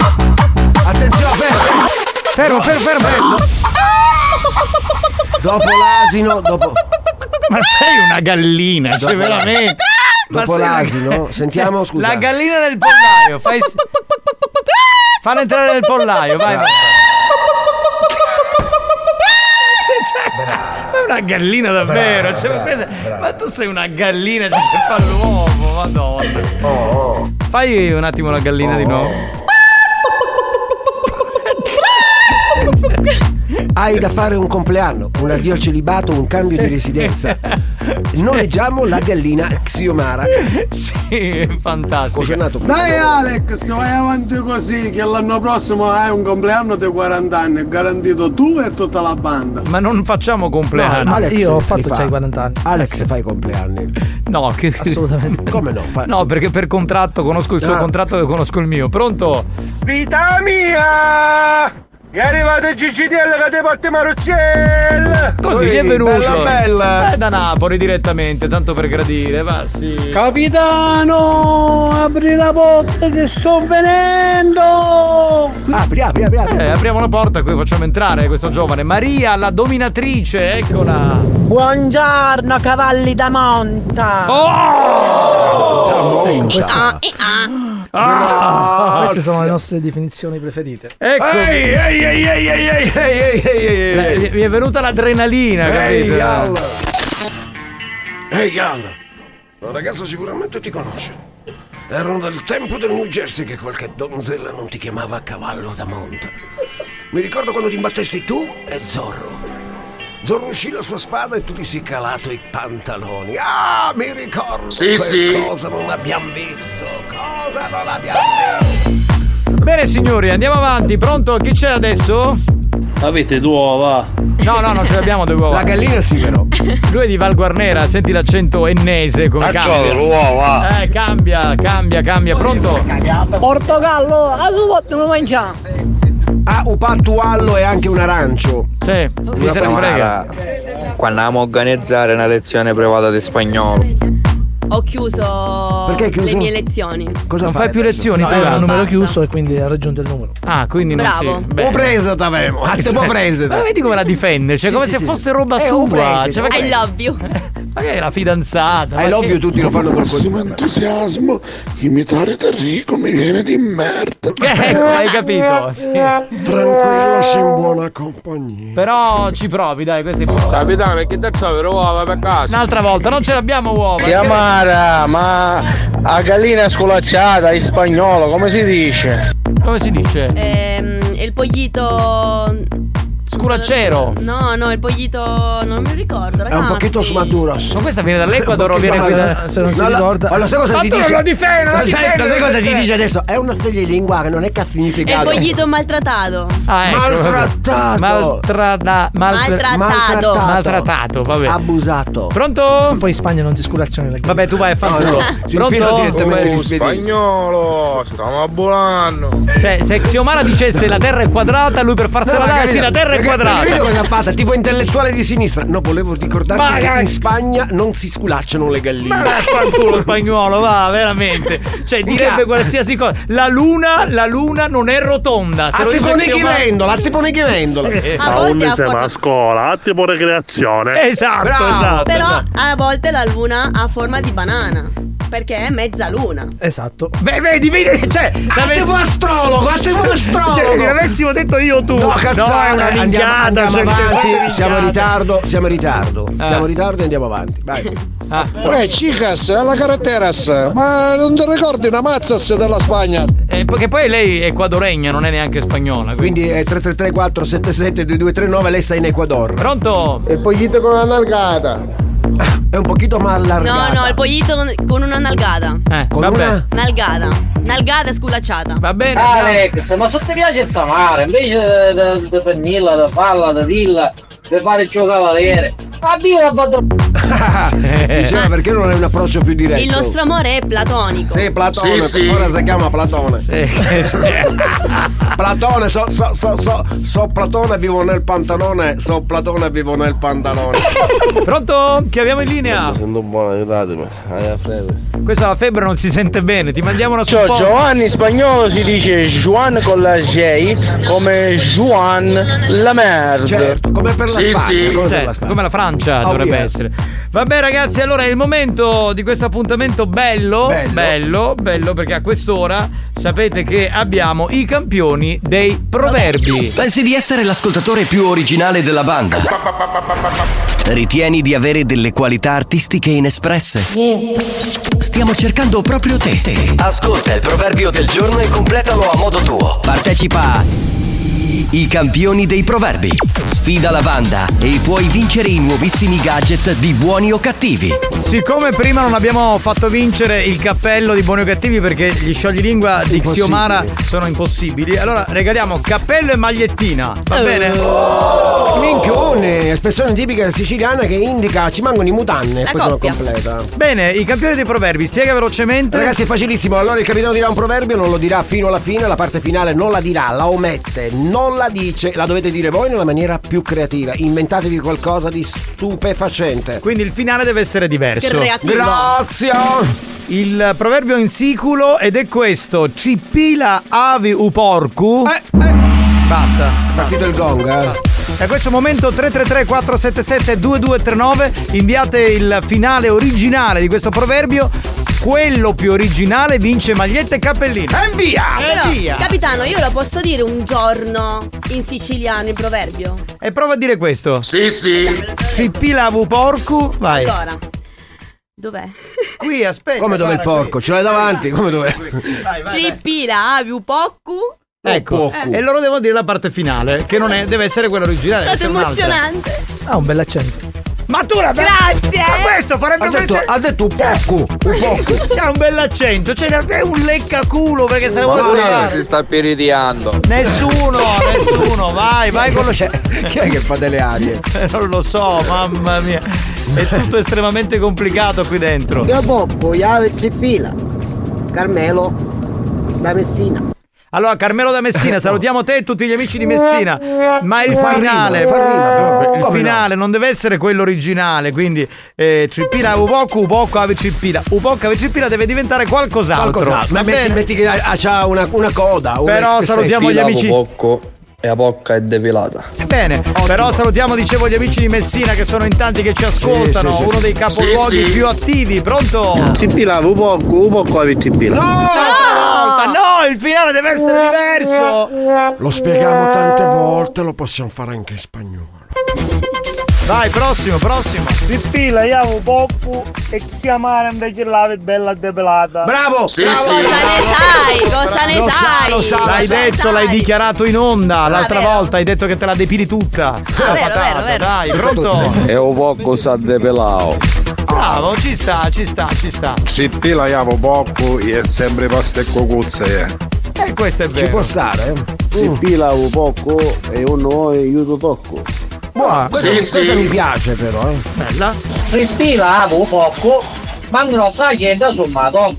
Speaker 5: Attenzione, fermo!
Speaker 3: Fermo, fermo, fermo!
Speaker 5: Ah. Dopo l'asino, dopo.
Speaker 3: Ma sei una gallina, cioè veramente. Ma
Speaker 5: Dopo
Speaker 3: sei una-
Speaker 5: l'asino, sentiamo, scusa.
Speaker 3: La gallina nel pollaio, fai. Falla entrare nel pollaio, vai. vai. Cioè, ma è una gallina davvero.
Speaker 2: Brava,
Speaker 3: cioè, ma,
Speaker 2: brava,
Speaker 3: questa- ma tu sei una gallina cioè, che fa l'uovo, madonna. Fai un attimo la gallina di nuovo.
Speaker 5: Hai da fare un compleanno, un addio al celibato, un cambio di residenza. Noleggiamo la gallina Xiomara.
Speaker 3: Sì, è fantastico.
Speaker 8: Dai Alex, vai avanti così che l'anno prossimo hai un compleanno di 40 anni, garantito tu e tutta la banda.
Speaker 3: Ma non facciamo compleanni.
Speaker 8: No, Alex
Speaker 33: Io ho
Speaker 8: li
Speaker 33: fatto
Speaker 8: fa.
Speaker 33: già i 40 anni.
Speaker 5: Alex fa i compleanni.
Speaker 3: No, che...
Speaker 33: Assolutamente.
Speaker 5: Come no?
Speaker 3: No, perché per contratto conosco il suo
Speaker 5: Ah.
Speaker 3: contratto e conosco il mio. Pronto?
Speaker 55: Vita mia! È arrivato il GCDL che ti porta Maruzzella!
Speaker 3: Così gli è venuto. Eh, da Napoli direttamente, tanto per gradire, va sì.
Speaker 2: Capitano, apri la porta che sto venendo!
Speaker 5: Apri, apri, apri, apri.
Speaker 3: Eh, apriamo la porta, qui facciamo entrare questo giovane. Maria, la dominatrice, eccola.
Speaker 2: Buongiorno cavalli da monta!
Speaker 3: Oh,
Speaker 33: Ecco, queste,
Speaker 2: eh, ah.
Speaker 3: Ah!
Speaker 33: queste sono le nostre definizioni preferite.
Speaker 3: Ecco.
Speaker 2: Ehi, ehi, ehi, ehi, ehi, ehi, ehi, ehi, ehi, ehi.
Speaker 3: Eh, Mi è venuta l'adrenalina,
Speaker 2: Ehi,
Speaker 3: capito?
Speaker 2: Al.
Speaker 11: Ehi Al, la ragazza sicuramente ti conosce. Era del tempo del New Jersey che qualche donzella non ti chiamava a cavallo da monta. Mi ricordo quando ti imbattesti tu e Zorro. Zorro uscì la sua spada e tu ti sei calato i pantaloni. Ah, mi ricordo!
Speaker 2: Sì,
Speaker 11: Quel
Speaker 2: sì.
Speaker 11: Cosa non abbiamo visto? Cosa non abbiamo visto?
Speaker 3: Bene signori, andiamo avanti. Pronto? Chi c'è adesso? Avete due uova? No, no, non ce l'abbiamo due uova.
Speaker 5: La gallina sì, però.
Speaker 3: Lui è di Val Guarnera, senti l'accento ennese
Speaker 2: Ecco,
Speaker 3: come
Speaker 5: Faccio
Speaker 3: cambia.
Speaker 5: le uova.
Speaker 3: Eh, cambia, cambia, cambia. Pronto?
Speaker 12: Eh, Portogallo, a su volta non mangia.
Speaker 5: Ah, un pattuallo e anche un arancio.
Speaker 3: Sì,
Speaker 12: chi se ne frega?
Speaker 15: Quando andiamo a organizzare una lezione privata di spagnolo.
Speaker 7: Ho chiuso
Speaker 5: Perché hai chiuso?
Speaker 7: le mie lezioni.
Speaker 3: Non fai più lezioni, Ah.
Speaker 33: No,
Speaker 3: private?
Speaker 33: era un numero chiuso e quindi ha raggiunto il numero.
Speaker 3: Ah, quindi non
Speaker 33: Bravo.
Speaker 3: si.
Speaker 33: Ho preso, t'avevo. Ah, te
Speaker 3: Sì.
Speaker 33: ho preso.
Speaker 3: cioè, Ma vedi come la difende? Cioè,
Speaker 33: Sì,
Speaker 3: come
Speaker 33: sì,
Speaker 3: se
Speaker 33: sì.
Speaker 3: fosse roba
Speaker 33: Eh, ho
Speaker 3: sua.
Speaker 33: preso,
Speaker 3: Cioè,
Speaker 33: ho
Speaker 3: ma che-
Speaker 7: I love you.
Speaker 3: ma che è la fidanzata?
Speaker 5: I love you
Speaker 3: tutti
Speaker 5: lo fanno per
Speaker 8: Massimo entusiasmo, imitare Terrico mi viene di merda.
Speaker 3: Ecco, hai capito? Sì.
Speaker 8: Tranquillo, sei in
Speaker 3: buona compagnia. Però ci provi, dai, questi Capitano, che da uova per caso? Un'altra volta, non ce l'abbiamo uova.
Speaker 15: Si amara, ma a gallina scolacciata in spagnolo, come si dice?
Speaker 3: Come si dice?
Speaker 7: Ehm, il poglito.
Speaker 3: Scuraccero.
Speaker 7: No, no, il poglito. Non mi ricordo, ragazzi.
Speaker 5: È un pochino smaduros.
Speaker 3: Ah, Ma questa viene dall'Ecuador o viene
Speaker 5: da...
Speaker 3: se non si ricorda.
Speaker 5: Ma lo sai cosa
Speaker 3: Ma
Speaker 5: ti
Speaker 3: tu non
Speaker 5: dice?
Speaker 3: lo difendi, non lo
Speaker 5: Lo sai,
Speaker 3: difendi, eh.
Speaker 5: lo sai
Speaker 3: non lo
Speaker 5: cosa ti
Speaker 3: difendi.
Speaker 5: dice adesso? È una stella di lingua che non è
Speaker 7: È il
Speaker 3: Eh,
Speaker 5: caffinificato.
Speaker 7: poglito maltrattato.
Speaker 3: Ah, ecco.
Speaker 5: Maltrattato.
Speaker 3: Maltrada- maltra-
Speaker 7: Maltrattato.
Speaker 3: Maltrattato, vabbè.
Speaker 5: Abusato.
Speaker 3: Pronto?
Speaker 33: Poi in Spagna non ti sculacciano le
Speaker 3: Vabbè, tu vai a fare
Speaker 33: No, no, si infila direttamente
Speaker 15: Oh,
Speaker 33: gli spiedini.
Speaker 15: spagnolo, stiamo abbolando.
Speaker 3: Cioè, se Xiomara dicesse la terra è quadrata, lui per farsela dare, sì, la terra è
Speaker 5: Capito cosa ha
Speaker 3: quadrata.
Speaker 5: fatto? Tipo intellettuale di sinistra. No, volevo ricordarti
Speaker 3: Ma
Speaker 5: che
Speaker 3: ragazzi-
Speaker 5: in Spagna non si sculacciano le galline.
Speaker 3: Ma vaffanculo spagnolo, va, veramente. Cioè, direbbe qualsiasi cosa. La luna, la luna non è rotonda. Se
Speaker 5: A
Speaker 3: lo
Speaker 5: tipo
Speaker 3: dice
Speaker 5: Nichi
Speaker 3: Xiomara-
Speaker 5: Vendola, a tipo Nichi Vendola.
Speaker 3: Sì.
Speaker 7: A volte ha for-
Speaker 21: scuola, a tipo recreazione.
Speaker 3: Esatto, esatto.
Speaker 7: Però a volte la luna ha forma di banana. Perché è mezzaluna.
Speaker 33: Esatto.
Speaker 3: Beh, vedi, vedi, cioè.
Speaker 5: Attimo astrologo, attimo astrologo.
Speaker 3: Cioè, l'avessimo detto io o tu.
Speaker 5: No, cazzo,
Speaker 3: No,
Speaker 5: è una
Speaker 3: andiamo-
Speaker 5: minchiata,
Speaker 3: andiamo
Speaker 5: cioè,
Speaker 3: avanti.
Speaker 5: che-
Speaker 3: minchiata. Eh.
Speaker 5: Siamo in ritardo, siamo in ritardo. Siamo in ritardo e andiamo avanti. Vai.
Speaker 27: Eh,
Speaker 55: Uè, chicas, alla carreteras, ma non ti ricordi una mazzas della Spagna?
Speaker 3: Eh, perché poi lei è quadoregna, non è neanche spagnola. Quindi.
Speaker 5: Quindi è 333 477 2239, lei sta in Ecuador.
Speaker 3: Pronto?
Speaker 5: E poi dite con un'allargata. È un pochino mal allargata.
Speaker 7: No, no, il poglito con- con una nalgada.
Speaker 3: Eh,
Speaker 5: Con
Speaker 3: vabbè.
Speaker 5: una-
Speaker 7: Nalgada. Nalgada sculacciata.
Speaker 3: Va bene.
Speaker 23: Alex, ma se ti piace il Samara, invece di pennilla, di farla, di dilla, di fare il suo cavaliere, addio la battuta.
Speaker 5: Ah, Diceva perché non è un approccio più diretto.
Speaker 7: Il nostro amore è platonico.
Speaker 5: Sì, Platone, ora si chiama Platone. Platone, so, so, so, so, so Platone vivo nel pantalone, so Platone vivo nel pantalone.
Speaker 3: Pronto? Che abbiamo in linea?
Speaker 15: Sento buono, aiutatemi. Hai la febbre.
Speaker 3: Questa la febbre non si sente bene, ti mandiamo una
Speaker 15: Ciao,
Speaker 3: supposta.
Speaker 15: Giovanni in spagnolo si dice Juan con la J come Juan la merda.
Speaker 3: Cioè,
Speaker 5: Certo, come per
Speaker 3: Sì, sì. Cioè, come la Francia
Speaker 15: Oh,
Speaker 3: dovrebbe
Speaker 15: yeah.
Speaker 3: essere. Vabbè ragazzi, allora è il momento di questo appuntamento bello, bello, bello, perché a quest'ora sapete che abbiamo i campioni dei proverbi.
Speaker 1: Pensi di essere l'ascoltatore più originale della banda? Ritieni di avere delle qualità artistiche inespresse? Stiamo cercando proprio te. Ascolta il proverbio del giorno e completalo a modo tuo. Partecipa a I campioni dei proverbi. Sfida la banda e puoi vincere i nuovissimi gadget di buoni o cattivi.
Speaker 3: Siccome prima non abbiamo fatto vincere il cappello di buoni o cattivi perché gli sciogli lingua di
Speaker 5: Impossibile.
Speaker 3: Xiomara sono impossibili, allora regaliamo cappello e magliettina, va bene?
Speaker 7: Oh.
Speaker 5: Minchione, espressione tipica siciliana che indica ci mancano i mutanne,
Speaker 3: La
Speaker 5: Eh, poi sono
Speaker 3: coppia.
Speaker 5: completa.
Speaker 3: Bene, i campioni dei proverbi, spiega velocemente.
Speaker 5: Ragazzi è facilissimo, allora il capitano dirà un proverbio, non lo dirà fino alla fine, la parte finale non la dirà, la omette, non la dice, la dovete dire voi nella maniera più creativa, inventatevi qualcosa di stupefacente.
Speaker 3: Quindi il finale deve essere diverso.
Speaker 5: Creativo. Grazie.
Speaker 3: Il proverbio in siculo ed è questo: Cipila avi u porcu. Basta. È
Speaker 5: partito il gong,
Speaker 3: A questo momento 333 477 2239 inviate il finale originale di questo proverbio. Quello più originale vince maglietta e cappellino.
Speaker 7: Eh,
Speaker 3: E via!
Speaker 7: Però,
Speaker 3: E via!
Speaker 7: capitano, io lo posso dire un giorno in siciliano il proverbio?
Speaker 3: E prova a dire questo. Sì, sì. Cipila avu porcu. Vai.
Speaker 7: Allora, dov'è?
Speaker 3: Qui, aspetta.
Speaker 5: Come dove il porco? Ce l'hai davanti? Come dove?
Speaker 7: Cipila, aviu, poccu.
Speaker 3: Ecco,
Speaker 7: Eh,
Speaker 3: e loro devono dire la parte finale, che non è, deve essere quella
Speaker 7: È
Speaker 3: originale.
Speaker 7: stato
Speaker 3: deve essere un'altra.
Speaker 7: emozionante.
Speaker 33: Ah, un bel accento.
Speaker 3: Ma tu la
Speaker 56: Grazie.
Speaker 3: Ma questo farebbe
Speaker 5: Ha detto-
Speaker 3: ha detto un poco, un poco. C'ha un bell'accento, c'è è un leccaculo perché se ne vuole
Speaker 2: Qualcuno
Speaker 3: parlare.
Speaker 2: si sta piridiando.
Speaker 3: Nessuno, nessuno, vai, vai con lo c'è.
Speaker 5: Chi è che fa delle arie?
Speaker 3: Non lo so, mamma mia. È tutto estremamente complicato qui dentro.
Speaker 14: Io Bobbo, Iave Cipila, Carmelo, da Messina.
Speaker 3: Allora, Carmelo da
Speaker 5: Eh,
Speaker 3: Messina, salutiamo te e tutti gli amici di Messina. Ma il
Speaker 14: Fa
Speaker 3: finale,
Speaker 14: rima, fa rima,
Speaker 3: dunque, il
Speaker 14: Come
Speaker 3: finale non deve essere quello originale. Quindi, eh, Cippina Upoku, Upoku Ave Cippina. Upoku Ave Cippina deve diventare qualcos'altro.
Speaker 5: Qualcos'altro.
Speaker 3: Va
Speaker 5: Ma metti,
Speaker 3: bene?
Speaker 5: metti che ha- c'ha una, una coda. una-
Speaker 3: Però
Speaker 5: questa è-
Speaker 3: salutiamo gli amici.
Speaker 2: e la bocca è depilata.
Speaker 3: Bene, però salutiamo, dicevo, gli amici di Messina che sono in tanti che ci ascoltano.
Speaker 2: sì, sì,
Speaker 3: uno
Speaker 2: sì.
Speaker 3: dei capoluoghi
Speaker 2: Sì, sì.
Speaker 3: più attivi. Pronto?
Speaker 2: Ci pilavo poco, poco avevi ci
Speaker 3: No, stavolta no, il finale deve essere diverso.
Speaker 5: Lo spieghiamo tante volte, lo possiamo fare anche in spagnolo.
Speaker 3: Vai, prossimo, prossimo.
Speaker 2: Rippila, io avevo poppo e chiamare invece l'ave bella depelata.
Speaker 5: Bravo!
Speaker 2: Sì,
Speaker 3: bravo,
Speaker 2: sì.
Speaker 7: sai? Cosa ne
Speaker 3: Lo sa,
Speaker 7: sai?
Speaker 3: lo sa, l'hai
Speaker 7: Lo sa,
Speaker 3: detto,
Speaker 7: sai.
Speaker 3: l'hai dichiarato in onda l'altra
Speaker 7: vero?
Speaker 3: volta, hai detto che te la depili tutta. La
Speaker 7: vero,
Speaker 3: patata,
Speaker 7: vero, vero.
Speaker 3: Dai, pronto?
Speaker 2: E un poco sa depelao.
Speaker 3: Bravo, ci sta, ci sta, ci sta.
Speaker 12: Ci pila avevo poco e sempre pasta e cocuzze. eh.
Speaker 3: E questo è vero.
Speaker 12: può
Speaker 5: stare,
Speaker 12: Ci pila un poco e uno aiuto tocco.
Speaker 3: Buona,
Speaker 5: questa, questa mi piace però. eh.
Speaker 3: Bella.
Speaker 57: Frittila avevo poco, mancano 600 sommato.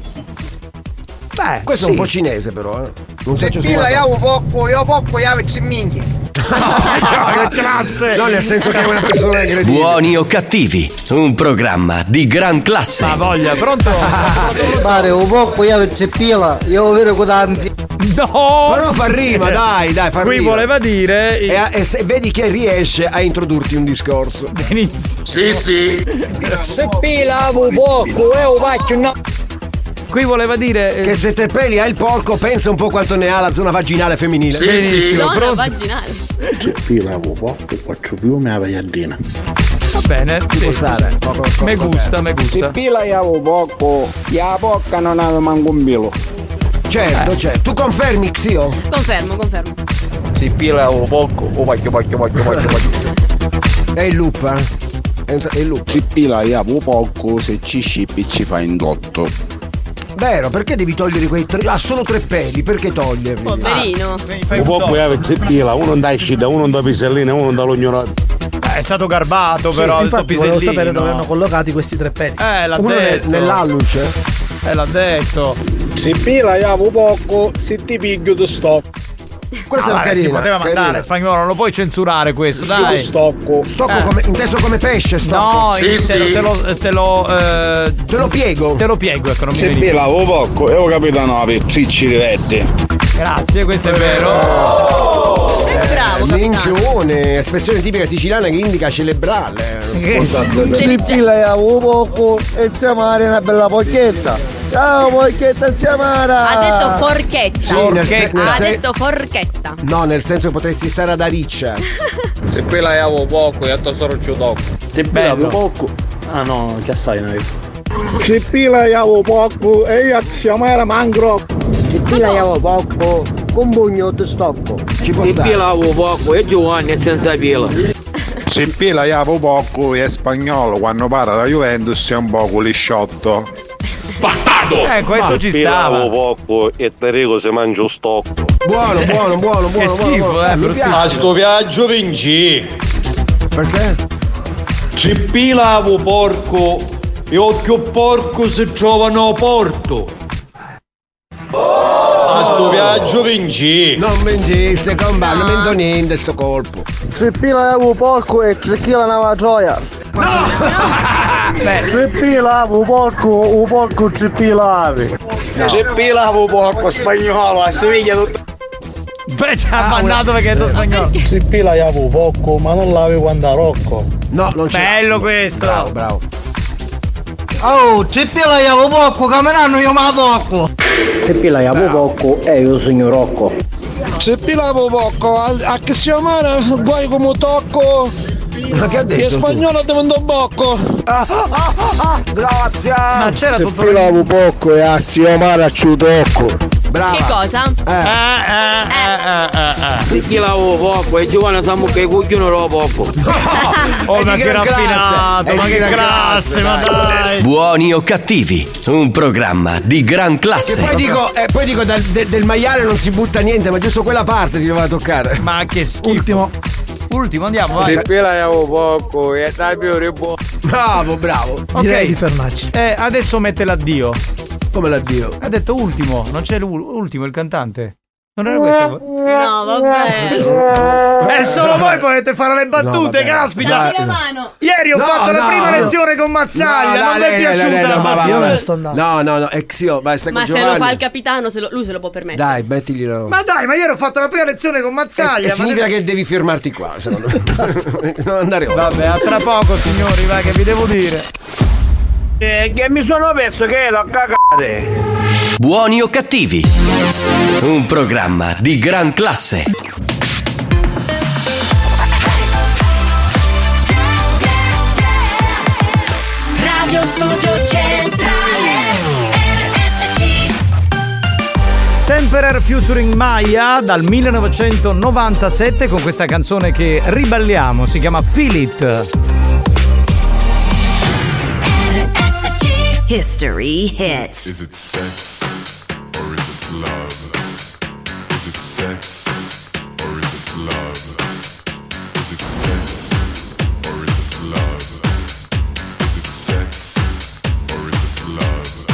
Speaker 3: Beh,
Speaker 5: Questo è un po' cinese però. Eh. Non so se ci sono-
Speaker 2: poco, io poco, io avevo minchia.
Speaker 3: Cioè, classe!
Speaker 5: No, nel senso che è una persona che
Speaker 1: Buoni o cattivi, un programma di gran classe. Ma
Speaker 3: voglia, pronto?
Speaker 2: Pare un poco, io avevo pila, io avevo codanzi.
Speaker 3: No! Eh,
Speaker 5: Però fa rima, dai, dai, fa
Speaker 2: Oh. Qui
Speaker 5: rima.
Speaker 2: voleva
Speaker 3: dire.
Speaker 5: E, e se- vedi che riesce a introdurti un discorso.
Speaker 3: Benissimo.
Speaker 2: Sì, sì.
Speaker 5: Se pilavo poco, e faccio no.
Speaker 3: Qui voleva dire.
Speaker 5: Che se te peli hai il porco, pensa un po' quanto ne ha la zona vaginale femminile.
Speaker 3: Benissimo,
Speaker 2: Zona
Speaker 3: pronto?
Speaker 7: Vaginale.
Speaker 21: Cioè,
Speaker 12: Ci pilavo poco e faccio più una pagliardina.
Speaker 3: Va bene, sì. può stare. Me gusta, me
Speaker 12: Ci
Speaker 3: gusta.
Speaker 12: pila avevo poco e la bocca non aveva manco un pilo.
Speaker 3: Eh.
Speaker 5: Certo, certo. Tu confermi, Xio?
Speaker 7: Confermo, confermo.
Speaker 2: Si pila un poco,
Speaker 3: oh,
Speaker 2: o vacchio, vacchio, vacchio, vacchio, vacchio.
Speaker 5: È il loop, eh. È il- È il loop.
Speaker 12: Ci pila avevo poco se ci scippi ci fa indotto.
Speaker 5: Vero, perché devi togliere quei tre? Ha solo tre peli, perché toglierli?
Speaker 3: Ah,
Speaker 7: Poverino.
Speaker 12: Un po' poi avevo ci pila, uno da Scida, uno da Pisellina, uno da Lognorati.
Speaker 3: Eh, È stato garbato,
Speaker 58: Sì,
Speaker 3: però. il
Speaker 58: infatti volevo
Speaker 3: pisellino.
Speaker 58: sapere dove erano collocati questi tre peli.
Speaker 3: Eh, l'ha detto. Eh, l'ha detto.
Speaker 12: Ci pila avevo poco se ti piglio ti sto.
Speaker 5: Questa
Speaker 3: Ah,
Speaker 5: è
Speaker 3: vabbè, si
Speaker 5: carina.
Speaker 3: poteva
Speaker 5: carina.
Speaker 3: mandare spagnolo, non lo puoi censurare questo, dai.
Speaker 5: Stocco. Stocco
Speaker 3: Eh.
Speaker 5: come, inteso come pesce, stocco.
Speaker 3: No, in- te, lo- te lo te lo, eh, te
Speaker 5: lo piego.
Speaker 3: Te lo piego, ecco, non mi
Speaker 12: Ci
Speaker 3: veniva.
Speaker 12: pila avevo poco e ho capito no, per cicci diretti.
Speaker 5: Eh,
Speaker 3: Grazie, questo è vero.
Speaker 5: Bravo, Minchione, espressione tipica siciliana che indica celebrale.
Speaker 3: Eh,
Speaker 2: Ci pila avevo poco e chiamare una bella porchetta. Ciao porchetta, chiamara.
Speaker 7: Ha detto forchetta.
Speaker 5: Sì, nel se- nel
Speaker 7: ha
Speaker 5: se-
Speaker 7: detto forchetta.
Speaker 5: No, nel senso che potresti stare ad Ariccia.
Speaker 2: Se pila avevo poco, io ti sono ciudocco.
Speaker 59: Te pilavo poco. Ah no, che assai no.
Speaker 12: Ci pila avevo poco e io chiamare mangro.
Speaker 2: Ci pila avevo poco, con bugno ti stocco.
Speaker 5: Ci
Speaker 2: può
Speaker 12: Ci stare. pila
Speaker 2: avevo poco e Giovanni è senza pila.
Speaker 12: Ci pila avevo poco e spagnolo quando parla la Juventus è un poco lisciotto.
Speaker 3: Bastardo! Eh, questo ci
Speaker 27: Pilavo
Speaker 3: stava.
Speaker 27: poco e Terrico si mangia un stocco.
Speaker 5: Buono, buono, buono, buono.
Speaker 27: Che schifo,
Speaker 5: buono, buono.
Speaker 27: eh,
Speaker 5: Mi
Speaker 27: bruttissimo.
Speaker 5: piace.
Speaker 27: Sto viaggio vinci.
Speaker 5: Perché?
Speaker 27: Ci pilavo porco e occhio porco si trovano a porto. A sto viaggio vinci.
Speaker 5: Non vinciste, comballo, non vendo niente sto colpo.
Speaker 2: Ci pila avevo poco e ci chila una matroia. Ci pilavo porco, un porco ci pilavi.
Speaker 3: Ci
Speaker 2: pilavo porco spagnolo, eh. a Siviglia tutto.
Speaker 3: Beh, ci ha bannato perché è
Speaker 7: Ah,
Speaker 3: detto spagnolo.
Speaker 2: Ci pilavo porco, ma non l'avevo andarocco.
Speaker 5: No, non
Speaker 3: Bello questo. Bravo,
Speaker 5: bravo.
Speaker 2: Oh, ci pilavo porco, camerano io ma tocco.
Speaker 59: Se pilavo poco e io sogno Rocco.
Speaker 2: Ci pilavo porco, a che si amare guai come tocco.
Speaker 5: Ma che ha detto
Speaker 2: E
Speaker 5: tu?
Speaker 2: spagnolo ti mando bocco.
Speaker 5: Grazie.
Speaker 3: Ma c'era tutto
Speaker 5: Ah,
Speaker 2: pilavo porco e a si amare a ciudocco.
Speaker 5: Brava.
Speaker 7: Che cosa?
Speaker 3: Eh,
Speaker 13: Se chi lavora poco e giovane sa che cugliono lo poco.
Speaker 3: Oh, ma che raffinato,
Speaker 13: È
Speaker 3: ma
Speaker 13: di
Speaker 3: che
Speaker 13: gran
Speaker 3: classe,
Speaker 13: classe,
Speaker 3: ma dai.
Speaker 1: Buoni o cattivi, un programma di gran
Speaker 5: E
Speaker 1: classe.
Speaker 5: poi dico, e poi dico dal- de- del maiale non si butta niente, ma giusto quella parte ti doveva toccare.
Speaker 3: Ma che schifo. Ultimo. Ultimo, andiamo, vai.
Speaker 13: Se qui lavoro poco e dai più ribuono.
Speaker 5: Bravo, bravo.
Speaker 3: Ok. Eh, adesso mette l'addio.
Speaker 5: Come l'addio?
Speaker 3: Ha detto ultimo, non c'è l'ultimo, il cantante. Non era questo.
Speaker 7: No, vabbè.
Speaker 3: Eh, solo voi potete fare le battute,
Speaker 5: vabbè.
Speaker 3: caspita!
Speaker 7: Dammi la mano.
Speaker 3: Ieri ho
Speaker 5: No,
Speaker 3: fatto la
Speaker 5: no,
Speaker 3: prima
Speaker 5: no.
Speaker 3: lezione con Mazzaglia, non
Speaker 5: No,
Speaker 3: mi
Speaker 5: no,
Speaker 3: è
Speaker 5: lei, lei,
Speaker 3: piaciuta
Speaker 5: lei,
Speaker 3: la
Speaker 5: no, ma va,
Speaker 3: battuta.
Speaker 5: va, va. No, no, no, eh, zio, vai, stai
Speaker 7: Ma
Speaker 5: con
Speaker 7: se lo
Speaker 5: Giovanni.
Speaker 7: fa il capitano, se lo- lui se lo può permettere.
Speaker 5: Dai, mettiglielo.
Speaker 3: Ma dai, ma ieri ho fatto la prima lezione con Mazzaglia.
Speaker 5: Eh,
Speaker 3: ma
Speaker 5: significa che devi fermarti qua, secondo me. non andare oltre.
Speaker 3: Vabbè, a tra poco, signori, vai, che vi devo dire.
Speaker 13: Eh, che mi sono perso che l'ho cagate.
Speaker 1: Buoni o cattivi, un programma di gran classe.
Speaker 2: Radio Studio Centrale RSC
Speaker 3: Temperer featuring Maya dal 1997 con questa canzone che riballiamo, si chiama Feel It.
Speaker 14: History hits.
Speaker 60: Is it sex or is it love? Is it sex or is it love? Is it sex or is it love? Is it sex or is it love?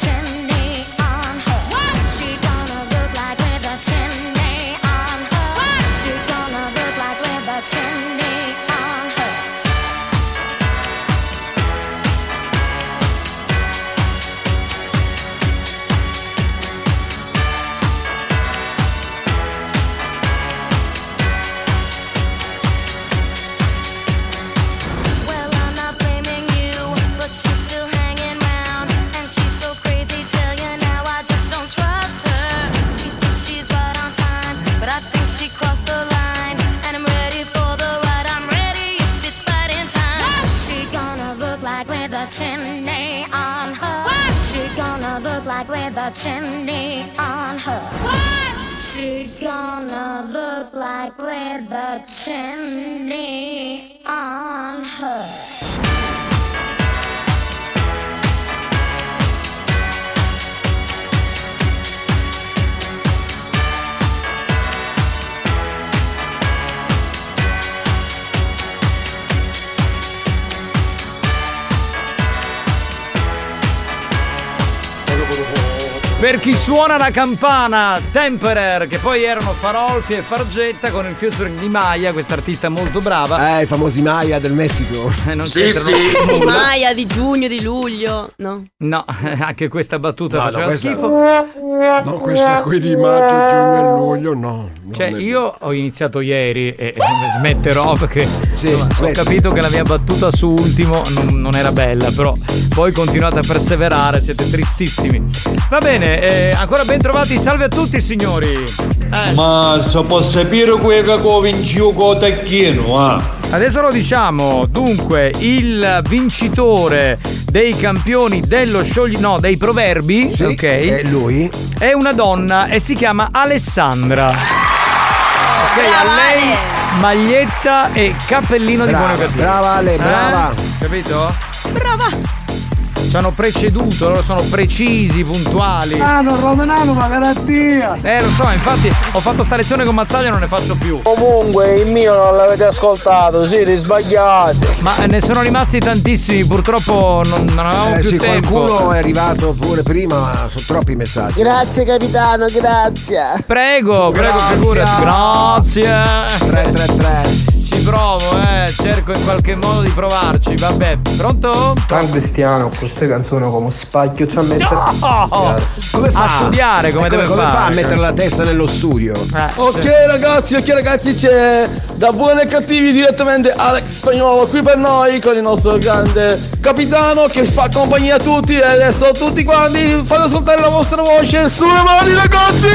Speaker 60: Chimney on her. What? She gonna look like with a chimney on her. What? She gonna look like with a chimney on her.
Speaker 14: Well, I'm not blaming you, but she's still hanging round. And she's so crazy till you now I just don't trust her. She thinks she's right on time, but I think she crossed the line. And I'm ready for the ride, I'm ready if it's fighting time.
Speaker 60: What's she gonna look like with a chimney on her? What's she gonna look like with a chimney on her? What's she gonna look like with a chimney on her?
Speaker 3: Per chi suona la campana, Temperer, che poi erano Farolfi e Fargetta con il featuring di Maya, quest'artista molto brava.
Speaker 5: Eh, i famosi Maya del Messico.
Speaker 3: Eh, non c'entrano
Speaker 7: Di
Speaker 3: nulla.
Speaker 7: Eh, Maia, di giugno, di luglio. No.
Speaker 3: No, eh, anche questa battuta
Speaker 21: No, no,
Speaker 5: Ah,
Speaker 3: faceva
Speaker 21: questa-
Speaker 3: schifo.
Speaker 21: No, questa qui di maggio, giugno e luglio, no.
Speaker 3: Cioè, io ho iniziato ieri e, e smetterò perché insomma, ho
Speaker 21: smetti.
Speaker 3: capito che la mia battuta su ultimo non, non era bella, però poi continuate a perseverare, siete tristissimi. Va bene, eh, ancora ben trovati, salve a tutti signori. Eh,
Speaker 32: Ma se posso dire quel che ho vinto con tacchino, eh?
Speaker 3: Adesso lo diciamo, dunque, il vincitore dei campioni dello sciogli... no, dei proverbi, ok?
Speaker 5: è lui.
Speaker 3: È una donna e si chiama Alessandra. Ok, a lei maglietta e cappellino Eh?
Speaker 5: Brava,
Speaker 3: di buono cattivo.
Speaker 5: brava Ale, brava.
Speaker 3: Capito? Brava! Ci hanno preceduto, loro sono precisi, puntuali.
Speaker 8: Ah, non romanano, ma garantia!
Speaker 3: Eh, lo so, infatti ho fatto sta lezione con Mazzaglia e non ne faccio più.
Speaker 15: Comunque il mio non l'avete ascoltato, siete sbagliati.
Speaker 3: Ma eh, ne sono rimasti tantissimi, purtroppo non, non avevamo
Speaker 5: Eh
Speaker 3: più
Speaker 5: sì,
Speaker 3: tempo.
Speaker 5: qualcuno è arrivato pure prima, ma sono troppi messaggi.
Speaker 20: Grazie capitano, grazie.
Speaker 3: Prego, prego, figurati. Grazie. 333. Ci provo, eh, cerco in qualche modo di provarci, vabbè. Pronto?
Speaker 54: San Cristiano, queste canzoni come spacchio ci ha messo.
Speaker 3: No!
Speaker 5: Come
Speaker 3: A studiare, come
Speaker 5: Ecco,
Speaker 3: deve
Speaker 5: come
Speaker 3: fare. Eh,
Speaker 5: fa a mettere la testa nello studio?
Speaker 31: Ok ragazzi, ok ragazzi, c'è da buoni e cattivi direttamente Alex Spagnolo qui per noi con il nostro grande capitano che fa compagnia a tutti e adesso tutti quanti fate ascoltare la vostra voce sulle mani ragazzi!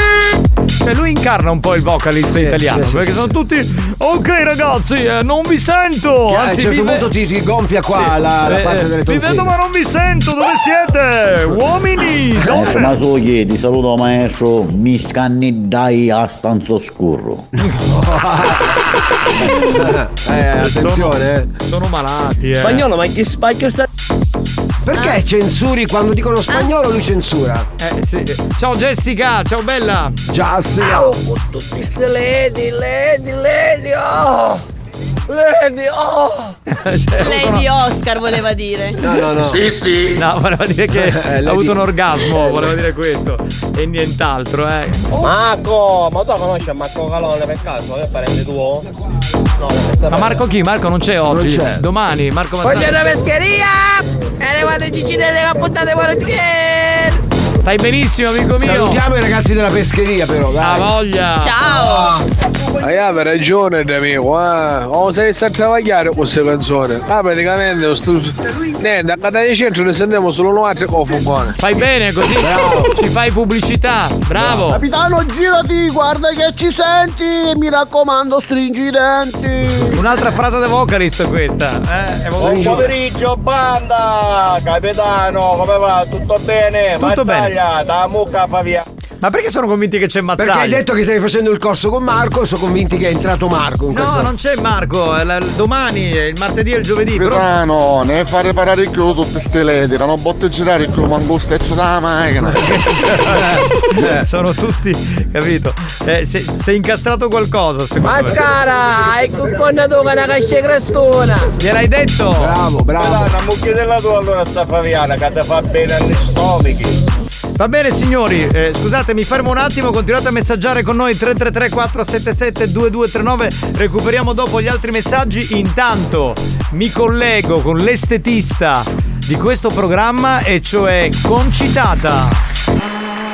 Speaker 3: Cioè lui incarna un po' il vocalist italiano,
Speaker 5: sì,
Speaker 3: perché
Speaker 5: sì.
Speaker 3: sono tutti Ok ragazzi, eh, non vi sento.
Speaker 5: Che a un
Speaker 3: Anzi,
Speaker 5: certo
Speaker 3: vi ve-
Speaker 5: punto ti, ti gonfia qua
Speaker 3: Sì.
Speaker 5: la, la
Speaker 3: Eh,
Speaker 5: parte delle
Speaker 3: Vi
Speaker 5: tonsille.
Speaker 3: vedo ma non vi sento, dove siete? Uomini,
Speaker 6: Maestro
Speaker 3: donne.
Speaker 6: Masoglie, Eh, ti saluto maestro, mi scanni dai a stanzo scuro.
Speaker 5: Eh, attenzione.
Speaker 3: Sono, sono malati, eh.
Speaker 6: Spagnolo,
Speaker 3: ma che spacchio sta Ah.
Speaker 5: Perché censuri quando dicono spagnolo lui censura?
Speaker 3: Eh sì. Ciao Jessica, ciao bella.
Speaker 5: Jessica.
Speaker 20: Tutti ste lady, lady, lady, oh!
Speaker 5: Eh,
Speaker 20: Lady, oh!
Speaker 3: Eh, cioè,
Speaker 7: Lei di Oscar voleva dire.
Speaker 3: Sì, sì. No, voleva dire che
Speaker 54: Eh, lei
Speaker 3: ha avuto
Speaker 54: di-
Speaker 3: un orgasmo,
Speaker 54: Eh,
Speaker 3: voleva dire questo. E nient'altro, eh.
Speaker 54: Oh. Marco, ma tu conosci Marco Calone per caso? Che è parente tuo? No,
Speaker 3: Ma Marco chi? Marco non c'è oggi.
Speaker 54: c'è.
Speaker 3: Domani, Marco
Speaker 2: Buongiorno
Speaker 3: Mazzani.
Speaker 2: pescheria! E arrivate Gigi delle cappottate Marozzier!
Speaker 3: Stai benissimo, amico mio.
Speaker 5: Salutiamo i ragazzi della pescheria però, dai.
Speaker 3: Ah, voglia.
Speaker 2: Ciao!
Speaker 54: Ah, io avevo ragione, amico, eh. O sei a travagliare questa canzone. Ah, praticamente, sto... niente, a Catania Centro ne sentiamo solo noi altri con Fungone.
Speaker 3: Fai bene così. Ci fai pubblicità. Bravo.
Speaker 20: Capitano, girati, guarda che ci senti! Mi raccomando, stringi i denti!
Speaker 3: Un'altra frase da vocalist questa. Eh, è
Speaker 54: Buon pomeriggio, banda! Capitano, come va? Tutto bene?
Speaker 3: Tutto bene.
Speaker 54: Mazzaglia, da mucca fa via.
Speaker 3: Ma perché sono convinti che c'è Mazzaglia?
Speaker 5: Perché hai detto che stai facendo il corso con Marco e sono convinti che è entrato Marco in
Speaker 3: No,
Speaker 5: questo.
Speaker 3: non c'è Marco, è la- il domani, è il martedì e il giovedì. Però...
Speaker 21: Capitano, ne fa riparare il culo tutte ste ledi, erano botte girare il culo manco stezzo dalla macchina.
Speaker 3: Eh, sono tutti, capito? Eh, se- sei incastrato qualcosa, secondo
Speaker 2: Mascara! Hai concordato con una cascia crestona!
Speaker 3: me. Gliel'hai detto?
Speaker 5: Bravo,
Speaker 54: bravo. La mucchia della tua allora sta faviana, che ti fa bene agli stomachi.
Speaker 3: Va bene signori, eh, scusate mi fermo un attimo, continuate a messaggiare con noi 333 477 2239, recuperiamo dopo gli altri messaggi, intanto mi collego con l'estetista di questo programma e cioè Concitata.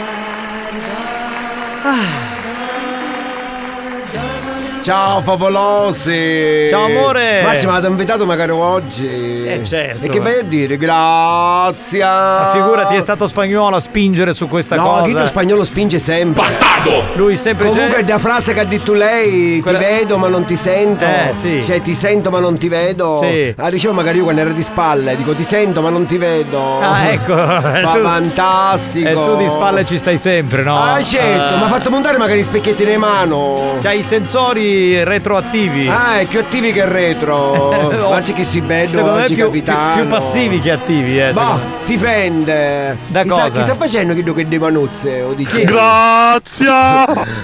Speaker 5: Ciao favolosi!
Speaker 3: Ciao, amore.
Speaker 5: Ma ci avete invitato magari oggi!
Speaker 3: Eh, certo.
Speaker 5: E che vai a dire? Grazie!
Speaker 3: Ma figurati è stato spagnolo a spingere su questa
Speaker 5: No,
Speaker 3: cosa.
Speaker 5: Guido Spagnolo spinge sempre.
Speaker 3: Bastardo! Lui sempre
Speaker 5: Comunque da frase che ha detto lei,
Speaker 3: Quella-
Speaker 5: ti vedo ma non ti sento.
Speaker 3: Eh, sì.
Speaker 5: Cioè ti sento ma non ti vedo.
Speaker 3: Sì.
Speaker 5: Ah, dicevo magari io quando era di spalle, dico ti sento ma non ti vedo.
Speaker 3: Ah, ecco.
Speaker 5: Oh. Fa
Speaker 3: Tu-
Speaker 5: fantastico.
Speaker 3: E tu di spalle ci stai sempre, no?
Speaker 5: Ah, certo,
Speaker 3: Eh.
Speaker 5: mi ha fatto montare magari gli specchietti in mano.
Speaker 3: C'hai i sensori retroattivi.
Speaker 5: Ah, è più attivi che retro.
Speaker 3: Oh.
Speaker 5: Oggi che si bello,
Speaker 3: Secondo me
Speaker 5: oggi
Speaker 3: più, più,
Speaker 5: capitano.
Speaker 3: più passivi che attivi, eh.
Speaker 5: Boh,
Speaker 3: secondo-
Speaker 5: dipende.
Speaker 3: Da
Speaker 5: Chissà
Speaker 3: cosa?
Speaker 5: Chi sta facendo credo che De Manuzze o di chi?
Speaker 3: Grazie!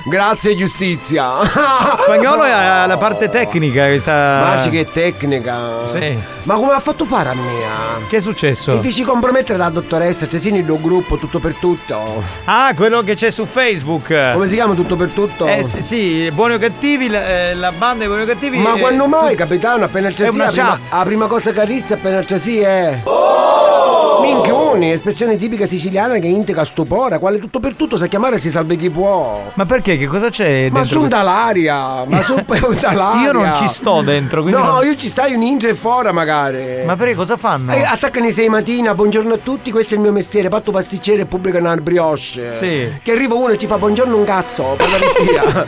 Speaker 5: Grazie giustizia.
Speaker 3: Spagnolo è la parte tecnica che sta.
Speaker 5: Marci che tecnica.
Speaker 3: Sì.
Speaker 5: Ma come ha fatto fare a eh? mia?
Speaker 3: Che è successo?
Speaker 5: Mi feci compromettere la dottoressa Cesini il gruppo tutto per tutto.
Speaker 3: Ah, quello che c'è su Facebook.
Speaker 5: Come si chiama tutto per tutto?
Speaker 3: Eh sì, sì, buoni o cattivi, la, eh, la banda dei buoni o cattivi.
Speaker 5: Ma
Speaker 3: eh,
Speaker 5: quando mai, capitano? Appena c'è
Speaker 3: È
Speaker 5: sì,
Speaker 3: una
Speaker 5: la prima-
Speaker 3: chat.
Speaker 5: la prima cosa che arriva appena c'è sì è.
Speaker 3: Oh!
Speaker 5: Minchioni, espressione tipica siciliana che integra stupore, quale tutto per tutto sa chiamare si salve chi può.
Speaker 3: Ma perché? Che cosa c'è dentro?
Speaker 5: Ma su un
Speaker 3: questo-
Speaker 5: dalaria, ma su un dalaria.
Speaker 3: Io non ci sto dentro, quindi.
Speaker 5: No,
Speaker 3: non-
Speaker 5: io ci stai un intra e fora magari.
Speaker 3: Ma perché cosa fanno?
Speaker 5: Eh, attaccani 6 mattina, buongiorno a tutti, questo è il mio mestiere, patto pasticcere e pubblico una brioche.
Speaker 3: Sì.
Speaker 5: Che arriva uno e ci fa buongiorno un cazzo, parla pittia.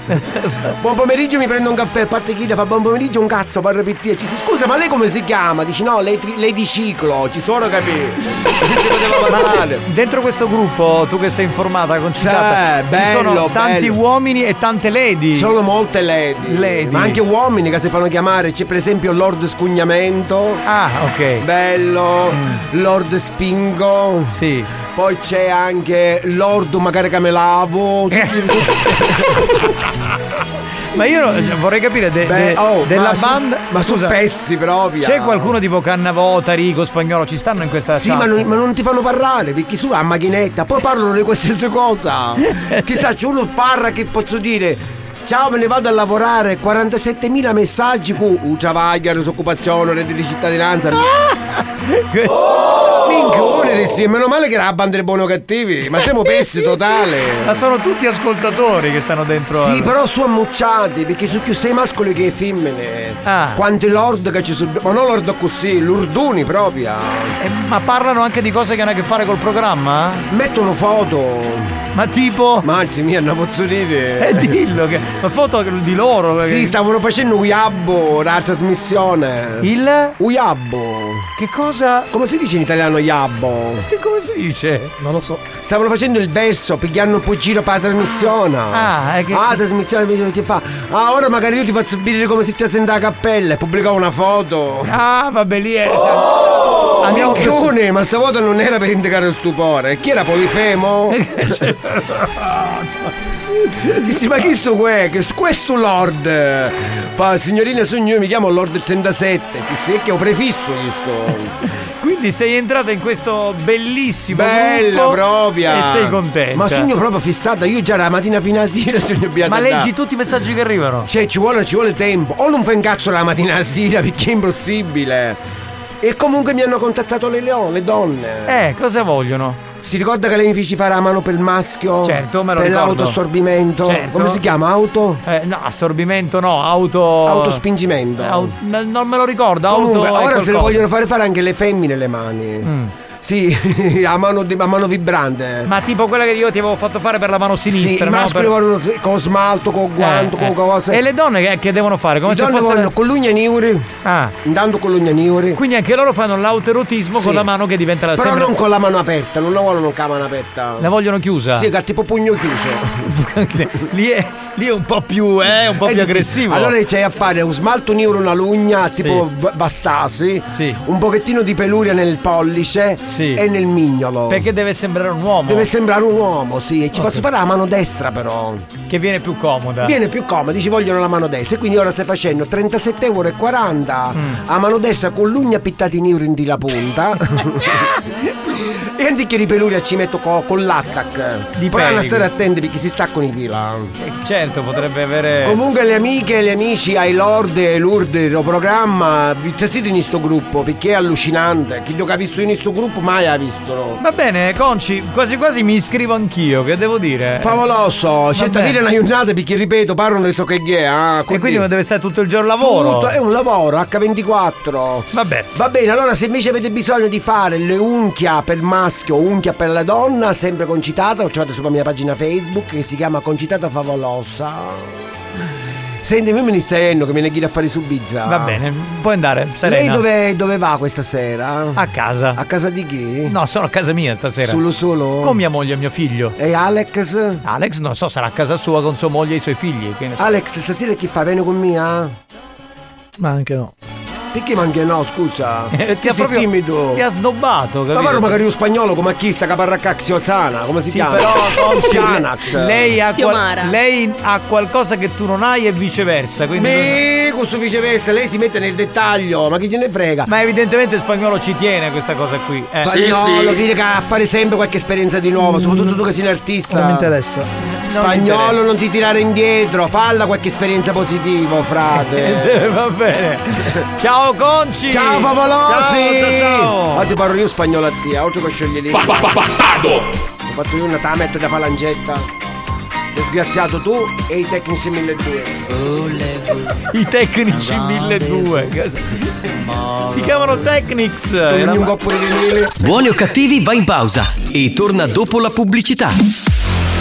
Speaker 5: buon pomeriggio, mi prendo un caffè, parte chida, fa buon pomeriggio un cazzo, parla pittia. Ci si scusa, ma lei come si chiama? Dici no, lei, tri- lei di ciclo, ci sono capito. poteva
Speaker 3: Ma
Speaker 5: parlare.
Speaker 3: dentro questo gruppo, tu che sei informata, concitata,
Speaker 5: Eh,
Speaker 3: ci sono
Speaker 5: bello,
Speaker 3: tanti
Speaker 5: bello.
Speaker 3: uomini e tante lady.
Speaker 5: Ci sono molte lady. Ma anche uomini che si fanno chiamare, c'è per esempio Lord Scugnamento.
Speaker 3: Ah, ok. Mm.
Speaker 5: Bello, Lord Spingo.
Speaker 3: Sì.
Speaker 5: Poi c'è anche Lord Magari Camelavo.
Speaker 3: Ma io vorrei capire de- de- della banda.
Speaker 5: oh, Ma
Speaker 3: scusa,
Speaker 5: scusa, pessi proprio.
Speaker 3: C'è qualcuno tipo Cannavota, Rico, Spagnolo? Ci stanno in questa
Speaker 5: Sì,
Speaker 3: chat?
Speaker 5: ma non, ma non ti fanno parlare perché su a macchinetta, poi parlano di qualsiasi cosa. Chissà, c'è uno parla che posso dire. Ciao, me ne vado a lavorare. 47.000 messaggi con uh, travaglio, disoccupazione, rete di cittadinanza. Oh! Minchione, sì, meno male che era la banda dei buoni o cattivi. Ma siamo pessi totale.
Speaker 3: Ma sono tutti ascoltatori che stanno dentro. eh.
Speaker 5: Sì,
Speaker 3: al-
Speaker 5: però sono ammucciati perché sono più sei mascoli che femmine.
Speaker 3: Ah.
Speaker 5: Quanti lord che ci sono. Ma non lord così, lorduni proprio.
Speaker 3: Eh, ma parlano anche di cose che hanno a che fare col programma?
Speaker 5: Mettono foto.
Speaker 3: Ma tipo.
Speaker 5: Maggi mia, non posso dire.
Speaker 3: Eh, dillo che. Ma foto di loro.
Speaker 5: Sì, stavano facendo Uyabbo, la trasmissione.
Speaker 3: Il?
Speaker 5: Uyabbo.
Speaker 3: Che cosa?
Speaker 5: Come si dice in italiano Uyabbo?
Speaker 3: Che come si dice?
Speaker 5: Non lo so. Stavano facendo il verso perché hanno poi giro per la trasmissione.
Speaker 3: Ah, è che-
Speaker 5: Ah, trasmissione invece ti fa. Ah, ora magari io ti faccio vedere come si stai in la cappella e pubblicavo una foto.
Speaker 3: Ah, vabbè, lì è. Andiamo
Speaker 5: Andiamo
Speaker 3: presso-
Speaker 5: ma stavolta non era per indicare stupore. Chi era Polifemo?
Speaker 3: Eh, cioè,
Speaker 5: Dissi, ma chi sto qua? Che sto- Questo Lord! Fa, signorina sogno, io mi chiamo Lord 37. Ci sei che ho prefisso questo.
Speaker 3: Quindi sei entrata in questo bellissimo
Speaker 5: Bella
Speaker 3: gruppo
Speaker 5: propria!
Speaker 3: E sei contenta.
Speaker 5: Ma sogno proprio fissata, io già la mattina fino a sera sogno
Speaker 3: Ma leggi tutti i messaggi che arrivano.
Speaker 5: Cioè, ci vuole, ci vuole tempo. O non fai un cazzo la mattina alla sera perché è impossibile. E comunque mi hanno contattato le leone, le donne.
Speaker 3: Eh, cosa vogliono?
Speaker 5: Si ricorda che lei mi fece fare la mano per il maschio?
Speaker 3: Certo, me lo
Speaker 5: Per
Speaker 3: ricordo.
Speaker 5: l'autoassorbimento?
Speaker 3: Certo.
Speaker 5: Come si chiama? Auto?
Speaker 3: Eh, no, assorbimento no, auto.
Speaker 5: Autospingimento.
Speaker 3: Oh. Au- ma non me lo ricordo,
Speaker 5: Comunque,
Speaker 3: auto. è
Speaker 5: ora se lo
Speaker 3: qualcosa. Mm.
Speaker 5: vogliono fare fare anche le femmine le mani. Sì, a mano, di- a mano vibrante.
Speaker 3: Ma tipo quella che io ti avevo fatto fare per la mano
Speaker 5: sì,
Speaker 3: sinistra,
Speaker 5: i
Speaker 3: no?
Speaker 5: maschi
Speaker 3: Per-
Speaker 5: vogliono s- con smalto, con guanto,
Speaker 3: Eh,
Speaker 5: con
Speaker 3: eh.
Speaker 5: cose.
Speaker 3: E le donne che, che devono fare? Come
Speaker 5: Le
Speaker 3: se
Speaker 5: donne
Speaker 3: fosse.
Speaker 5: vogliono con l'ugna niuri.
Speaker 3: Ah.
Speaker 5: Intanto con l'ugna niuri.
Speaker 3: Quindi anche loro fanno l'autoerotismo con
Speaker 5: Sì.
Speaker 3: la mano che diventa la
Speaker 5: Però
Speaker 3: sembra-
Speaker 5: non con la mano aperta, non la vogliono con la mano aperta.
Speaker 3: La vogliono chiusa.
Speaker 5: Sì, che ha tipo pugno chiuso.
Speaker 3: lì, è, lì è un po' più, eh, un po' più aggressivo.
Speaker 5: Allora c'hai a fare un smalto nero, una lugna, tipo b- bastasi, un pochettino di peluria nel pollice e nel mignolo.
Speaker 3: Perché deve sembrare un uomo.
Speaker 5: Deve sembrare un uomo, sì, e ci faccio fare la mano destra però.
Speaker 3: Che viene più comoda.
Speaker 5: Viene più comodo, ci vogliono la mano destra. E quindi ora stai facendo 37,40 euro
Speaker 3: Mm.
Speaker 5: a mano destra con l'ugna pittata in euro in di la punta. e anziché di peluria ci metto co- con l'attac.
Speaker 3: Di
Speaker 5: Però è una
Speaker 3: pelico.
Speaker 5: stare attenti perché si staccano i pila.
Speaker 3: Certo, potrebbe avere.
Speaker 5: Comunque le amiche e gli amici ai Lord e Lord del programma, vi siete in sto gruppo perché è allucinante. Chi lo ha visto in sto gruppo mai ha visto. no?
Speaker 3: Va bene, Conci, quasi quasi mi iscrivo anch'io, che devo dire?
Speaker 5: Favoloso, c'è da
Speaker 3: Vabbè.
Speaker 5: dire una aiutate perché ripeto, parlano di ciò che è, ah,
Speaker 3: E quindi deve stare tutto il giorno al lavoro.
Speaker 5: Tutto è un lavoro H24.
Speaker 3: Vabbè.
Speaker 5: Va bene, allora se invece avete bisogno di fare le unchia per maschio, unchia per la donna, sempre concitata, trovate sulla mia pagina Facebook che si chiama Concitata Favolosa. Senti, mi mi stai venendo che me ne gira a fare su Bizza.
Speaker 3: Va bene, puoi andare,
Speaker 5: Lei
Speaker 3: Serena.
Speaker 5: dove, dove va questa sera?
Speaker 3: A casa.
Speaker 5: A casa di chi?
Speaker 3: No, sono a casa mia stasera.
Speaker 5: Solo solo?
Speaker 3: Con mia moglie e mio figlio.
Speaker 5: E Alex?
Speaker 3: Alex, non so, sarà a casa sua con sua moglie e i suoi figli. Che ne so.
Speaker 5: Alex, stasera chi fa? Vieni con mia?
Speaker 33: Ma anche no.
Speaker 5: Perché manca no, scusa?
Speaker 3: Eh, ti
Speaker 5: Ti
Speaker 3: ha
Speaker 5: sei
Speaker 3: proprio-
Speaker 5: timido.
Speaker 3: Ti ha snobbato, capito?
Speaker 5: Ma parlo magari lo spagnolo come a chi sta caparracca Xiozana, come si
Speaker 3: Sì,
Speaker 5: chiama? cioè.
Speaker 3: però Conci,
Speaker 5: Xanax.
Speaker 3: lei, ha qual-
Speaker 5: Xiomara.
Speaker 3: lei ha qualcosa che tu non hai e viceversa. Quindi
Speaker 5: Mi, questo viceversa, lei si mette nel dettaglio, ma chi ce ne frega?
Speaker 3: Ma evidentemente spagnolo ci tiene questa cosa qui. Eh. Mm.
Speaker 5: Spagnolo, dire che ha a fare sempre qualche esperienza di nuovo, soprattutto tu che sei un artista.
Speaker 3: Non mi interessa.
Speaker 5: Spagnolo,
Speaker 3: interessa.
Speaker 5: non ti tirare indietro, falla qualche esperienza positiva, frate.
Speaker 3: Eh, Va bene. Ciao Conci.
Speaker 5: Ciao favolosi!
Speaker 3: Ciao, ciao, ciao.
Speaker 5: Oggi parlo io spagnolo a te, ah, oggi che sciogliere lì.
Speaker 3: Ba- ba- ba- bastardo!
Speaker 5: Ho fatto io una ta metto da falangetta. Disgraziato tu e i tecnici 1200.
Speaker 3: I tecnici 1200. Si chiamano Technics. Era-
Speaker 1: Buoni o cattivi va in pausa e torna dopo la pubblicità.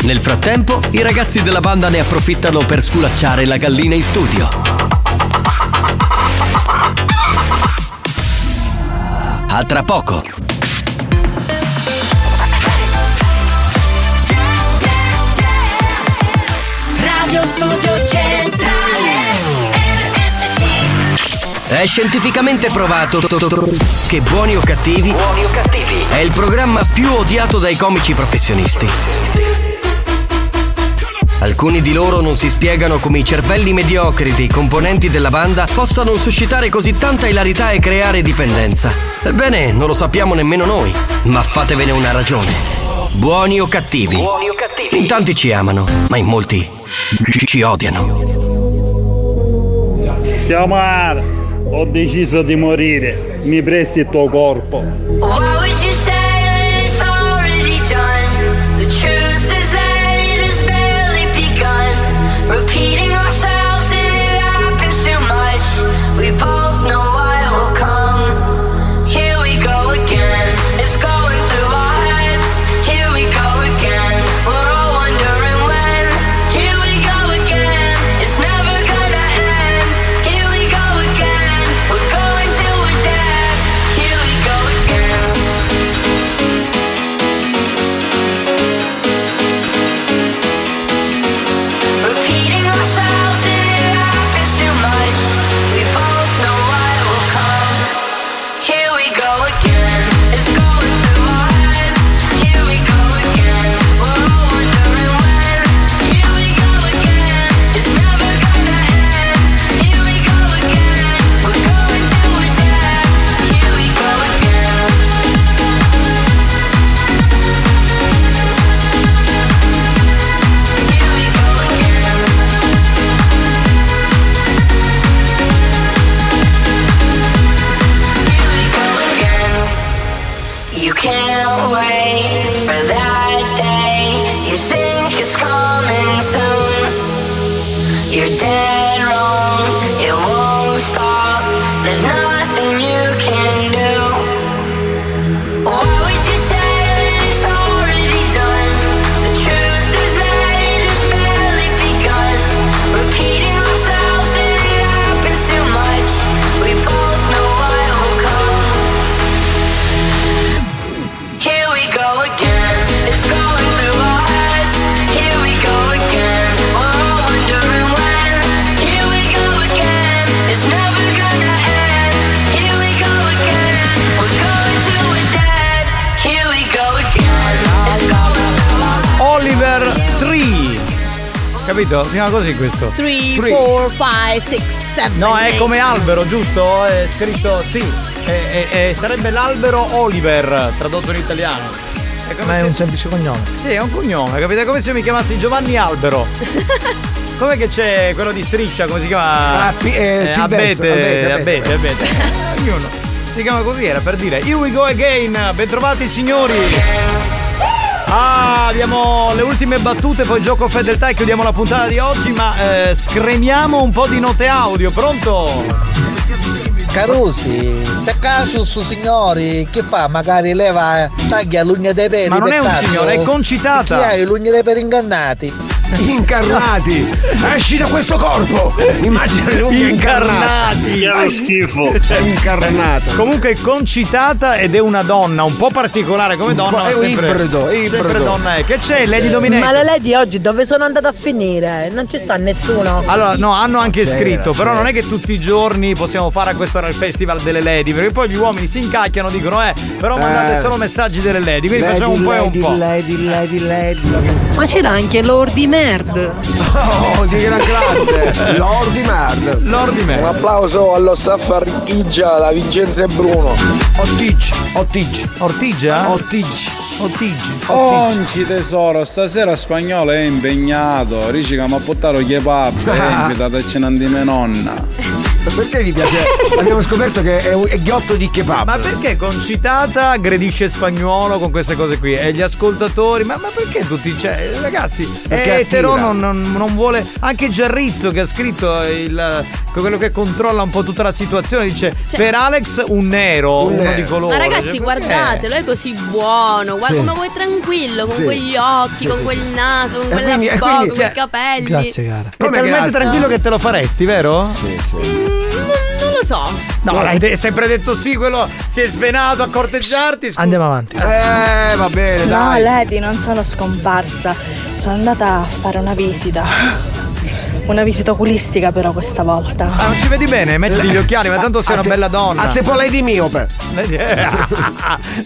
Speaker 1: Nel frattempo, i ragazzi della banda ne approfittano per sculacciare la gallina in studio. A tra poco.
Speaker 13: Radio Studio Centrale
Speaker 1: È scientificamente provato che Buoni o Cattivi è il programma più odiato dai comici professionisti. Alcuni di loro non si spiegano come i cervelli mediocri dei componenti della banda possano suscitare così tanta ilarità e creare dipendenza. Ebbene, non lo sappiamo nemmeno noi, ma fatevene una ragione. Buoni o cattivi? In tanti ci amano, ma in molti ci- ci odiano.
Speaker 12: Schiamare, ho deciso di morire, mi presti il tuo corpo.
Speaker 13: Why would you say that it's already done? The truth is that it has barely begun. Repeating ourselves and it happens too much. We both know what will come. Here we go again. It's going through our heads. Here we go again. We're all wondering when. Here we go again. It's never gonna end. Here we go again. We're going till we're dead. Here we go again. Repeating ourselves and it happens too much. We both know what will come. Here we go again. It's going through our heads. Here we go again. We're all wondering when. Here we go again. It's never gonna end. Here we go again. We're going till we're dead. Here we go again. You can't wait for that day. You think it's coming soon. You're dead wrong. It won't stop. There's nothing you can do. Why would you say that it's already done? The truth is that it has barely begun. Repeating ourselves and it happens too much. We both know what will come. Here we go again. It's going through our heads. Here we go again. We're all wondering when. Here we go again. It's never gonna end. Here we go again. We're going till we're dead. Here we go again. It's going through our
Speaker 3: Oliver Tree. Capito? Si chiama così questo.
Speaker 7: 3,
Speaker 3: Tree.
Speaker 7: 4, 5, 6, 7.
Speaker 3: No, è come albero, giusto? È scritto sì. È- è- è- sarebbe l'albero Oliver, tradotto in italiano. È come
Speaker 61: Ma è
Speaker 3: se-
Speaker 61: un semplice cognome.
Speaker 3: Sì, è un cognome, capito? È come se io mi chiamassi Giovanni Albero. Com'è che c'è quello di striscia, come si chiama?
Speaker 5: Ah, Pi- eh, Silvestro,
Speaker 3: abete,
Speaker 5: Abete,
Speaker 3: abete,
Speaker 5: Abete.
Speaker 3: abete, Ognuno. Si chiama così, era per dire Here we go again, bentrovati signori. Ah, abbiamo le ultime battute, poi gioco fedeltà e chiudiamo la puntata di oggi, ma eh, scremiamo un po' di note audio, pronto?
Speaker 14: Carusi, per caso su signori che fa? Magari leva taglia l'ugna dei peli.
Speaker 3: Ma non
Speaker 14: per
Speaker 3: è un
Speaker 14: caso?
Speaker 3: signore, è concitata.
Speaker 14: Chi hai l'ugna dei peli ingannati?
Speaker 5: Incarnati! Esci da questo corpo! Immagina le unghie incarnate.
Speaker 3: Che schifo.
Speaker 5: Incarnata.
Speaker 3: Comunque è concitata ed è una donna un po' particolare come donna.
Speaker 5: po'
Speaker 3: ma sempre,
Speaker 5: ibrido,
Speaker 3: sempre
Speaker 5: ibrido.
Speaker 3: donna è. Che c'è Lady Dominator?
Speaker 62: Ma la Lady oggi dove sono andata a finire? Non ci sta nessuno.
Speaker 3: Allora, no, hanno anche
Speaker 5: C'era,
Speaker 3: scritto, però
Speaker 5: c'era.
Speaker 3: non è che tutti i giorni possiamo fare a quest'ora il festival delle lady, perché poi gli uomini si incacchiano, dicono, eh, però mandate
Speaker 5: Eh.
Speaker 3: solo messaggi delle lady, quindi facciamo un po' e un po'.
Speaker 5: Lady, lady, lady.
Speaker 62: Ma c'era anche Lord di Merd.
Speaker 5: Oh, di gran classe. Lord di merda.
Speaker 3: Lord di merda.
Speaker 5: Un applauso allo staff Archigia, da Vincenzo e Bruno. Ortigi, Ortigi.
Speaker 3: Ortigia?
Speaker 5: Ortigi.
Speaker 3: Ortigi.
Speaker 12: Oggi tesoro, stasera spagnolo è impegnato. Ricica, ma portare un kebab,
Speaker 5: Ah.
Speaker 12: è invitata a cenare di mia nonna.
Speaker 5: Perché vi piace? Abbiamo scoperto che è, un- è ghiotto di kebab.
Speaker 3: Ma perché concitata aggredisce spagnolo con queste cose qui? E gli ascoltatori, ma, ma perché tutti. Cioè, ragazzi,
Speaker 5: Perché
Speaker 3: è etero
Speaker 5: attira.
Speaker 3: non, non- non vuole. Anche Giarrizzo che ha scritto il, quello che controlla un po' tutta la situazione, dice:
Speaker 7: Cioè-
Speaker 3: Per Alex un nero,
Speaker 5: Un
Speaker 3: uno
Speaker 5: nero.
Speaker 3: di colore.
Speaker 7: Ma
Speaker 3: Cioè,
Speaker 7: ragazzi, guardatelo, è così buono, guarda
Speaker 3: Sì.
Speaker 7: come vuoi tranquillo, con
Speaker 3: Sì.
Speaker 7: quegli occhi,
Speaker 3: Sì,
Speaker 7: con
Speaker 3: sì,
Speaker 7: quel naso, con
Speaker 3: E
Speaker 7: quella
Speaker 3: quindi- e
Speaker 7: bocca,
Speaker 3: quindi,
Speaker 7: con quei
Speaker 3: cioè-
Speaker 7: capelli.
Speaker 3: È talmente tranquillo che te lo faresti, vero? Sì, sì.
Speaker 7: Non lo so.
Speaker 3: No, l'hai de- sempre detto sì, quello si è svenato a corteggiarti. scusa.
Speaker 61: Andiamo avanti.
Speaker 3: Eh, va bene,
Speaker 31: No, Lady, non sono scomparsa. Sono andata a fare una visita.
Speaker 55: Una visita oculistica però questa volta.
Speaker 3: Ah, non ci vedi bene? Mettiti gli occhiali, ma tanto sei una bella donna.
Speaker 5: A te poi lei di miope.
Speaker 3: Vedi, eh,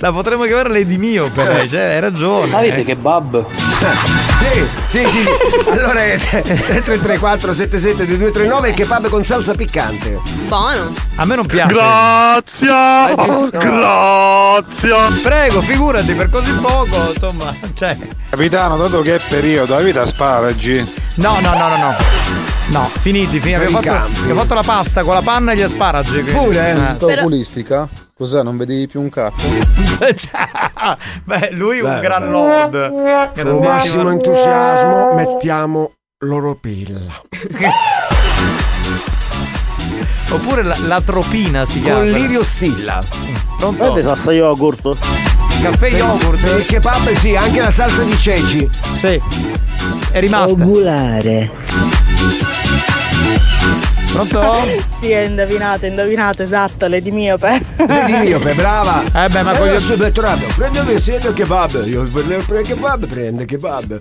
Speaker 3: La potremmo chiamare Lady Miope,
Speaker 5: Eh.
Speaker 3: lei, cioè, hai ragione.
Speaker 5: Sapete
Speaker 3: che bab?
Speaker 5: Sì, sì, sì. sì. Allora eh, è 334 77 2239 il kebab con salsa piccante.
Speaker 7: Buono.
Speaker 3: A me non piace.
Speaker 5: Grazie.
Speaker 3: Grazie. Prego, figurati, per così poco, insomma. Cioè.
Speaker 12: Capitano, dato che è periodo, avete asparagi?
Speaker 3: No, no, no, no, no. No, finiti, finiti. Abbiamo
Speaker 12: Per i
Speaker 3: fatto,
Speaker 12: campi.
Speaker 3: abbiamo fatto la pasta con la panna e gli asparagi. quindi.
Speaker 5: eh.
Speaker 3: Eh.
Speaker 12: Visita
Speaker 3: Però-
Speaker 12: oculistica? Cos'è? Non vedevi più un cazzo?
Speaker 3: Ah, Beh, lui un
Speaker 12: Beh,
Speaker 3: gran
Speaker 12: beh.
Speaker 3: lord.
Speaker 5: Con massimo entusiasmo mettiamo l'oropilla.
Speaker 3: Oppure la, la tropina si chiama.
Speaker 5: Con Livio
Speaker 3: Stilla.
Speaker 5: Vede
Speaker 3: salsa yogurt? Caffè yogurt?
Speaker 5: Il kebab sì, anche la salsa di ceci.
Speaker 3: Sì. È rimasta.
Speaker 5: Ovulare.
Speaker 3: Pronto?
Speaker 55: Sì, è indovinato, è indovinato, esatto, Lady Miope.
Speaker 5: Vedi miope, brava.
Speaker 3: Eh beh, ma
Speaker 5: E
Speaker 3: con gli-
Speaker 5: io sono dottorato. Prendete siete kebab. Io volevo prendere kebab, prende kebab.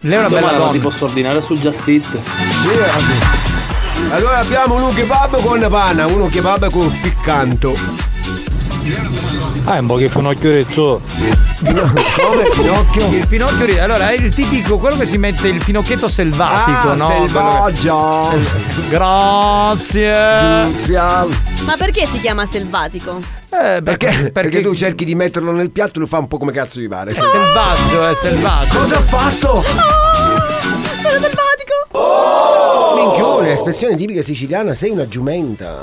Speaker 3: Lei
Speaker 5: è una bella donna.
Speaker 27: Ti posso ordinare su Just Eat.
Speaker 5: eh, Allora abbiamo uno kebab con panna, uno kebab con piccanto.
Speaker 27: Ah, è un po' che fa un occhio rezzo.
Speaker 5: Come Pinocchio?
Speaker 3: Il Pinocchio ri- Allora, è il tipico, quello che si mette il finocchietto selvatico,
Speaker 5: Ah,
Speaker 3: no?
Speaker 5: selvaggio.
Speaker 3: Quello che- Sel- Grazie.
Speaker 27: Eh.
Speaker 7: Ma perché si chiama selvatico?
Speaker 3: Eh,
Speaker 5: perché, perché, tu cerchi di metterlo nel piatto e lo fa un po' come cazzo gli
Speaker 3: Eh.
Speaker 5: pare.
Speaker 3: Selvaggio, è selvaggio.
Speaker 5: Cosa ha fatto?
Speaker 7: Sono selvatico!
Speaker 5: Minchione, espressione tipica siciliana, sei una giumenta.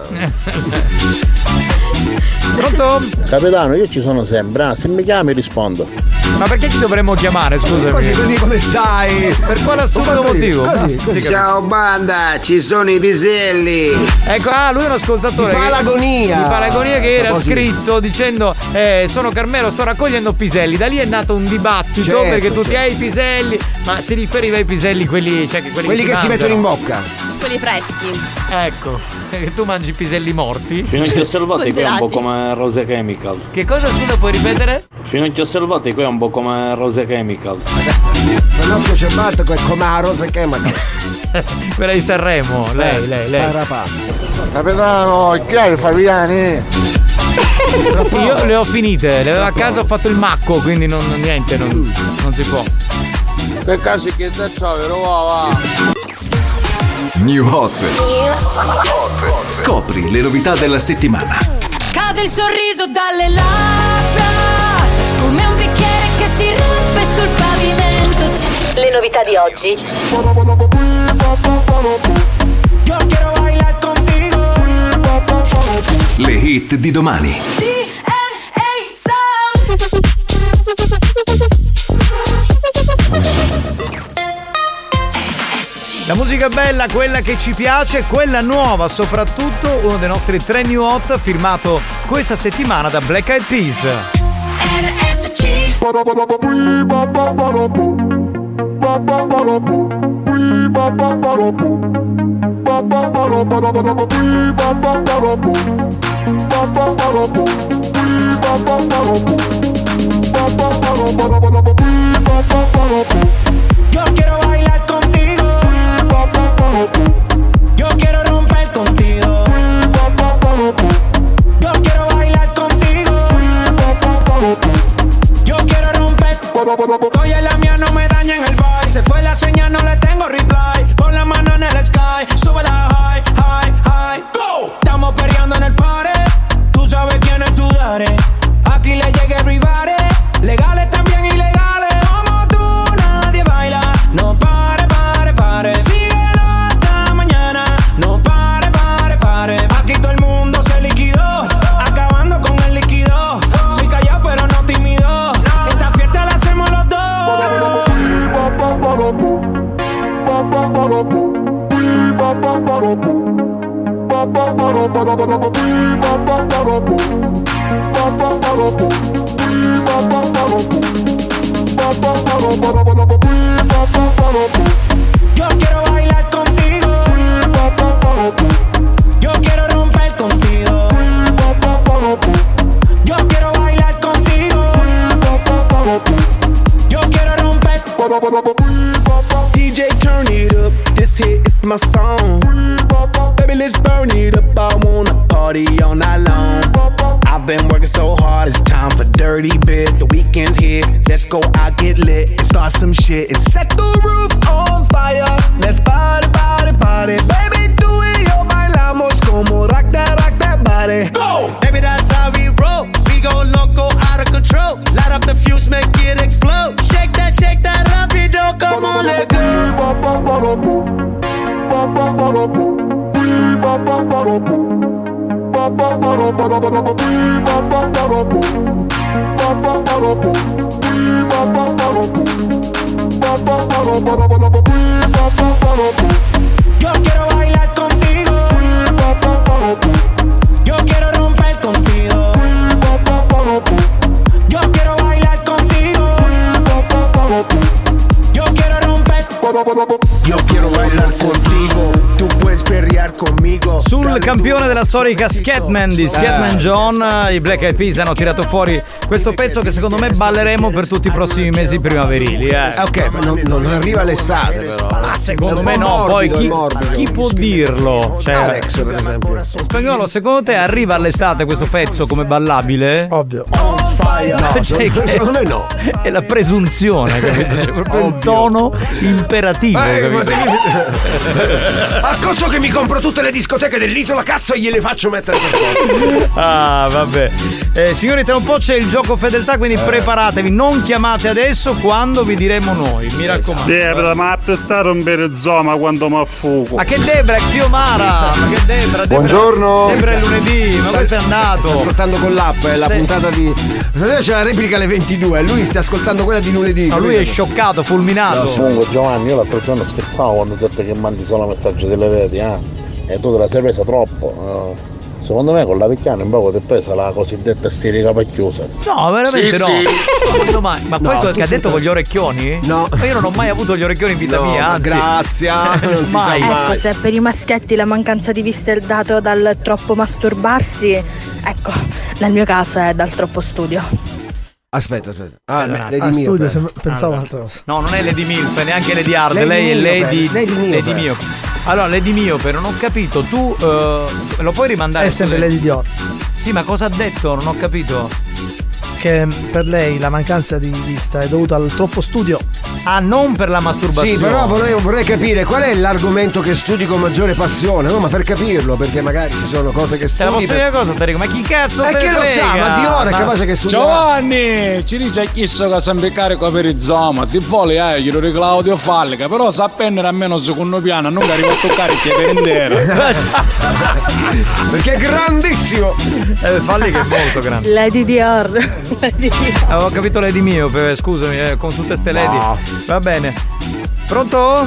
Speaker 3: Pronto?
Speaker 21: Capitano, io ci sono sempre, ah, se mi chiami rispondo.
Speaker 3: Ma perché ti dovremmo chiamare, scusami?
Speaker 21: Così, così,
Speaker 5: come stai?
Speaker 3: Per quale assurdo motivo?
Speaker 22: Ciao banda, ci sono i piselli.
Speaker 3: Ecco, ah, lui è un ascoltatore.
Speaker 22: Di
Speaker 3: che-
Speaker 22: Palagonia.
Speaker 3: Di Palagonia che era
Speaker 22: Così.
Speaker 3: scritto dicendo: eh, Sono Carmelo, sto raccogliendo piselli. Da lì è nato un dibattito
Speaker 5: Certo,
Speaker 3: perché tu ti
Speaker 5: certo.
Speaker 3: hai i piselli, ma si riferiva ai piselli quelli, cioè, che quelli,
Speaker 5: Quelli che si mettono in bocca.
Speaker 7: Quelli freschi.
Speaker 3: Ecco, perché tu mangi piselli morti.
Speaker 27: Finocchio selvatico è un po' come Rose Chemical.
Speaker 3: Che cosa scusa puoi ripetere?
Speaker 27: Finocchio selvatico è un po' come Rose Chemical.
Speaker 5: Pinocchio c'è fatto quel comaro, se chiama.
Speaker 3: Quella di Sanremo, lei, lei, lei.
Speaker 21: Capitano, chi è il Fabiani?
Speaker 3: Io le ho finite, le avevo a casa, ho fatto il macco, quindi non, niente, non, non si può.
Speaker 13: Per caso che da ciao, vero va
Speaker 23: New Hot. Scopri le novità della settimana.
Speaker 22: Cade il sorriso dalle labbra, come un bicchiere che si rompe sul pavimento. Le novità di oggi.
Speaker 23: Le hit di domani.
Speaker 3: La musica bella, quella che ci piace, quella nuova, soprattutto uno dei nostri tre new hot firmato questa settimana da Black Eyed Peas.
Speaker 2: Yo quiero bailar contigo. Yo quiero romper contigo. Yo quiero bailar contigo. Yo quiero romper. Hoy en la mía no me dañen el vibe. Se fue la señal, no le tengo reply. Pon la mano en el sky. Sube la high, high, high. Go. Estamos peleando en el party. Tú sabes quién es tu dare. Aquí le llega everybody. Legales también ilegales. Como tú, nadie baila. No pare, pare, pare. Síguelo hasta mañana. No pare, pare, pare. Aquí todo el mundo se liquidó. Acabando con el líquido. Soy callado, pero no tímido. Esta fiesta la hacemos los dos. Yo quiero bailar contigo. Yo quiero romper contigo. Yo quiero bailar contigo. Yo quiero romper. DJ turn it up. This hit is
Speaker 13: my song. Baby, let's burn it up. I wanna party all night long. I've been working so hard, it's time for dirty bit. The weekend's here, let's go out, get lit, and start some shit. And set the roof on fire. Let's party, party, party. Baby, do it, yo, bailamos como rock that, rock that body. Go!
Speaker 63: Baby, that's how we roll. We go loco, out of control. Light up the fuse, make it explode. Shake that, shake that, rapido, come on, let go.
Speaker 13: Yo quiero bailar contigo. Yo quiero romper contigo. Yo quiero bailar contigo. Yo quiero romper. Yo quiero bailar contigo. Tú puedes perrear conmigo.
Speaker 3: Sul campione della storica Scatman di Scatman John, eh, i Black Eyed Peas hanno tirato fuori questo pezzo che secondo me balleremo per tutti i prossimi mesi primaverili. Eh.
Speaker 5: Ok, ma non, non arriva l'estate però.
Speaker 3: Ah, secondo me no, poi chi, chi può dirlo? Cioè,
Speaker 5: Alex, per esempio.
Speaker 3: Spagnolo, secondo te arriva all'estate questo pezzo come ballabile? Ovvio.
Speaker 5: No,
Speaker 3: Cioè, che-
Speaker 5: secondo me no.
Speaker 3: È la presunzione, capito? C'è proprio un tono imperativo.
Speaker 5: Eh, ma
Speaker 3: capito?
Speaker 5: A costo che mi compro tutte le discoteche dell'isola, cazzo, e gliele faccio mettere per forza.
Speaker 3: Ah, vabbè. Eh, signori, tra un po' c'è il gioco fedeltà, quindi preparatevi. Non chiamate adesso quando vi diremo noi. Mi raccomando. eh.
Speaker 64: Debra, ma a rompere zoma quando mi affugo.
Speaker 3: Ma che Debra, zio Mara! Ma che Debra, Debra-
Speaker 5: Buongiorno.
Speaker 3: Debra è lunedì, ma poi sei
Speaker 5: Sta
Speaker 3: andato.
Speaker 5: ascoltando con l'app, eh, la
Speaker 3: Sì.
Speaker 5: puntata di. Stasera c'è la replica alle 22, eh, lui sta ascoltando quella di lunedì.
Speaker 3: No, lui è scioccato, fulminato.
Speaker 21: Comunque Giovanni, io l'altro giorno scherzavo quando ho detto che mandi solo messaggi delle reti, eh? E tu te la sei presa troppo. eh. Secondo me con la Vecchiano un po' ti è presa la cosiddetta stirica pacchiosa.
Speaker 3: No, veramente
Speaker 21: Sì,
Speaker 3: no.
Speaker 21: sì.
Speaker 3: Ma quando mai? Ma
Speaker 21: No,
Speaker 3: quello
Speaker 21: tu
Speaker 3: che ha
Speaker 21: sei
Speaker 3: detto con gli orecchioni? No. Ma io non ho mai avuto gli orecchioni in vita
Speaker 5: No,
Speaker 3: mia,
Speaker 5: ma
Speaker 3: anzi.
Speaker 5: grazie,
Speaker 3: Eh,
Speaker 5: non si sa
Speaker 3: mai.
Speaker 31: Ecco, se per i maschietti la mancanza di vista è data dal troppo masturbarsi, ecco, nel mio caso è dal troppo studio.
Speaker 5: Aspetta, aspetta. Ah,
Speaker 65: Allora,
Speaker 5: Lady
Speaker 65: al
Speaker 5: Mio,
Speaker 65: studio
Speaker 5: però.
Speaker 65: sem- pensavo
Speaker 3: Allora.
Speaker 65: altra cosa.
Speaker 3: No, non è Lady Milf, neanche Lady Hard,
Speaker 65: Lady
Speaker 3: lei è
Speaker 65: Miope,
Speaker 3: Lady,
Speaker 65: Lady Miope.
Speaker 3: Lady Miope. Allora, Lady Miope, non ho capito, tu eh, lo puoi rimandare?
Speaker 65: È sempre
Speaker 3: sulle-
Speaker 65: Lady Dior.
Speaker 3: Sì, ma cosa ha detto? Non ho capito.
Speaker 65: Che mm, per lei la mancanza di vista è dovuta al troppo studio.
Speaker 3: Ah, non per la masturbazione.
Speaker 5: Sì, però vorrei, vorrei capire qual è l'argomento che studi con maggiore passione, no? Ma per capirlo, perché magari ci sono cose che
Speaker 3: Te Cioè, la
Speaker 5: studi.
Speaker 3: posso dire
Speaker 5: per-
Speaker 3: una cosa, Tarico? Ma chi cazzo
Speaker 5: Eh,
Speaker 3: se
Speaker 5: chi
Speaker 3: ne
Speaker 5: lo sa,
Speaker 3: frega?
Speaker 5: ma Dior è capace che studia-
Speaker 66: Giovanni, ci dice a chi so che sempre carico per il zoma. Ti vuole, eh, glielo di Claudio Fallica. Però sa appendere almeno il secondo piano, non che arriva a toccare che per intero.
Speaker 5: Perché è grandissimo!
Speaker 3: Eh, falli che è molto grande.
Speaker 31: Lady Dior. Lady Dior.
Speaker 3: Avevo capito Lady Miope, scusami, eh, con tutte ste Lady. Va bene. Pronto?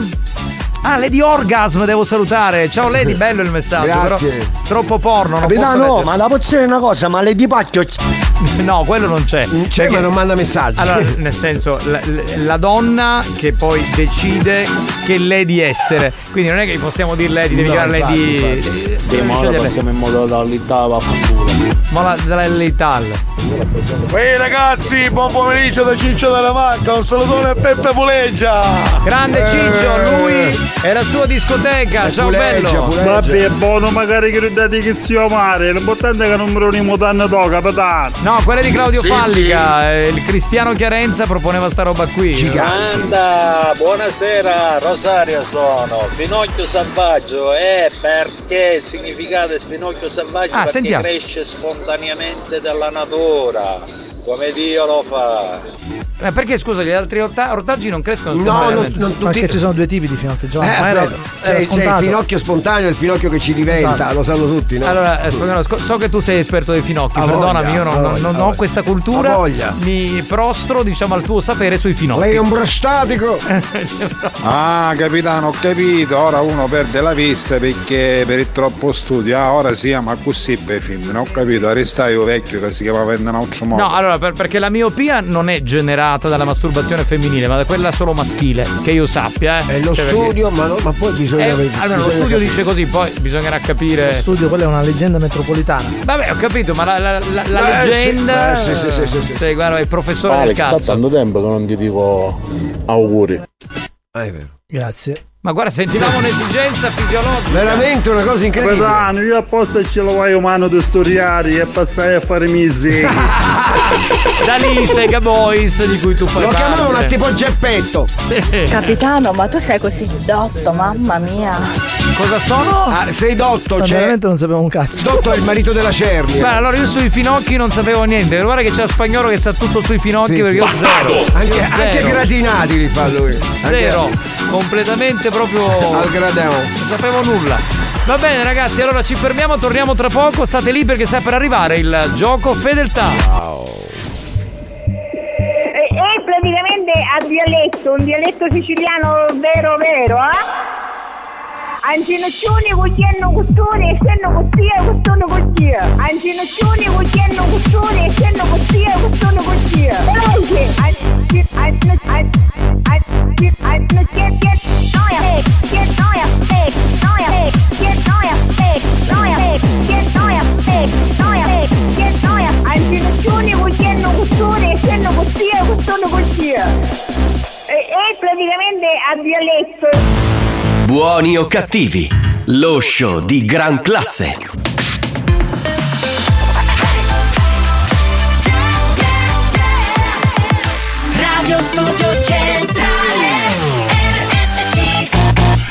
Speaker 3: Ah, Lady Orgasm devo salutare. Ciao Lady, bello il messaggio.
Speaker 2: Grazie.
Speaker 3: Però troppo porno, non posso
Speaker 2: Capitano,
Speaker 3: leggere.
Speaker 2: ma la posso dire una cosa, ma le di pacchio. Mm, eh,
Speaker 3: No, quello non c'è.
Speaker 5: C'è,
Speaker 3: Perché-
Speaker 5: ma non manda messaggi.
Speaker 3: Allora, nel senso, la, la- la donna che poi decide che lei di essere. Quindi non è che possiamo dire lei di Eh, devi
Speaker 67: No,
Speaker 3: girare lei
Speaker 67: infatti,
Speaker 3: di.
Speaker 67: infatti.
Speaker 3: eh,
Speaker 67: Sì, ma ora
Speaker 3: scegliere-
Speaker 67: passiamo in modo dall'Italia, vaffanculo.
Speaker 3: Ma la, la- l'Ital.
Speaker 2: Ehi ragazzi, buon pomeriggio da Ciccio della Macca, un salutone a Peppe Puleggia. Eh.
Speaker 3: Grande Ciccio, lui è la sua discoteca. Ciao bello.
Speaker 64: Vabbè, buono magari che dati che zio mare. L'importante è che non me lo rimo tanto to, capitano.
Speaker 3: No, quella di Claudio Fallica, eh, il Cristiano Chiarenza proponeva sta roba qui.
Speaker 2: Anda, buonasera, Rosario sono, Finocchio Selvaggio, eh, perché il significato è Finocchio Selvaggio?
Speaker 3: Ah,
Speaker 2: perché
Speaker 3: sentiamo.
Speaker 2: cresce spontaneamente dalla natura, come Dio lo fa.
Speaker 3: Ma Eh, perché scusa, gli altri orta- ortaggi non crescono
Speaker 5: No,
Speaker 3: spontaneamente?
Speaker 5: non- non
Speaker 65: Perché ci sono due tipi di finocchio
Speaker 5: Eh, cioè,
Speaker 65: Giovanni. ma era,
Speaker 5: aspetta,
Speaker 65: era
Speaker 5: c'è, c'è il
Speaker 65: scontato.
Speaker 5: finocchio spontaneo e il finocchio che ci diventa,
Speaker 3: Esatto.
Speaker 5: lo sanno tutti, no?
Speaker 3: Allora, eh, Spagnolo, sco- so che tu sei esperto dei finocchi,
Speaker 5: Ha voglia,
Speaker 3: perdonami, io
Speaker 5: ha
Speaker 3: non, non-
Speaker 5: voglia,
Speaker 3: non
Speaker 5: ha
Speaker 3: ho
Speaker 5: voglia.
Speaker 3: questa
Speaker 5: Ha
Speaker 3: cultura.
Speaker 5: voglia.
Speaker 3: Mi prostro, diciamo, al tuo sapere sui finocchi.
Speaker 5: Lei è un brostatico!
Speaker 12: Ah, capitano, ho capito. Ora uno perde la vista perché per il troppo studio. Ah, ora si chiama così per i film. Non ho capito. Restai io vecchio che si chiamava in un altro modo.
Speaker 3: No, allora, per- perché la miopia non è generata dalla masturbazione femminile, ma da quella solo maschile, che io sappia. Eh.
Speaker 5: È lo
Speaker 3: Cioè, perché-
Speaker 5: studio, ma, no- ma poi bisogna
Speaker 3: Eh,
Speaker 5: vedere.
Speaker 3: allora, lo
Speaker 5: bisogna
Speaker 3: studio
Speaker 5: capire.
Speaker 3: dice così, poi bisognerà
Speaker 65: Lo
Speaker 3: capire.
Speaker 65: studio, quella è una leggenda metropolitana.
Speaker 3: Vabbè, ho capito, ma la, la- la- la
Speaker 65: Eh, sì.
Speaker 3: leggenda.
Speaker 65: Eh, sì, sì, sì, sì, sì.
Speaker 3: Sei, guarda, è il professore del
Speaker 21: Alex, sta
Speaker 3: cazzo.
Speaker 21: tanto tempo che non ti dico auguri.
Speaker 5: Ah, è vero.
Speaker 65: Grazie.
Speaker 3: Ma guarda, sentivamo un'esigenza fisiologica.
Speaker 5: Veramente una cosa incredibile.
Speaker 2: Capitano, io apposta ce lo vai umano di storiari e passai a fare miseri.
Speaker 3: da lì i Sega Boys di cui tu fai
Speaker 5: Lo chiamavano
Speaker 3: parte.
Speaker 5: tipo Geppetto.
Speaker 3: Eh.
Speaker 31: Capitano, ma tu sei così dotto, mamma mia.
Speaker 3: Cosa sono?
Speaker 5: Ah, sei dotto,
Speaker 68: Ma
Speaker 5: c'è.
Speaker 68: veramente non sapevo un cazzo.
Speaker 5: Dotto è il marito della Cernia.
Speaker 3: Guarda, allora io sui finocchi non sapevo niente. Guarda che c'è spagnolo che sa tutto sui finocchi
Speaker 5: Sì,
Speaker 3: perché io
Speaker 5: sì.
Speaker 3: zero.
Speaker 5: Anche,
Speaker 3: Io
Speaker 5: anche
Speaker 3: zero.
Speaker 5: gratinati li fa lui. Anche-
Speaker 3: Zero. Completamente proprio.
Speaker 5: Al gradeo.
Speaker 3: Non sapevo nulla. Va bene ragazzi, allora ci fermiamo, torniamo tra poco, state lì perché sta per arrivare il gioco fedeltà.
Speaker 13: E, e Eh, praticamente a dialetto, un dialetto siciliano vero vero, eh? Ancinoccioni, cugliano costone, essendo costia, costone costia. Ancinoccioni, cugliano costone, essendo costia, costone costia. Veloce! Anci- anci- anci- anci- ancinocchietti, noia, che noia, eh, noia, eh, che noia, eh, noia, eh, che noia, eh, noia, eh, che noia. Ancinoccioni, cugliano costone, essendo costia, costone costia. E, e praticamente a dialetto.
Speaker 1: Buoni o cattivi, lo show di gran classe.
Speaker 69: Radio Studio Centrale RSC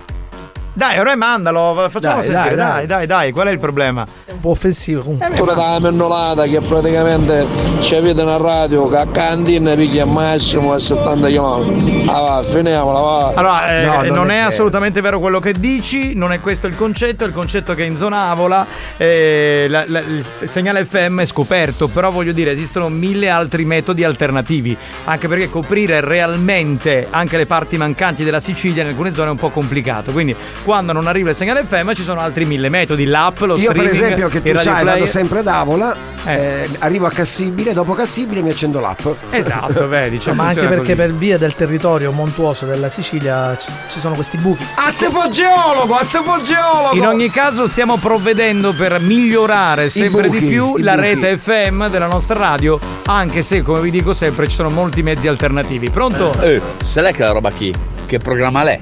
Speaker 3: Dai, ormai mandalo, facciamo
Speaker 27: Dai,
Speaker 3: sentire, dai,
Speaker 27: dai,
Speaker 3: dai, dai, qual è il problema?
Speaker 70: Un po' offensivo
Speaker 3: Eh,
Speaker 70: comunque.
Speaker 27: Direttore della Mennolata che praticamente ci avete una radio che a Cantin picchia massimo a 70 km. Ah, va, finiamola, va.
Speaker 3: Allora, eh,
Speaker 27: No,
Speaker 3: non, è,
Speaker 27: vero.
Speaker 3: assolutamente vero quello che dici, non è questo il concetto, il concetto è che in zona Avola eh, la- la- il f- segnale FM è scoperto, però voglio dire esistono mille altri metodi alternativi, anche perché coprire realmente anche le parti mancanti della Sicilia in alcune zone è un po' complicato, quindi quando non arriva il segnale FM ci sono altri mille metodi, l'app, lo
Speaker 5: Io per
Speaker 3: streaming,
Speaker 5: esempio che
Speaker 3: il
Speaker 5: tu
Speaker 3: radio
Speaker 5: sai vado
Speaker 3: player.
Speaker 5: sempre ad Avola, eh, arrivo a Cassibile, dopo Cassibile mi accendo l'app.
Speaker 3: Esatto, vedi, cioè
Speaker 5: Ma
Speaker 70: Ma anche
Speaker 3: funziona
Speaker 70: perché
Speaker 3: così.
Speaker 70: per via del territorio montuoso della Sicilia ci, ci sono questi buchi.
Speaker 5: Attepogeologo, attepogeologo!
Speaker 3: In ogni caso stiamo provvedendo per migliorare sempre
Speaker 5: buchi,
Speaker 3: di più
Speaker 5: i
Speaker 3: la
Speaker 5: buchi.
Speaker 3: rete FM della nostra radio, anche se come vi dico sempre ci sono molti mezzi alternativi. Pronto?
Speaker 1: Eh, se l'è che la roba chi? Che programma l'è?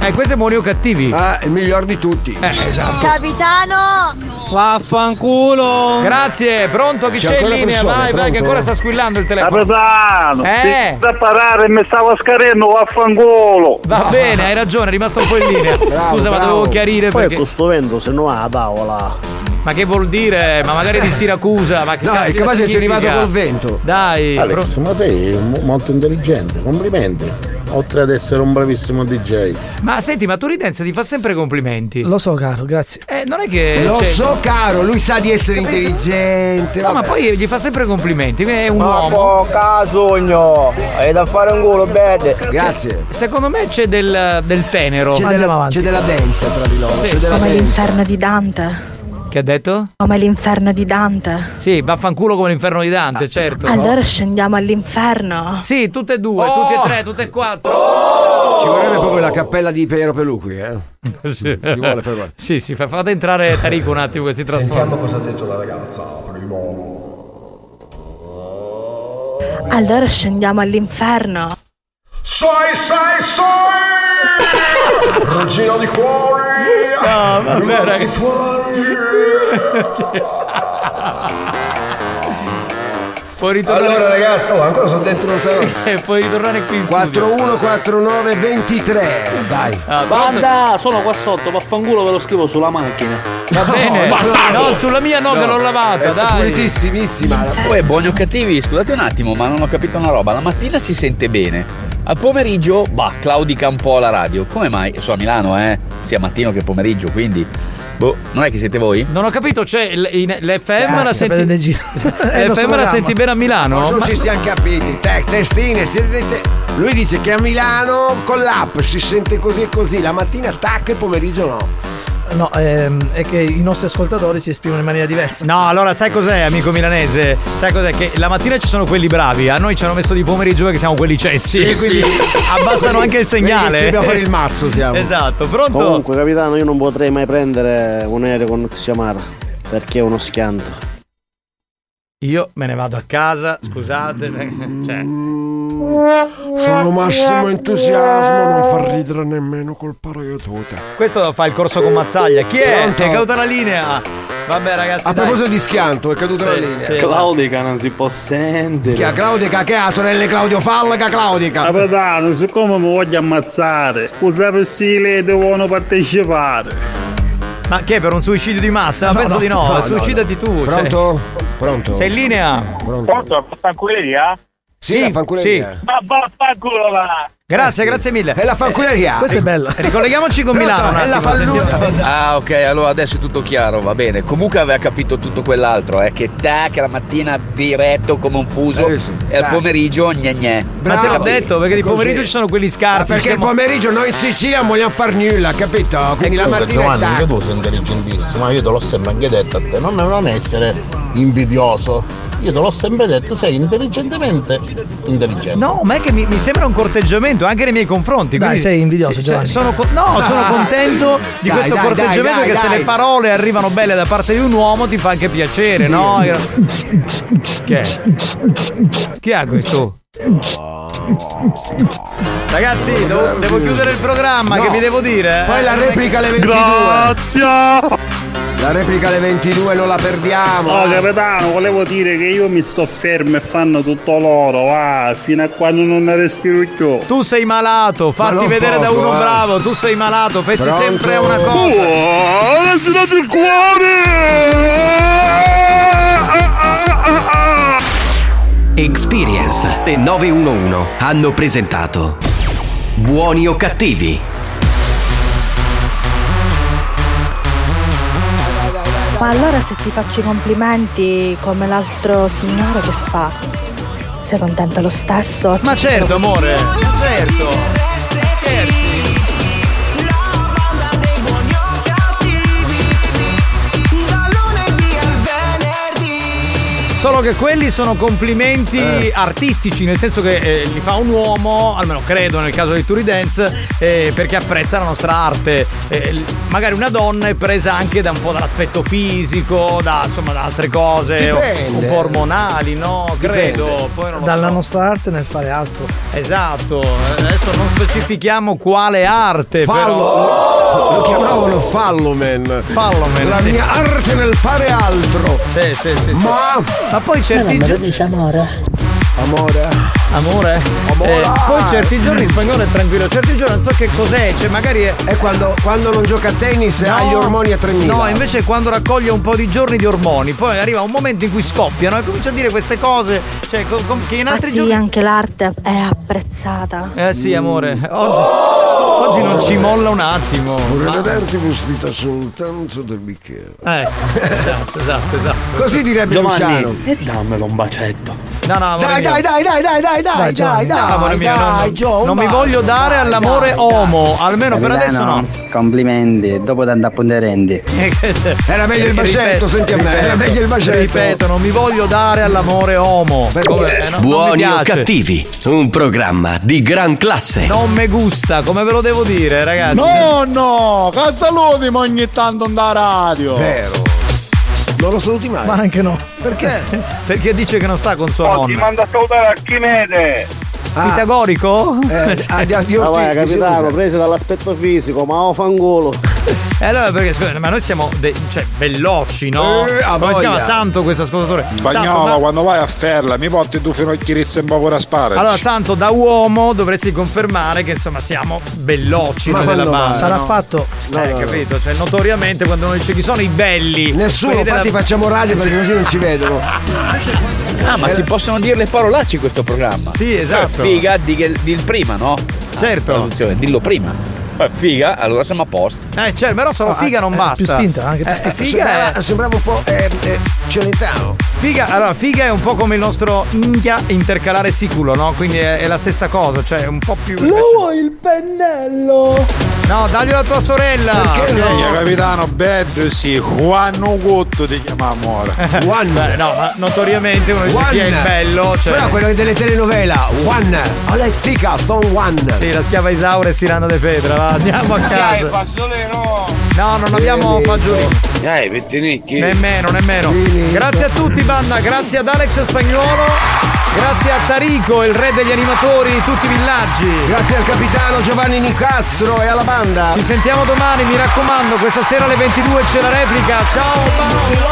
Speaker 3: Eh, questo è Buoni o Cattivi.
Speaker 5: Ah, il miglior di tutti.
Speaker 3: Eh, esatto.
Speaker 13: Capitano!
Speaker 3: Vaffanculo! Grazie, pronto chi
Speaker 13: C'è
Speaker 3: c'è in
Speaker 13: ancora
Speaker 3: linea?
Speaker 13: persone,
Speaker 3: vai, vai, che
Speaker 13: pronto?
Speaker 3: ancora sta squillando il telefono.
Speaker 13: Capitano!
Speaker 3: Eh.
Speaker 13: Eh! Da parare mi stavo scarendo, vaffanculo!
Speaker 3: Va bene, hai ragione, è rimasto un po' in linea. Scusa, ma dovevo chiarire
Speaker 2: Poi
Speaker 3: perché.
Speaker 2: con sto vento se no a tavola.
Speaker 3: Ma che vuol dire? Ma magari di Siracusa, ma che
Speaker 2: No,
Speaker 3: cazzo
Speaker 2: è capace che ci è
Speaker 3: significa?
Speaker 2: arrivato col
Speaker 5: vento.
Speaker 3: Dai,
Speaker 21: Alex, ma sei mo- molto intelligente, complimenti. Oltre ad essere un bravissimo DJ.
Speaker 3: Ma senti, ma Turidenza ti fa sempre complimenti.
Speaker 70: Lo so, caro, grazie.
Speaker 3: Eh, non è che.
Speaker 5: Lo
Speaker 3: cioè-
Speaker 5: so caro, lui sa di essere
Speaker 3: Capito?
Speaker 5: intelligente.
Speaker 3: No, ma
Speaker 5: vabbè.
Speaker 3: poi gli fa sempre complimenti, è un
Speaker 2: Ma
Speaker 3: uomo.
Speaker 2: poca sogno! Hai da fare un culo, bene!
Speaker 5: Grazie.
Speaker 3: Secondo me c'è del, del tenero.
Speaker 5: C'è della- c'è della densa tra di loro.
Speaker 3: Sì.
Speaker 5: C'è della
Speaker 31: Come
Speaker 5: densa.
Speaker 31: l'inferno di Dante.
Speaker 3: Che ha detto?
Speaker 31: Come l'inferno di Dante.
Speaker 3: Sì, vaffanculo come l'inferno di
Speaker 5: Ah.
Speaker 3: Dante, certo.
Speaker 31: Allora scendiamo all'inferno.
Speaker 3: Sì, tutte e due, tutti e
Speaker 5: Oh!
Speaker 3: tre, tutte e quattro.
Speaker 5: Ci vorrebbe proprio la cappella di Piero Peluqui, eh.
Speaker 3: Sì,
Speaker 5: ci vuole per guarda.
Speaker 3: Sì, sì, fa- fate entrare Tarico un attimo che si trasforma.
Speaker 5: cosa ha detto la ragazza prima.
Speaker 31: Allora scendiamo all'inferno.
Speaker 2: Sai, sai, sai! Regina di cuori!
Speaker 3: No, vabbè,
Speaker 2: di
Speaker 3: ragazzi.
Speaker 2: fuori!
Speaker 3: Puoi ritornare.
Speaker 5: Allora ragazzi, oh, ancora sono dentro lo salone.
Speaker 3: E puoi ritornare qui in studio.
Speaker 5: 414923, dai.
Speaker 3: Ah,
Speaker 71: Banda, sono qua sotto, vaffanculo ve lo scrivo sulla macchina.
Speaker 3: Va bene. No, sulla mia no, che l'ho lavata, dai.
Speaker 1: Poi buoni o cattivi, scusate un attimo, ma non ho capito una roba. La mattina si sente bene. Al pomeriggio, bah, claudica un po' la radio. Come mai? Sono a Milano, eh. Sia mattino che pomeriggio, quindi. Boh, non è che siete voi?
Speaker 3: Non ho capito, c'è l- in- l'FM
Speaker 1: Ah,
Speaker 3: la
Speaker 1: ci
Speaker 3: senti.
Speaker 1: prendete in
Speaker 3: L'FM la
Speaker 5: programma.
Speaker 3: senti bene a Milano?
Speaker 5: non
Speaker 3: Ma-
Speaker 5: ci siamo capiti. Te, testine, siete dei te- Lui dice che a Milano con l'app si sente così e così, la mattina tac e il pomeriggio no.
Speaker 70: No, ehm, è che i nostri ascoltatori si esprimono in maniera diversa.
Speaker 3: No, allora sai cos'è, amico milanese? Sai cos'è? Che la mattina ci sono quelli bravi, a noi ci hanno messo di pomeriggio perché siamo quelli cessi.
Speaker 5: Sì,
Speaker 3: quindi
Speaker 5: sì.
Speaker 3: abbassano anche il segnale.
Speaker 5: Ci dobbiamo fare il mazzo siamo. Oh.
Speaker 3: Esatto, pronto?
Speaker 2: Comunque, capitano, io non potrei mai prendere un aereo con Xiamara perché è uno schianto.
Speaker 3: Io me ne vado a casa, scusate. Cioè.
Speaker 5: Sono massimo entusiasmo, non far ridere nemmeno col paraiotota.
Speaker 3: Questo fa il corso con Mazzaglia. Chi è?
Speaker 5: Pronto?
Speaker 3: È caduta la linea. Vabbè, ragazzi.
Speaker 5: A
Speaker 3: dai.
Speaker 5: proposito di schianto, è caduta la
Speaker 3: Sì,
Speaker 5: linea.
Speaker 3: sì,
Speaker 71: Claudica non si può sentire.
Speaker 5: Chi ha Claudica? Che ha sorelle Claudio Fallaca Claudica?
Speaker 72: Capitano, siccome mi voglio ammazzare, usate stile devono partecipare.
Speaker 3: Ma che è per un suicidio di massa?
Speaker 72: No,
Speaker 3: Penso
Speaker 72: no,
Speaker 3: di no.
Speaker 72: no, no,
Speaker 3: Suicidati tu.
Speaker 5: Pronto?
Speaker 3: Pronto? Sei in linea?
Speaker 2: Pronto, fanculeria?
Speaker 3: Sì, la fanculeria. sì.
Speaker 2: Ma vaffanculo là!
Speaker 3: Grazie, grazie mille.
Speaker 5: È la fanculeria.
Speaker 3: Questo è bello. Ricolleghiamoci con Milano. un attimo, sentiamo.
Speaker 1: Ah, ok, allora adesso è tutto chiaro, va bene. Comunque aveva capito tutto quell'altro, eh. Che tac, la mattina diretto come un fuso.
Speaker 3: Eh,
Speaker 1: e al
Speaker 5: dai.
Speaker 1: pomeriggio gne gne.
Speaker 3: Ma te l'ho detto perché di
Speaker 5: Così.
Speaker 3: pomeriggio ci sono quelli scarsi.
Speaker 5: perché
Speaker 3: siamo- Eh.
Speaker 5: il pomeriggio noi in Sicilia non vogliamo far nulla, capito? Quindi la
Speaker 21: Scusa
Speaker 5: mattina è
Speaker 21: Giovanni,
Speaker 5: tac.
Speaker 21: che tu sei intelligentissimo, ma io te l'ho sempre anche detto a te, non, non essere invidioso. Io te l'ho sempre detto, sei intelligentemente intelligente.
Speaker 3: No, Oh, ma è che mi, mi sembra un corteggiamento anche nei miei confronti.
Speaker 21: Dai,
Speaker 3: quindi-
Speaker 21: sei invidioso,
Speaker 3: Sì,
Speaker 21: Giovanni.
Speaker 3: sono co- no, sono
Speaker 21: Ah.
Speaker 3: contento di
Speaker 21: Dai,
Speaker 3: questo
Speaker 21: dai,
Speaker 3: corteggiamento
Speaker 21: dai,
Speaker 3: che
Speaker 21: dai,
Speaker 3: se
Speaker 21: dai.
Speaker 3: le parole arrivano belle da parte di un uomo ti fa anche piacere, no? Che è? Chi ha questo? Ragazzi, devo, devo chiudere il programma,
Speaker 5: No.
Speaker 3: che vi devo dire? eh?
Speaker 5: Poi la replica alle 22. La replica alle 22 non la perdiamo.
Speaker 2: No,
Speaker 5: eh.
Speaker 2: capitano, volevo dire che io mi sto fermo e fanno tutto loro, va, fino a quando non ne respiro più.
Speaker 3: Tu sei malato, fatti
Speaker 2: non
Speaker 3: vedere da
Speaker 2: poco,
Speaker 3: uno
Speaker 2: eh.
Speaker 3: bravo, tu sei malato, pensi
Speaker 2: Pronto?
Speaker 3: sempre a una cosa.
Speaker 73: Oh, si date il Ah, cuore!
Speaker 1: Experience e 911 hanno presentato Buoni o cattivi?
Speaker 31: Ma allora se ti faccio i complimenti come l'altro signore che fa, sei contento lo stesso?
Speaker 3: Ma certo, amore, certo. Solo che quelli sono complimenti artistici, nel senso che eh, li fa un uomo, almeno credo nel caso di Turi Dance, eh, perché apprezza la nostra arte. Eh, l- magari una donna è presa anche da un po' dall'aspetto fisico, da, insomma da altre cose, o-
Speaker 74: Dipende.
Speaker 3: un po' ormonali, no? Credo. Poi non lo
Speaker 74: Dalla
Speaker 3: so.
Speaker 74: nostra arte nel fare altro.
Speaker 3: Esatto, adesso non specifichiamo quale arte, però.
Speaker 5: Lo chiamavano Falloman.
Speaker 3: Falloman,
Speaker 5: La
Speaker 3: sì.
Speaker 5: mia arte nel fare altro. Mm,
Speaker 3: Sì, sì, sì. sì.
Speaker 5: Ma,
Speaker 3: Ma poi certi
Speaker 5: me lo
Speaker 3: dici amore. Amore. Amore. Eh, poi certi giorni in spagnolo è tranquillo, certi giorni non so che cos'è, cioè magari è.
Speaker 5: quando, quando non gioca a tennis ha gli ormoni a 3000.
Speaker 3: No, invece quando raccoglie un po' di giorni di ormoni, poi arriva un momento in cui scoppiano e comincia a dire queste cose, cioè co- com- che in
Speaker 31: Ma
Speaker 3: altri
Speaker 31: Ah sì,
Speaker 3: giorni...
Speaker 31: anche l'arte è apprezzata.
Speaker 3: Eh sì, amore, oggi, oggi non ci molla un attimo.
Speaker 5: Vorrei
Speaker 3: ma-
Speaker 5: vederti vestita soltanto del bicchiere.
Speaker 3: Eh, esatto, esatto, esatto.
Speaker 5: Così direbbe
Speaker 3: Giovanni.
Speaker 5: Luciano.
Speaker 2: Eh,
Speaker 3: Dammelo un bacetto. No, no, amore
Speaker 5: Dai,
Speaker 3: mio.
Speaker 5: dai, dai, dai, dai, dai,
Speaker 3: Dai,
Speaker 5: dai,
Speaker 3: Giovanni.
Speaker 5: dai,
Speaker 3: No, amore
Speaker 5: dai,
Speaker 3: mio, no, no.
Speaker 5: dai, Gio, un
Speaker 3: Non mi
Speaker 5: bacio,
Speaker 3: voglio dare
Speaker 5: dai,
Speaker 3: all'amore
Speaker 5: dai,
Speaker 3: omo, almeno per adesso no. Eh,
Speaker 6: Complimenti, dopo tanto appunterenti.
Speaker 3: Era
Speaker 5: meglio il bacetto, senti a me, era meglio il bacetto.
Speaker 3: Ripeto, non mi voglio dare all'amore omo. Come- eh, no, non mi
Speaker 1: Buoni o
Speaker 3: piace.
Speaker 1: cattivi? Un programma di gran classe.
Speaker 3: Non me gusta, come ve lo devo dire, ragazzi?
Speaker 75: Nonno, che saluti ma ogni tanto da radio.
Speaker 3: Vero.
Speaker 5: Non lo saluti mai.
Speaker 74: Ma anche no.
Speaker 3: Perché? Perché dice che non sta con sua
Speaker 76: Oh, ti
Speaker 3: nonna.
Speaker 76: manda a salutare Archimede!
Speaker 5: Ah.
Speaker 3: Pitagorico?
Speaker 5: Eh,
Speaker 77: Ma Ah, vai, capitano, prese dall'aspetto fisico, ma ho fangolo.
Speaker 3: E Eh, allora perché scusa, ma noi siamo de- cioè veloci, no?
Speaker 12: Eh, a
Speaker 3: Come si chiama
Speaker 12: voglia.
Speaker 3: Santo questo ascoltatore? Santo,
Speaker 12: Bagnola,
Speaker 3: ma-
Speaker 12: quando vai a Ferla, mi porti tu fino a Chirizza in Bavora Spara.
Speaker 3: Allora Santo da uomo dovresti confermare che insomma siamo veloci
Speaker 12: Ma
Speaker 3: noi della
Speaker 12: quando va?
Speaker 3: base.
Speaker 5: Sarà
Speaker 3: no?
Speaker 5: fatto. No,
Speaker 3: eh,
Speaker 5: no, no.
Speaker 3: capito? Cioè notoriamente quando uno dice chi sono i belli.
Speaker 5: Nessuno,
Speaker 3: quelli della-
Speaker 5: infatti facciamo radio perché così non ci vedono. Eh.
Speaker 78: Ah, ma si possono dire le parolacce in questo programma?
Speaker 3: Sì, esatto.
Speaker 78: Eh, Figa, di, di prima, no?
Speaker 3: Certo.
Speaker 78: Traduzione, dillo prima. Eh, Figa, allora siamo a posto.
Speaker 3: Eh, certo, però
Speaker 5: Ah,
Speaker 3: solo figa non basta. Eh, eh, figa è.
Speaker 5: sembrava, sembrava un po' eh, eh, Celentano.
Speaker 3: Figa, allora, figa è un po' come il nostro inghia intercalare siculo, no? Quindi è, è la stessa cosa, cioè è un po' più.
Speaker 73: vuoi il pennello?
Speaker 3: No, daglielo a tua sorella!
Speaker 12: Minchia, capitano Bad sì, Juan Gotto ti chiamiamo ora.
Speaker 5: Juan.
Speaker 3: Beh, no, ma notoriamente uno dice chi è il bello. Cioè...
Speaker 5: Però quello delle telenovela, One. Alla fica, son One.
Speaker 3: Sì, la schiava Isaura e Sirano De Petra, va, andiamo a casa. No,
Speaker 5: Eh.
Speaker 3: non abbiamo fagiolini.
Speaker 12: Dai, pettinicchi.
Speaker 3: Nemmeno, nemmeno. Grazie a tutti, banda. Grazie ad Alex Spagnuolo. Grazie a Tarico, il re degli animatori di tutti i villaggi.
Speaker 5: Grazie al capitano Giovanni Nicastro e alla banda.
Speaker 3: Ci sentiamo domani, mi raccomando. Questa sera alle 22 c'è la replica. Ciao, banda.